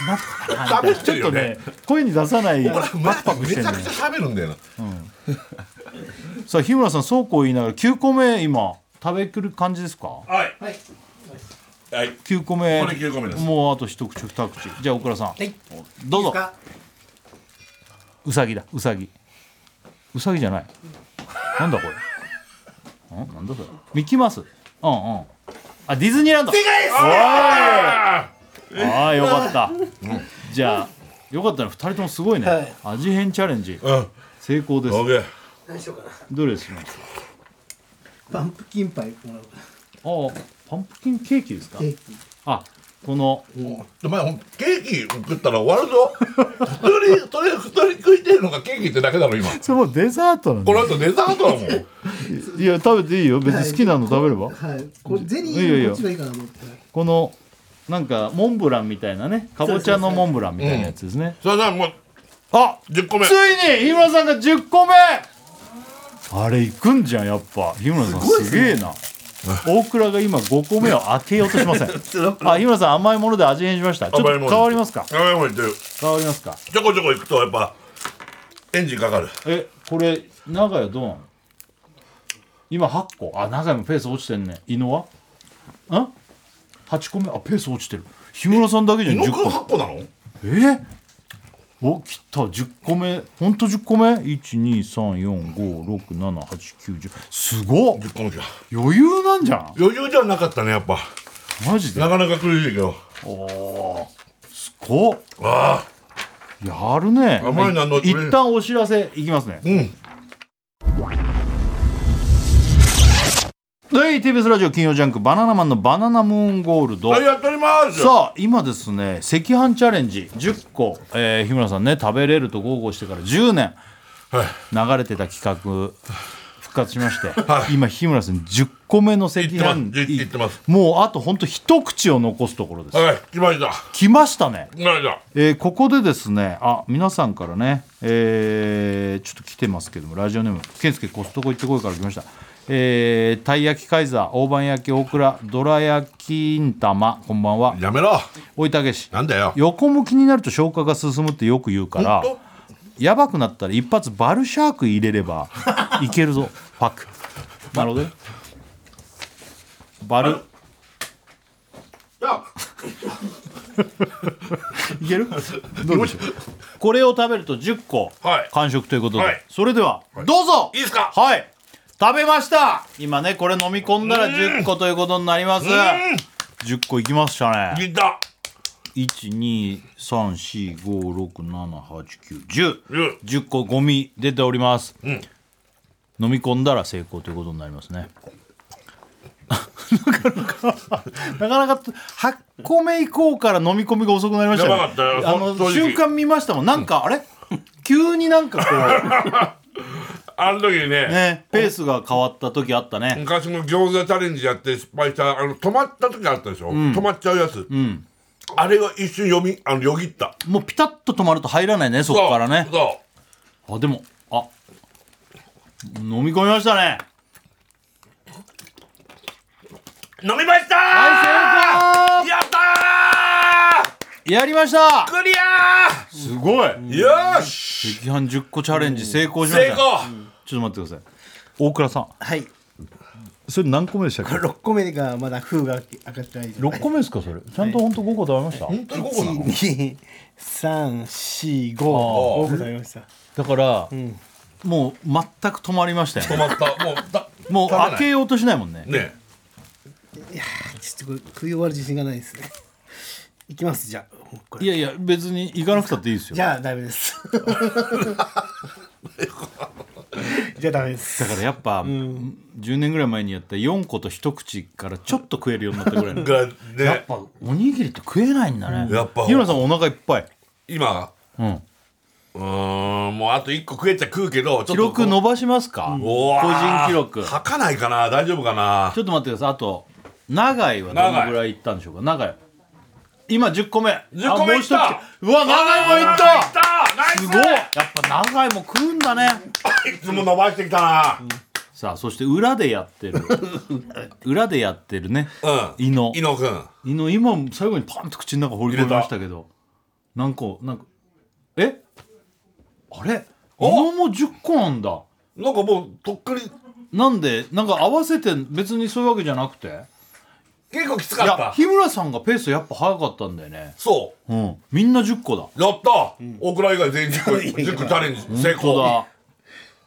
A: なんか
B: 喋って
A: ちょ
B: る
A: っ
B: よ
A: と
B: ね
A: ね声に出さない
B: ほらマ
A: パクパ
B: ジめ
A: クして
B: ち
A: んの
B: ゃ
A: よ
B: くちゃ喋るんだよな
A: さあ日村さんそうこう言いながら9個目今食べくる感じですか
B: はいはい
A: 9個目
B: これ9個目です
A: もうあと一口二口じゃあ大倉さん
C: はい
A: どうぞ
C: か
A: うさぎだうさぎうさぎじゃないなんだこれんなんだそれミッキーマウスうんうんあディズニーランド
B: あ
A: ああよかった、じゃあよかったね2人ともすごいね、
C: はい
A: 味変チャレンジ
B: ーうん
A: 成功です
B: オッケー
C: 何しようかな
A: どれします
C: パンプキンパイもらおうかな
A: ああパンプキンケーキですか
C: ケーキ
A: あこの
B: お前ほんケーキ食ったら終わるぞ一人それ一人食いてるのがケーキってだけだろ今
A: それもうデザートな
B: この後デザートだもん
A: いや食べていいよ別に好きなの食べれば
C: はいこれゼリ
A: いやい
C: ー
A: や
C: こっちがいいかなと思って
A: このなんかモンブランみたいなねかぼちゃのモンブランみたいなやつですね
B: それじゃあもう
A: あ
B: 10個目
A: <laughs> ついに日村さんが10個目あれ行くんじゃんやっぱ日村さんすげえな大倉が今5個目を開けようとしま <laughs> せんあ日村さん甘いもので味変しましたちょっと
B: 甘い
A: 変
B: もの
A: わりますか
B: あもう言ってる
A: 変わりますか
B: ちょこちょこ行くとやっぱエンジンかかる
A: えこれ長屋どうなの今8個あ長屋もペース落ちてんね伊野はん ?8 個目あペース落ちてる日村さんだけじゃん
B: 猪木
A: 10個
B: 8個なの
A: えおきた10個目ほんと10個目12345678910すごっ
B: 10個目じゃ
A: 余裕なんじゃん
B: 余裕じゃなかったねやっぱ
A: マジで
B: なかなか苦しいけど
A: すごっ
B: あ
A: やるね
B: 甘いなあの
A: 一旦お知らせいきますね
B: うん
A: はい、TBS ラジオ金曜ジャンク「バナナマンのバナナムーンゴールド」
B: あやっております
A: さあ今ですね赤飯チャレンジ10個、えー日村さんね食べれると豪語してから10年流れてた企画復活し
B: <laughs>
A: まして、今日村さん10個目の赤飯
B: いってますいいってます
A: もうあとほんと一口を残すところです、
B: はい来ました
A: 来ましたね
B: 来ました
A: えーここでですねあ皆さんからね、えーちょっと来てますけどもラジオネーム健介コストコ行ってこいから来ました、えーたい焼きカイザー大判焼き大倉どら焼きん玉こんばんは
B: やめろ
A: おいたけし
B: なんだよ
A: 横向きになると消化が進むってよく言うから
B: 本
A: やばくなったら一発バルシャーク入れればいけるぞパックなるほどねバル
B: あ
A: いけるどうでしょうこれを食べると10個
B: はい
A: 完食ということで、
B: はい
A: それではどうぞ
B: いいですか
A: はい食べました今ねこれ飲み込んだら10個ということになります10個いきましたね
B: 来た
A: 1234567891010個ゴミ出ております、飲み込んだら成功ということになりますねなかなかなかなか8個目以降から飲み込みが遅くなりましたね
B: やばかったよ
A: あ
B: 正
A: の
B: 直
A: 瞬間見ましたもんなんか、あれ急になんかこ
B: あの時にね
A: うねペースが変わった時あったね
B: 昔も餃子チャレンジやって失敗したあの止まった時あったでしょ、止まっちゃうやつ、あれは一瞬よみあのよぎった
A: もうピタッと止まると入らないねそこからね
B: そうそ
A: あでもあ飲み込みましたね
B: う飲みましたー、
A: はい成
B: やった
A: 功やりました
B: ークリア
A: すごい赤
B: ーよーし
A: 飯10個チャレンジ成功しまし
B: 成
A: た
B: 功
A: ちょっと待ってください大倉さん
C: はい
A: それ何個目でしたっけ
C: 6個目がまだ封が上がってないじゃ
A: 6個目ですかそれちゃんと本当5個食べました、
B: 本当にここなの
C: 12345多くなりました
A: だから、もう全く止まりましたよ、
B: 止
A: ね、
B: まったもうだ
A: もう
B: 食べない
A: 開けようとしないもんね
B: ね
C: ちょっとこれ食い終わる自信がないですねいきますじゃあもうこれ
A: いやいや別に行かなくたっていいですよ
C: じゃあダメです <laughs> じゃあダメです
A: だからやっぱ、10年ぐらい前にやった4個と一口からちょっと食えるようになったぐらいの
B: ぐらい
A: やっ
B: ね
A: ぱおにぎりって食えないんだね、
B: やっぱ
A: 日村さんお腹いっぱい、
B: 今
A: うん、
B: うーんもうあと一個食えちゃ食うけどちょっと
A: 記録伸ばしますか、
B: う
A: 個
B: わー
A: 人記録
B: 吐かないかな大丈夫かな
A: ちょっと待ってください。あと、長井はどのぐらいいったんでしょうか。長井。今10個目。
B: 10個目
A: あ
B: いった
A: もう一口うわ、長井もいっ
B: あ
A: た
B: ー
A: す
B: いっ
A: ご
B: た
A: い
B: ナ
A: や
B: イ
A: っぱ長井も食うんだね。
B: スいつも伸ばしてきたな
A: さあ、そして裏でやって <laughs> る。裏でやってるね。
B: うん
A: 胃の。
B: 伊野くん
A: 胃の、今、最後にパンと口の中放り込みましたけど。何個、なんか、えあれ胃のも10個なんだ。
B: なんかもうとっくに
A: なんで、なんか合わせて別にそういうわけじゃなくて。
B: 結構きつ
A: い
B: かっ
A: や、
B: た
A: 日村さんがペースやっぱ早かったんだよね。
B: そ
A: うん、みんな10個だ
B: うやった、大倉以外全員10個10個チ
A: <laughs>
B: ャレンジ成
A: 本当
B: 功
A: だ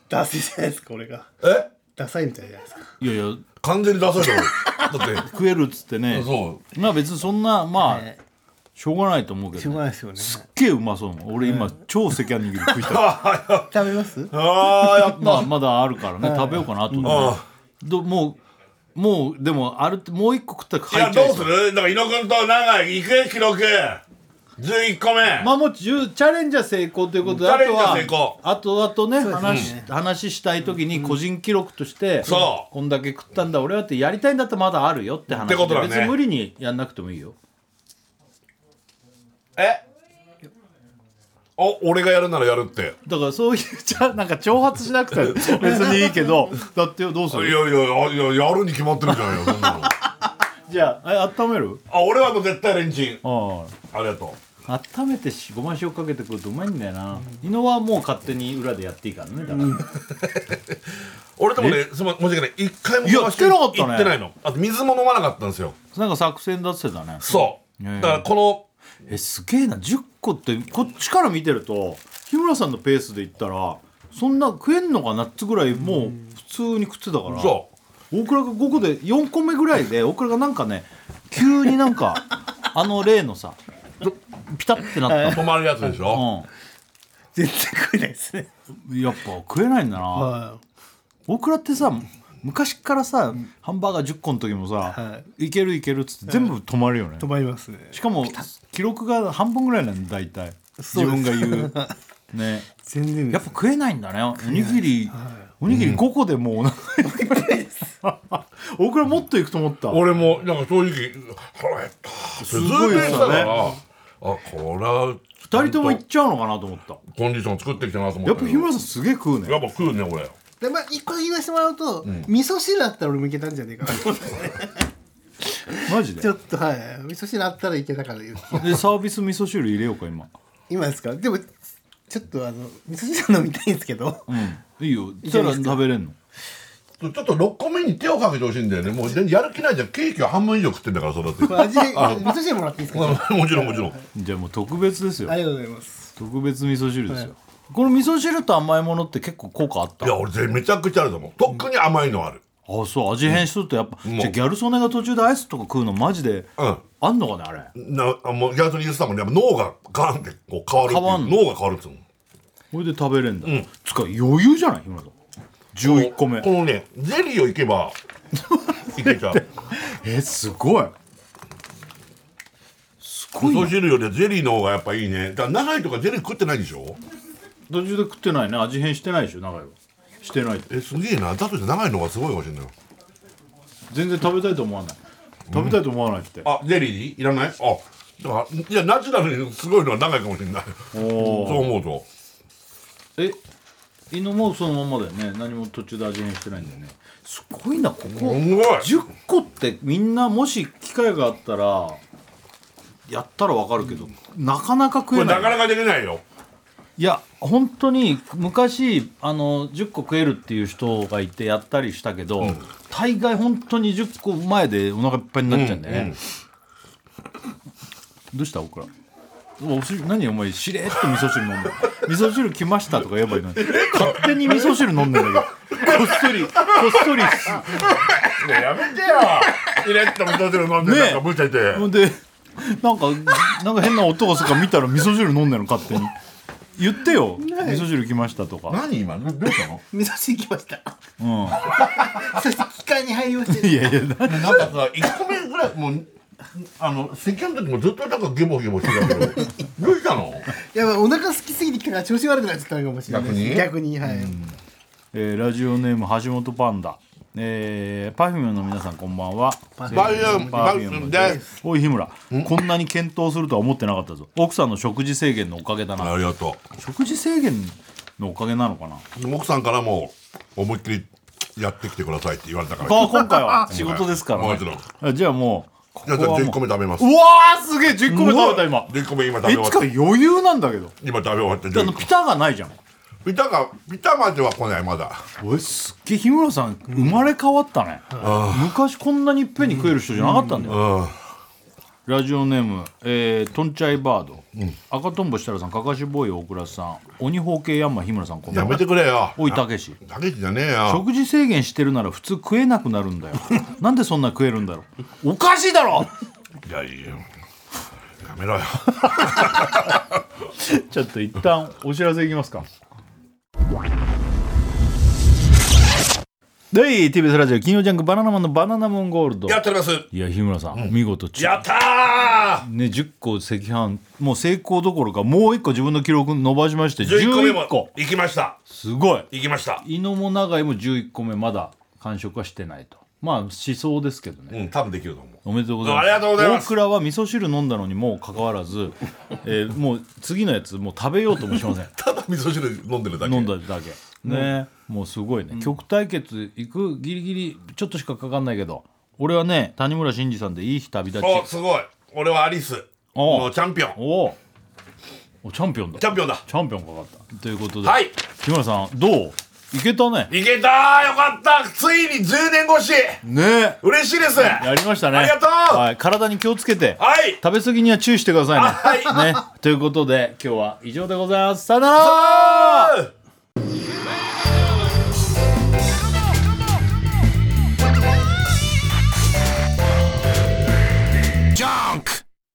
C: ダサいじゃないですか俺が
B: え
C: ダサいみたいじゃないですか
A: いやいや
B: 完全に出された俺だって
A: 食えるっつってね
B: <laughs> そ
A: まあ別にそんなまあ
C: ね
A: しょうがないと思うけ
C: しょ
A: ど、
C: う
A: ね、
C: がないですよね
A: すっげえうまそうなの俺今超赤飯握り食いたい
C: 食べます
B: ああやった
A: まあまだあるからね食べようかなと思ってどもうもうでもあるもう一個食ったら
B: い
A: 入
B: や
A: っちゃい
B: どう
A: そう
B: するだから伊野くんと長井行く記録11個目、
A: まあもう10チャレンジは成功ということで
B: チ
A: あ
B: ャレン
A: と
B: ジは
A: は
B: 成功
A: あとあとね話話したい時に個人記録として
B: そう
A: こんだけ食ったんだ俺はってやりたいんだったらまだあるよって話
B: ってことだね
A: 別に無理にやんなくてもいいよ
B: えお俺がやるならやるって
A: だからそういうじゃなんか挑発しなくて <laughs> も別にいいけどだってどうす
B: いや
A: る
B: いやいやいややるに決まってるじゃんよそんな
A: <laughs>
B: のあ
A: じゃああ温める
B: 俺はもう絶対レンチン
A: あ
B: ありがと
A: あ温めてしごま塩かけてくるとうまいんだよな伊野はもう勝手に裏でやっていいからねだから、
B: う俺ともねすまん申し訳ない一回も
A: いや
B: 回して
A: つけなかったね
B: 行ってないのあと水も飲まなかったんですよ
A: なんか作戦出せたね
B: そう
A: ねえ
B: だからこの
A: えすげえな10個ってこっちから見てると日村さんのペースでいったらそんな食えんのかなっつぐらいもう普通に食ってたから
B: そ
A: 大倉が5個で4個目ぐらいで大倉がなんかね急になんかあの例のさどピタッてなっ、
B: う止まるやつでしたょ
C: 全然食えないですね
A: うん、やっぱ食えないんだな、
C: は
A: 大倉ってさ昔からさ、ハンバーガー10個の時もさ、、
C: はい
A: けるいけるっつって全部止まるよね、
C: 止まりますね
A: しかも記録が半分ぐらいなんだ大体自分が言う
C: <laughs>
A: ね
C: 全然
A: やっぱ食えないんだねおにぎり、おにぎり5個でもうお腹いっ <laughs> ぱい大倉もっといくと思った
B: 俺もなんか正直腹減ったってずっと言ってたから、あこれは
A: 2人ともいっちゃうのかなと思った
B: コンディション作ってきたなと思
A: や
B: っ
A: った
B: け
A: ぱ日
B: ど
A: 村さんすげえ食う
B: や
A: ね
B: っぱ食うね俺
C: でまあ一個だけ言わせてもらうと、味噌汁あったら俺もいけたんじゃねえかな
A: マジで
C: ちょっとはい味噌汁あったらいけたから言う
A: でサービス味噌汁入れようか今
C: 今ですかでもちょっとあの味噌汁飲みたいんですけど
A: うんいいよ
C: い
A: そした
C: けま
A: ら
C: すか
A: 食べれんの
B: ちょっと6個目に手をかけてほしいんだよねもう全然やる気ないじゃんケーキを半分以上食ってんだからそれだって
A: <laughs>
C: これ <laughs> 味味噌汁もらっていいですか
B: もちろんもちろん
A: じゃあもう特別ですよ
C: ありがとうございます
A: 特別味噌汁ですよ、
C: は
A: この味噌汁と甘いものって結構効果あ
B: い
A: った
B: や俺全めちゃくちゃあると思うとっくに甘いのある
A: あそう味変しとるとやっぱ、
B: ん
A: じゃあギャル曽根が途中でアイスとか食うのマジで、
B: うん
A: あんのかねあれ
B: なあもう逆に言ってたもんねやっぱ脳がガンってこう変わるっていう
A: 変わん
B: 脳
A: の
B: が変わるっつうの
A: これで食べれんだ、つか余裕じゃない日村さん11個目
B: このねゼリーをいけ
A: <laughs>
B: ばいけちゃう
A: えすごいすごい
B: 味
A: な
B: 噌汁よりはゼリーの方がやっぱいいねだから長いとかゼリー食ってないんでしょ
A: 途中で食ってないね味変してないでしょ長いはしてない
B: えすげえなだとして長いのがすごいかもしれない
A: 全然食べたいと思わない食べたいと思わないって、
B: あゼリーいらないあだからいやナチュラルにすごいのは長いかもしれない
A: おー
B: そう思うと
A: え犬もそのままだよね何も途中で味変してないんだよねすごいなここ
B: すごい
A: 10個ってみんなもし機会があったらやったらわかるけどなかなか
B: こ
A: 食え
B: れ
A: な
B: ないかなかできないよ
A: いや本当に昔あの10個食えるっていう人がいてやったりしたけど、大概本当に10個前でお腹いっぱいになっちゃうんだよね、どうした僕らおし何お前しれっと味噌汁飲んだ <laughs> 味噌汁来ましたとか言えばいいのに勝手に味噌汁飲んでんだけどこっそりこっそり
B: ねえやめてよ入れって味噌汁飲んで
A: ねえ
B: なんかぶっちゃいて
A: ほんでなんかなんか変な音がするから見たら味噌汁飲んでるの勝手に言ってよ味噌汁来ましたとか
B: 何今どどうしたの
C: 味噌汁来ました
A: うん
C: <laughs> そして機械に入りました
A: いやいや
B: なんかさ1個目ぐらいもうあの席の時もずっとなんかゲボゲボしてたけどどうしたの
C: やばいお腹空きすぎてきたから調子悪くなっちゃったのかもしれないです
B: 逆
C: 逆にはい、
A: <laughs> えーラジオネーム橋本パンダえー、パフュームの皆さんこんばんは
B: バイアンバイアンです
A: おい日村こんなに検討するとは思ってなかったぞ奥さんの食事制限のおかげだな
B: ありがと
A: 食事制限のおかげなのかな
B: う奥さんからも思いっきりやってきてくださいって言われたから
A: あ今回は仕事ですから、
B: もちろん
A: あじゃあもうこ
B: じゃあ
A: こはもう
B: 10個目食べます
A: うわーすげえ10個目食べた今
B: 10個目今食べ
A: え
B: 終わ
A: つ
B: っ
A: か
B: た
A: 余裕なんだけど
B: 今食べ終わって
A: あ
B: 10個
A: のピタがないじゃん
B: ピタがピタまでは来ないまだ
A: おいすっげえ日村さん生まれ変わったね、昔こんなにいっぺんに食える人じゃなかったんだよ、ラジオネーム、えー、トンチャイバード、赤とんぼ設楽さんかかしボーイ大倉さん鬼包茎ヤンマ日村さんこんば
B: や
A: んは
B: めてくれよ
A: おいたけし
B: だけじゃねえよ
A: 食事制限してるなら普通食えなくなるんだ <laughs> よなんでそんな食えるんだろうおかしいだろ
B: いやいややめろよ
A: <laughs> ちょっと一旦お知らせいきますかでい TBS ラジオ金曜ジャンクバナナマンのバナナムーンゴールド
B: やっております
A: いや日村さん、見事ち
B: やったー
A: ね10個赤飯もう成功どころかもう1個自分の記録伸ばしまして
B: 11個目
A: 11
B: も
A: 個
B: 行きました
A: すごい
B: 行きました
A: 井野も長井も11個目まだ完食はしてないとまあ思想ですけどね、
B: うん多分できると思う
A: おめでとうございます
B: ありがとうございます
A: 大倉は味噌汁飲んだのにもかかわらず、 <laughs> えーもう次のやつもう食べようともしません
B: <laughs> ただ味噌汁飲んでるだけ
A: 飲んだだけね、もうすごいね、極対決行くギリギリちょっとしかかかんないけど俺はね谷村新司さんでいい日旅立ち
B: おすごい俺はアリス
A: お
B: のチャンピオン
A: おうおチャンピオンだ
B: チャンピオンだ
A: チャンピオンかかったということで、
B: はい
A: 木村さんどういけたね
B: いけたーよかったついに10年越し
A: ね
B: 嬉しいです
A: やりましたね
B: ありがとう
A: はい、体に気をつけて、
B: はい
A: 食べ過ぎには注意してくださいね,、
B: は
A: ねということで今日は以上でございますさよなら
B: う